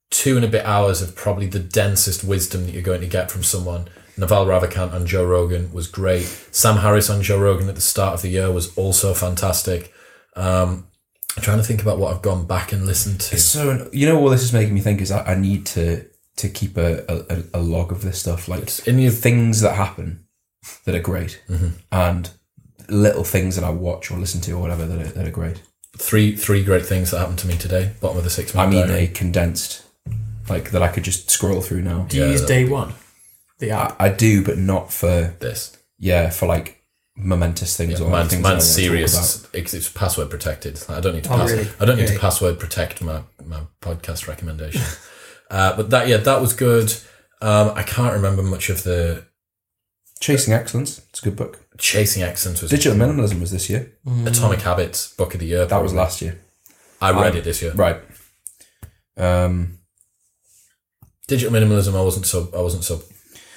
Speaker 1: two and a bit hours of probably the densest wisdom that you're going to get from someone. Naval Ravikant on Joe Rogan was great. Sam Harris on Joe Rogan at the start of the year was also fantastic. Um, I'm trying to think about what I've gone back and listened to.
Speaker 2: It's so you know what this is making me think is I, I need to to keep a, a, a log of this stuff like
Speaker 1: in your
Speaker 2: things that happen that are great
Speaker 3: Mm-hmm.
Speaker 2: and little things that I watch or listen to or whatever that are, that are great.
Speaker 1: three three great things that happened to me today. Bottom of the six.
Speaker 2: I
Speaker 1: minute
Speaker 2: mean
Speaker 1: diary.
Speaker 2: a condensed like that I could just scroll through now.
Speaker 3: Do you
Speaker 1: Yeah,
Speaker 3: use
Speaker 1: that-
Speaker 3: day one? The app.
Speaker 2: I, I do, but not for
Speaker 1: this.
Speaker 2: yeah for like momentous things or
Speaker 1: Mine's,
Speaker 2: things
Speaker 1: mine's
Speaker 2: that I wanna talk about.
Speaker 1: serious. It's, it's password protected. I don't need to.
Speaker 3: Oh,
Speaker 1: Pass,
Speaker 3: really?
Speaker 1: I don't need to
Speaker 3: Okay.
Speaker 1: password protect my, my podcast recommendation. uh, but that yeah, that was good. Um, I can't remember much of the
Speaker 2: Chasing Excellence. It's a good book.
Speaker 1: chasing accents. Was
Speaker 2: Digital Minimalism was this year.
Speaker 3: Mm.
Speaker 1: Atomic Habits book of the year?
Speaker 2: That was last year.
Speaker 1: I read
Speaker 2: I-
Speaker 1: it this year.
Speaker 2: Right. Um,
Speaker 1: Digital minimalism. I wasn't so. I wasn't so.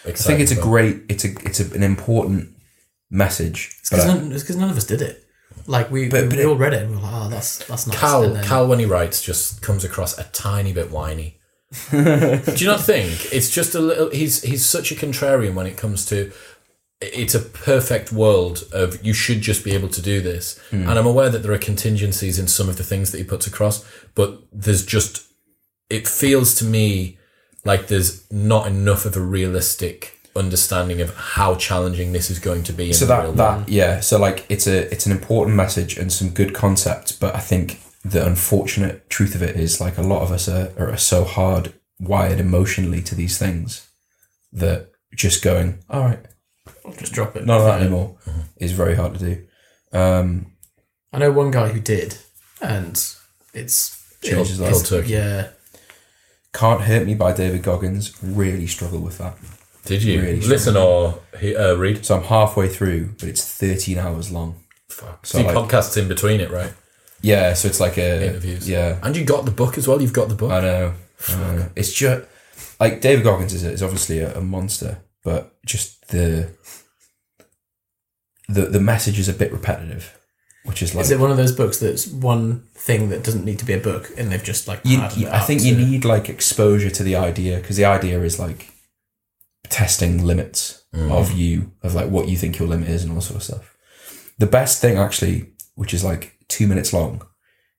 Speaker 2: I
Speaker 1: Excited
Speaker 2: think it's a
Speaker 1: about.
Speaker 2: great. It's a it's a, an important message.
Speaker 3: It's
Speaker 2: but
Speaker 3: because
Speaker 2: I-
Speaker 3: none, it's 'cause none of us did it. Like we,
Speaker 2: But-
Speaker 3: we,
Speaker 2: but
Speaker 3: we
Speaker 2: it-
Speaker 3: all read it and we were like, oh, that's that's nice.
Speaker 1: Cal,
Speaker 3: And then-
Speaker 1: Cal, when he writes, just comes across a tiny bit whiny. Do you not think it's just a little? He's he's such a contrarian when it comes to. It's a perfect world of you should just be able to do this,
Speaker 2: Hmm.
Speaker 1: and I'm aware that there are contingencies in some of the things that he puts across, but there's just it feels to me like there's not enough of a realistic understanding of how challenging this is going to be. In
Speaker 2: so
Speaker 1: the real
Speaker 2: that
Speaker 1: world.
Speaker 2: that yeah. So like it's a it's an important message and some good concepts. But I think the unfortunate truth of it is like a lot of us are are so hard wired emotionally to these things that just going all right
Speaker 3: just drop it.
Speaker 2: none of that anymore
Speaker 1: Mm-hmm.
Speaker 2: is very hard to do. Um,
Speaker 3: I know one guy who did, and it's
Speaker 2: Changed his life.
Speaker 1: Cold turkey.
Speaker 3: yeah.
Speaker 2: Can't Hurt Me by David Goggins. Really struggle with that.
Speaker 1: Did you
Speaker 2: Really
Speaker 1: listen or he- uh, read?
Speaker 2: So I'm halfway through, but it's 13 hours long.
Speaker 1: Fuck.
Speaker 2: So,
Speaker 1: So, you
Speaker 2: like-
Speaker 1: podcasts in between it, right?
Speaker 2: Yeah, so it's like a
Speaker 1: Interviews.
Speaker 2: Yeah,
Speaker 1: And you got the book as well. You've got the book.
Speaker 2: I know. I know. uh, It's just like David Goggins is, is obviously a, a monster, but just the the the message is a bit repetitive, which is like
Speaker 3: Is it one of those books that's one thing that doesn't need to be a book, and they've just like
Speaker 2: you,
Speaker 3: added
Speaker 2: you-
Speaker 3: it
Speaker 2: I
Speaker 3: up
Speaker 2: think you
Speaker 3: to-
Speaker 2: need like exposure to the idea because the idea is like testing limits of you of like what you think your limit is and all that sort of stuff. The best thing actually, which is like two minutes long,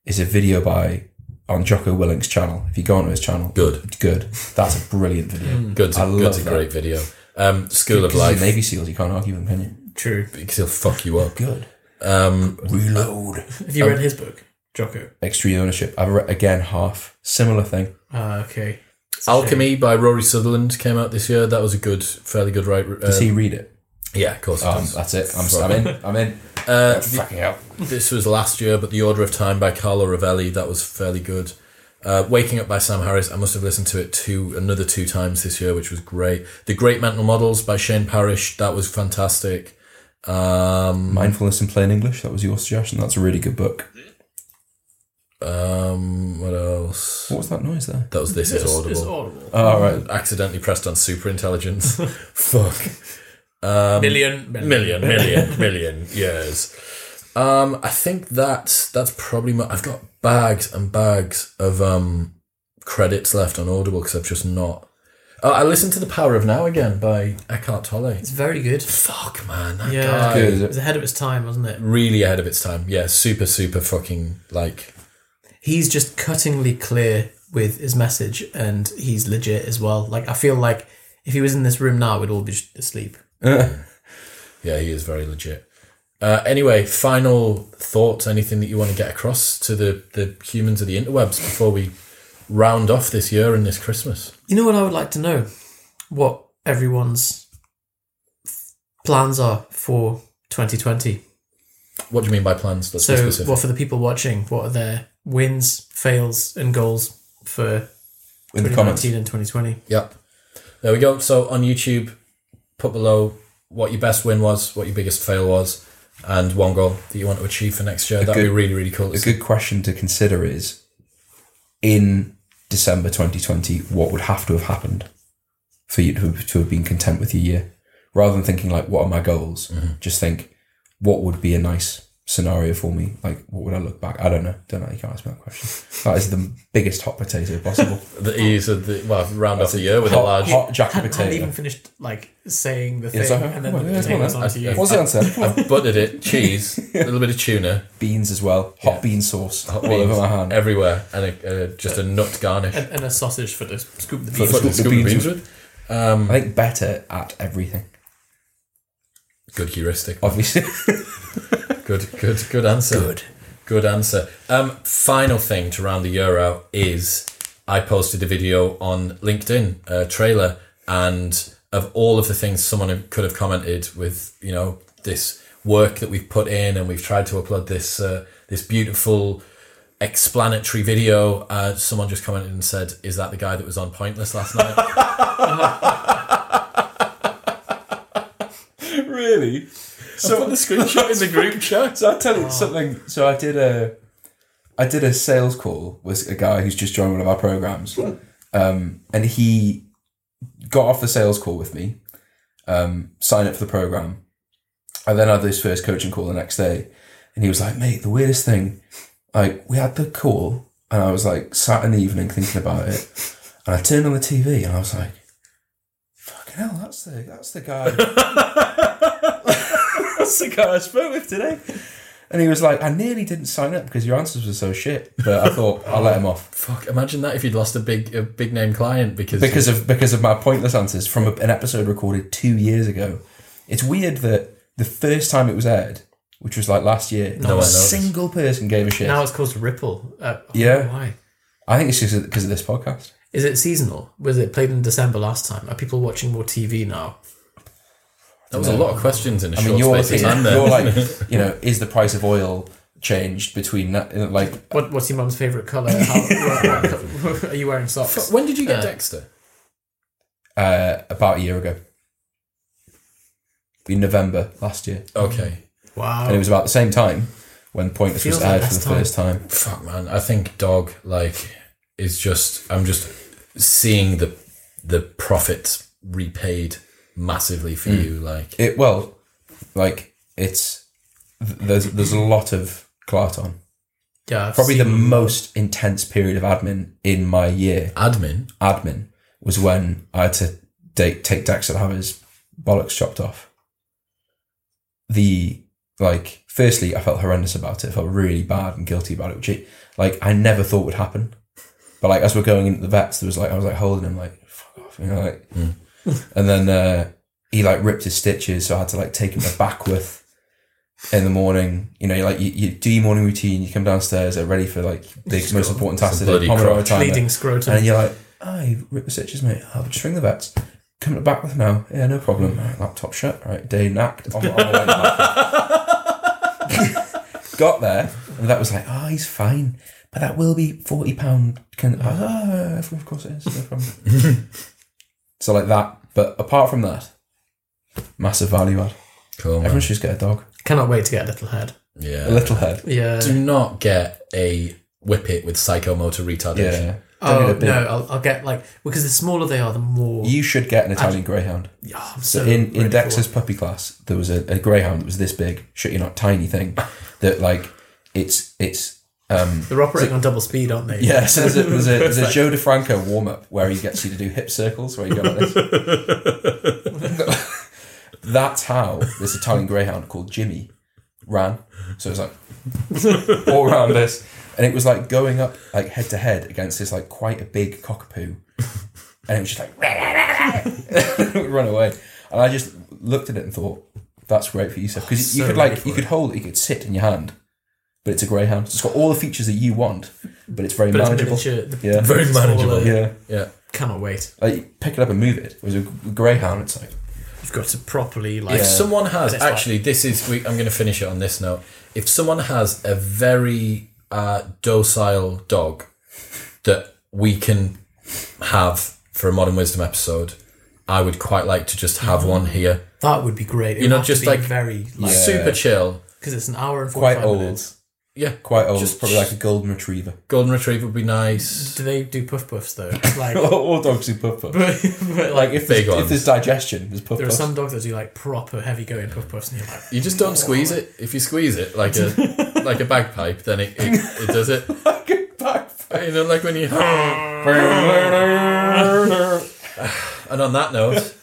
Speaker 2: is a video by on Jocko Willink's channel. If you go onto his channel,
Speaker 1: Good. Mm.
Speaker 2: good. That's a brilliant video.
Speaker 1: Good's,
Speaker 2: I
Speaker 1: a,
Speaker 2: love
Speaker 1: good's a
Speaker 2: that.
Speaker 1: great video. Um, School of
Speaker 2: Because he's
Speaker 1: Life
Speaker 2: a Navy SEALs, you can't argue with him, can you?
Speaker 3: True.
Speaker 1: because he'll fuck you up.
Speaker 2: Good.
Speaker 1: Um,
Speaker 2: Reload.
Speaker 3: Have you read his book, Jocko?
Speaker 2: Extreme ownership. I've read again half similar thing.
Speaker 3: Uh, okay. It's a shame.
Speaker 1: Alchemy by Rory Sutherland came out this year. That was a good, fairly good write.
Speaker 2: Does
Speaker 1: uh,
Speaker 2: he read it?
Speaker 1: yeah, of course. it
Speaker 2: Um,
Speaker 1: does.
Speaker 2: that's it. I'm, I'm in. I'm in.
Speaker 1: Uh,
Speaker 2: Fucking hell.
Speaker 1: this was last year, but The Order of Time by Carlo Rovelli, that was fairly good. Uh, Waking Up by Sam Harris, I must have listened to it two another two times this year, which was great. The Great Mental Models by Shane Parrish, that was fantastic. Um,
Speaker 2: Mindfulness in Plain English. That was your suggestion. That's a really good book.
Speaker 1: um, what else?
Speaker 2: What was that noise there?
Speaker 1: That was This Is
Speaker 3: It's, it's
Speaker 1: Audible.
Speaker 3: audible.
Speaker 2: Oh, right.
Speaker 1: Accidentally pressed on super intelligence. Fuck. Um,
Speaker 3: million,
Speaker 1: million, million, million years. Um, I think that's that's probably my. I've got bags and bags of um credits left on Audible because I've just not. Oh, I listened to The Power of Now again by Eckhart Tolle.
Speaker 3: It's very good.
Speaker 1: Fuck, man. That
Speaker 3: Yeah.
Speaker 1: guy.
Speaker 2: Good, Uh, is
Speaker 3: It
Speaker 2: it?
Speaker 3: was ahead of its time, wasn't it?
Speaker 1: Really ahead of its time. Yeah, super, super fucking like.
Speaker 3: he's just cuttingly clear with his message and he's legit as well. Like I feel like if he was in this room now, we'd all be sh- asleep.
Speaker 1: Yeah, he is very legit. Uh, anyway, final thoughts, anything that you want to get across to the, the humans of the interwebs before we round off this year and this Christmas?
Speaker 3: You know what I would like to know? What everyone's plans are for 2020.
Speaker 1: What do you mean by plans? Let's be
Speaker 3: So,
Speaker 1: specific.
Speaker 3: what for the people watching? What are their wins, fails, and goals for
Speaker 2: In the
Speaker 3: 2019
Speaker 2: comments.
Speaker 3: and 2020?
Speaker 1: Yep. There we go. So on YouTube, put below what your best win was, what your biggest fail was, and one goal that you want to achieve for next year. That'd be
Speaker 2: good-
Speaker 1: really, really cool. to
Speaker 2: A
Speaker 1: see.
Speaker 2: good question to consider is in December 2020, what would have to have happened for you to have, to have been content
Speaker 1: Mm-hmm.
Speaker 2: with your year? Rather than thinking, like, what are my goals? Just think, what would be a nice scenario for me, like what would I look back? I don't know. Don't know. You can't ask me that question. That is the biggest hot potato possible.
Speaker 1: The ease of the well, round off the year with a
Speaker 2: hot,
Speaker 1: large.
Speaker 2: hot jacket
Speaker 3: Hadn't, hadn't
Speaker 2: potato.
Speaker 3: even finished like saying the
Speaker 2: Yeah,
Speaker 3: thing,
Speaker 2: so-
Speaker 3: and then
Speaker 2: well, yeah,
Speaker 3: the potato was
Speaker 2: come
Speaker 1: I-
Speaker 2: on,
Speaker 3: onto you.
Speaker 1: I-
Speaker 2: What's the answer?
Speaker 1: I- I've buttered it, cheese, a little bit of tuna,
Speaker 2: beans as well. Hot bean sauce
Speaker 1: hot
Speaker 2: all over
Speaker 1: beans
Speaker 2: my hand.
Speaker 1: everywhere, and a, uh, just a nut garnish.
Speaker 3: and, and a sausage for the scoop the
Speaker 2: For
Speaker 3: beef.
Speaker 1: Fuck,
Speaker 2: scoop the
Speaker 1: scoop the
Speaker 2: beans
Speaker 1: beans
Speaker 2: with-
Speaker 1: with.
Speaker 2: I think better at everything.
Speaker 1: Good heuristic.
Speaker 2: Obviously,
Speaker 1: Good, good, good answer. Good, good answer. Um, final thing to round the year out is I posted a video on LinkedIn a trailer, and of all of the things someone could have commented with, you know, this work that we've put in, and we've tried to upload this uh, this beautiful explanatory video. Uh, someone just commented and said, "Is that the guy that was on Pointless last night?"
Speaker 2: really. So
Speaker 1: the screenshot in the group chat.
Speaker 2: So I tell you something. So I did a, I did a sales call with a guy who's just joined one of our programs, um, and he got off the sales call with me, um, signed up for the program. I then had this first coaching call the next day, and he was like, "Mate, the weirdest thing, like we had the call, and I was like sat in the evening thinking about it, and I turned on the TV and I was like." Fucking hell, that's the that's the guy. that's the guy I spoke with today. And he was like, I nearly didn't sign up because your answers were so shit. But I thought I'll let him off
Speaker 1: Fuck! Imagine that if you'd lost a big a big name client because
Speaker 2: because of because of my pointless answers from a, an episode recorded two years ago. It's weird that the first time it was aired, which was like last year,
Speaker 1: one
Speaker 2: not a
Speaker 1: noticed.
Speaker 2: single person gave a shit.
Speaker 3: Now it's caused Ripple. Uh, oh,
Speaker 2: Yeah.
Speaker 3: Why?
Speaker 2: I think it's just because of this podcast.
Speaker 3: Is it seasonal? Was it played in December last time? Are people watching more TV now?
Speaker 1: That was a lot of questions in a
Speaker 2: I mean,
Speaker 1: short
Speaker 2: you're,
Speaker 1: space of time there.
Speaker 2: you're like, you know, is the price of oil changed between that? Like,
Speaker 3: What, what's your mum's favourite colour? How, what- what- are you wearing socks?
Speaker 1: when did you get
Speaker 3: Uh,
Speaker 1: Dexter?
Speaker 2: uh, about a year ago. In November last year.
Speaker 1: Okay.
Speaker 3: Wow.
Speaker 2: And it was about the same time when Pointless was
Speaker 3: Feels like
Speaker 2: aired for the
Speaker 3: last time.
Speaker 2: first time.
Speaker 1: Fuck, man. I think dog like is just. I'm just seeing the the profits repaid massively for you. Like
Speaker 2: It well, like it's th- there's there's a lot of Clarton.
Speaker 3: yeah, I've
Speaker 2: Probably the
Speaker 3: seen-
Speaker 2: most intense period of admin in my year.
Speaker 1: admin.
Speaker 2: Admin was when I had to take take Dex and have his bollocks chopped off. The like, firstly, I felt horrendous about it. I felt really bad and guilty about it, which it, like I never thought would happen. But like as we're going into the vets, there was like I was like holding him like fuck off, you know, like.
Speaker 1: Mm.
Speaker 2: and then uh, he like ripped his stitches, so I had to like take him to back with in the morning. You know, you, like you, you do your morning routine, you come downstairs, are ready for like the most important task
Speaker 1: some
Speaker 2: of the day,
Speaker 1: bloody
Speaker 2: Pomodoro
Speaker 1: crotch
Speaker 2: timer.
Speaker 3: Bleeding scrotum.
Speaker 2: And you're like, oh, you ripped the stitches, mate. I'll just ring the vets. Coming back with now. Yeah, no problem. All right, laptop shut. All right, day knacked. "Oh, On, on the way to laptop. Got there, and that was like, oh, he's fine. But that will be forty pound. Can I was, oh, of course it is. No problem. so like that. But apart from that, massive value add.
Speaker 1: Cool.
Speaker 2: Everyone
Speaker 1: Man.
Speaker 2: should just get a dog,
Speaker 3: Cannot wait to get a little head.
Speaker 1: Yeah.
Speaker 2: a little head.
Speaker 3: Yeah.
Speaker 1: Do not get a whippet with psychomotor retardation.
Speaker 2: Yeah. Don't
Speaker 3: oh
Speaker 2: need a big-
Speaker 3: no, I'll, I'll get like because the smaller they are, the more.
Speaker 2: You should get an Italian Greyhound.
Speaker 3: Yeah, I'm
Speaker 2: So
Speaker 3: so
Speaker 2: in, in
Speaker 3: ready for
Speaker 2: Dexter's puppy class, there was a, a greyhound that was this big, shit you not, tiny thing, that like it's it's um
Speaker 3: it. They're operating on double speed, aren't they?
Speaker 2: yeah. So there's a, there's a, there's a Joe DeFranco warm up where he gets you to do hip circles where you go like this. That's how this Italian greyhound called Jimmy ran. So it's like all around this, and it was like going up like head to head against this like quite a big cockapoo, and it was just like it would run away. And I just looked at it and thought, "That's great for you, because you
Speaker 3: so
Speaker 2: could
Speaker 3: ready
Speaker 2: like
Speaker 3: for
Speaker 2: you could hold it, you could sit in your hand, but it's a greyhound. It's got all the features that you want, but it's very
Speaker 3: But it's
Speaker 2: manageable.
Speaker 3: miniature. The,
Speaker 2: Yeah.
Speaker 1: Very
Speaker 3: smaller-
Speaker 1: manageable.
Speaker 2: Yeah,
Speaker 1: Yeah.
Speaker 3: Cannot wait.
Speaker 2: like you pick it up and move it. Whereas a greyhound, it's like
Speaker 3: You've got to properly like.
Speaker 1: If someone has
Speaker 3: it's like-
Speaker 1: actually, this is we, I'm going to finish it on this note. If someone has a very uh, docile dog that we can have for a modern wisdom episode, I would quite like to just have one here.
Speaker 3: That would be great. It
Speaker 1: You know,
Speaker 3: would have to
Speaker 1: just
Speaker 3: be
Speaker 1: like-
Speaker 3: very like
Speaker 1: Super chill.
Speaker 3: because it's an hour and
Speaker 2: quite
Speaker 3: 45
Speaker 2: old,
Speaker 3: minutes.
Speaker 1: Yeah,
Speaker 2: Quite old.
Speaker 1: Just-
Speaker 2: probably like a golden retriever.
Speaker 1: golden retriever would be nice.
Speaker 3: Do they do puff puffs though? Like,
Speaker 2: or dogs do puff puff.
Speaker 3: but, but
Speaker 2: Like
Speaker 3: like
Speaker 1: Big
Speaker 2: if there's, if
Speaker 1: ones.
Speaker 2: there's digestion, there's puff
Speaker 3: there are
Speaker 2: puffs.
Speaker 3: some dogs that do like proper heavy going puff puffs, and you're like,
Speaker 1: You just don't squeeze it. If you squeeze it like a like a bagpipe, then it, it, it does it.
Speaker 2: like a backpack.
Speaker 1: You know, like when you. And on that note,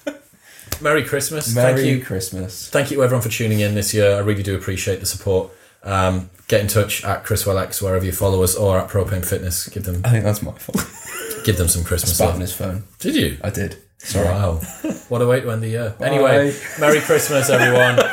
Speaker 1: Merry Christmas.
Speaker 2: Merry
Speaker 1: Thank you.
Speaker 2: Christmas.
Speaker 1: Thank you everyone for tuning in this year. I really do appreciate the support. Um, get in touch at ChrisWellX wherever you follow us or at Propane Fitness. Give them
Speaker 2: I think that's my fault.
Speaker 1: give them some Christmas
Speaker 2: Spat on
Speaker 1: love.
Speaker 2: his phone.
Speaker 1: Did you?
Speaker 2: I did. Sorry.
Speaker 1: Wow. What a way to end the year. Anyway, Merry Christmas everyone.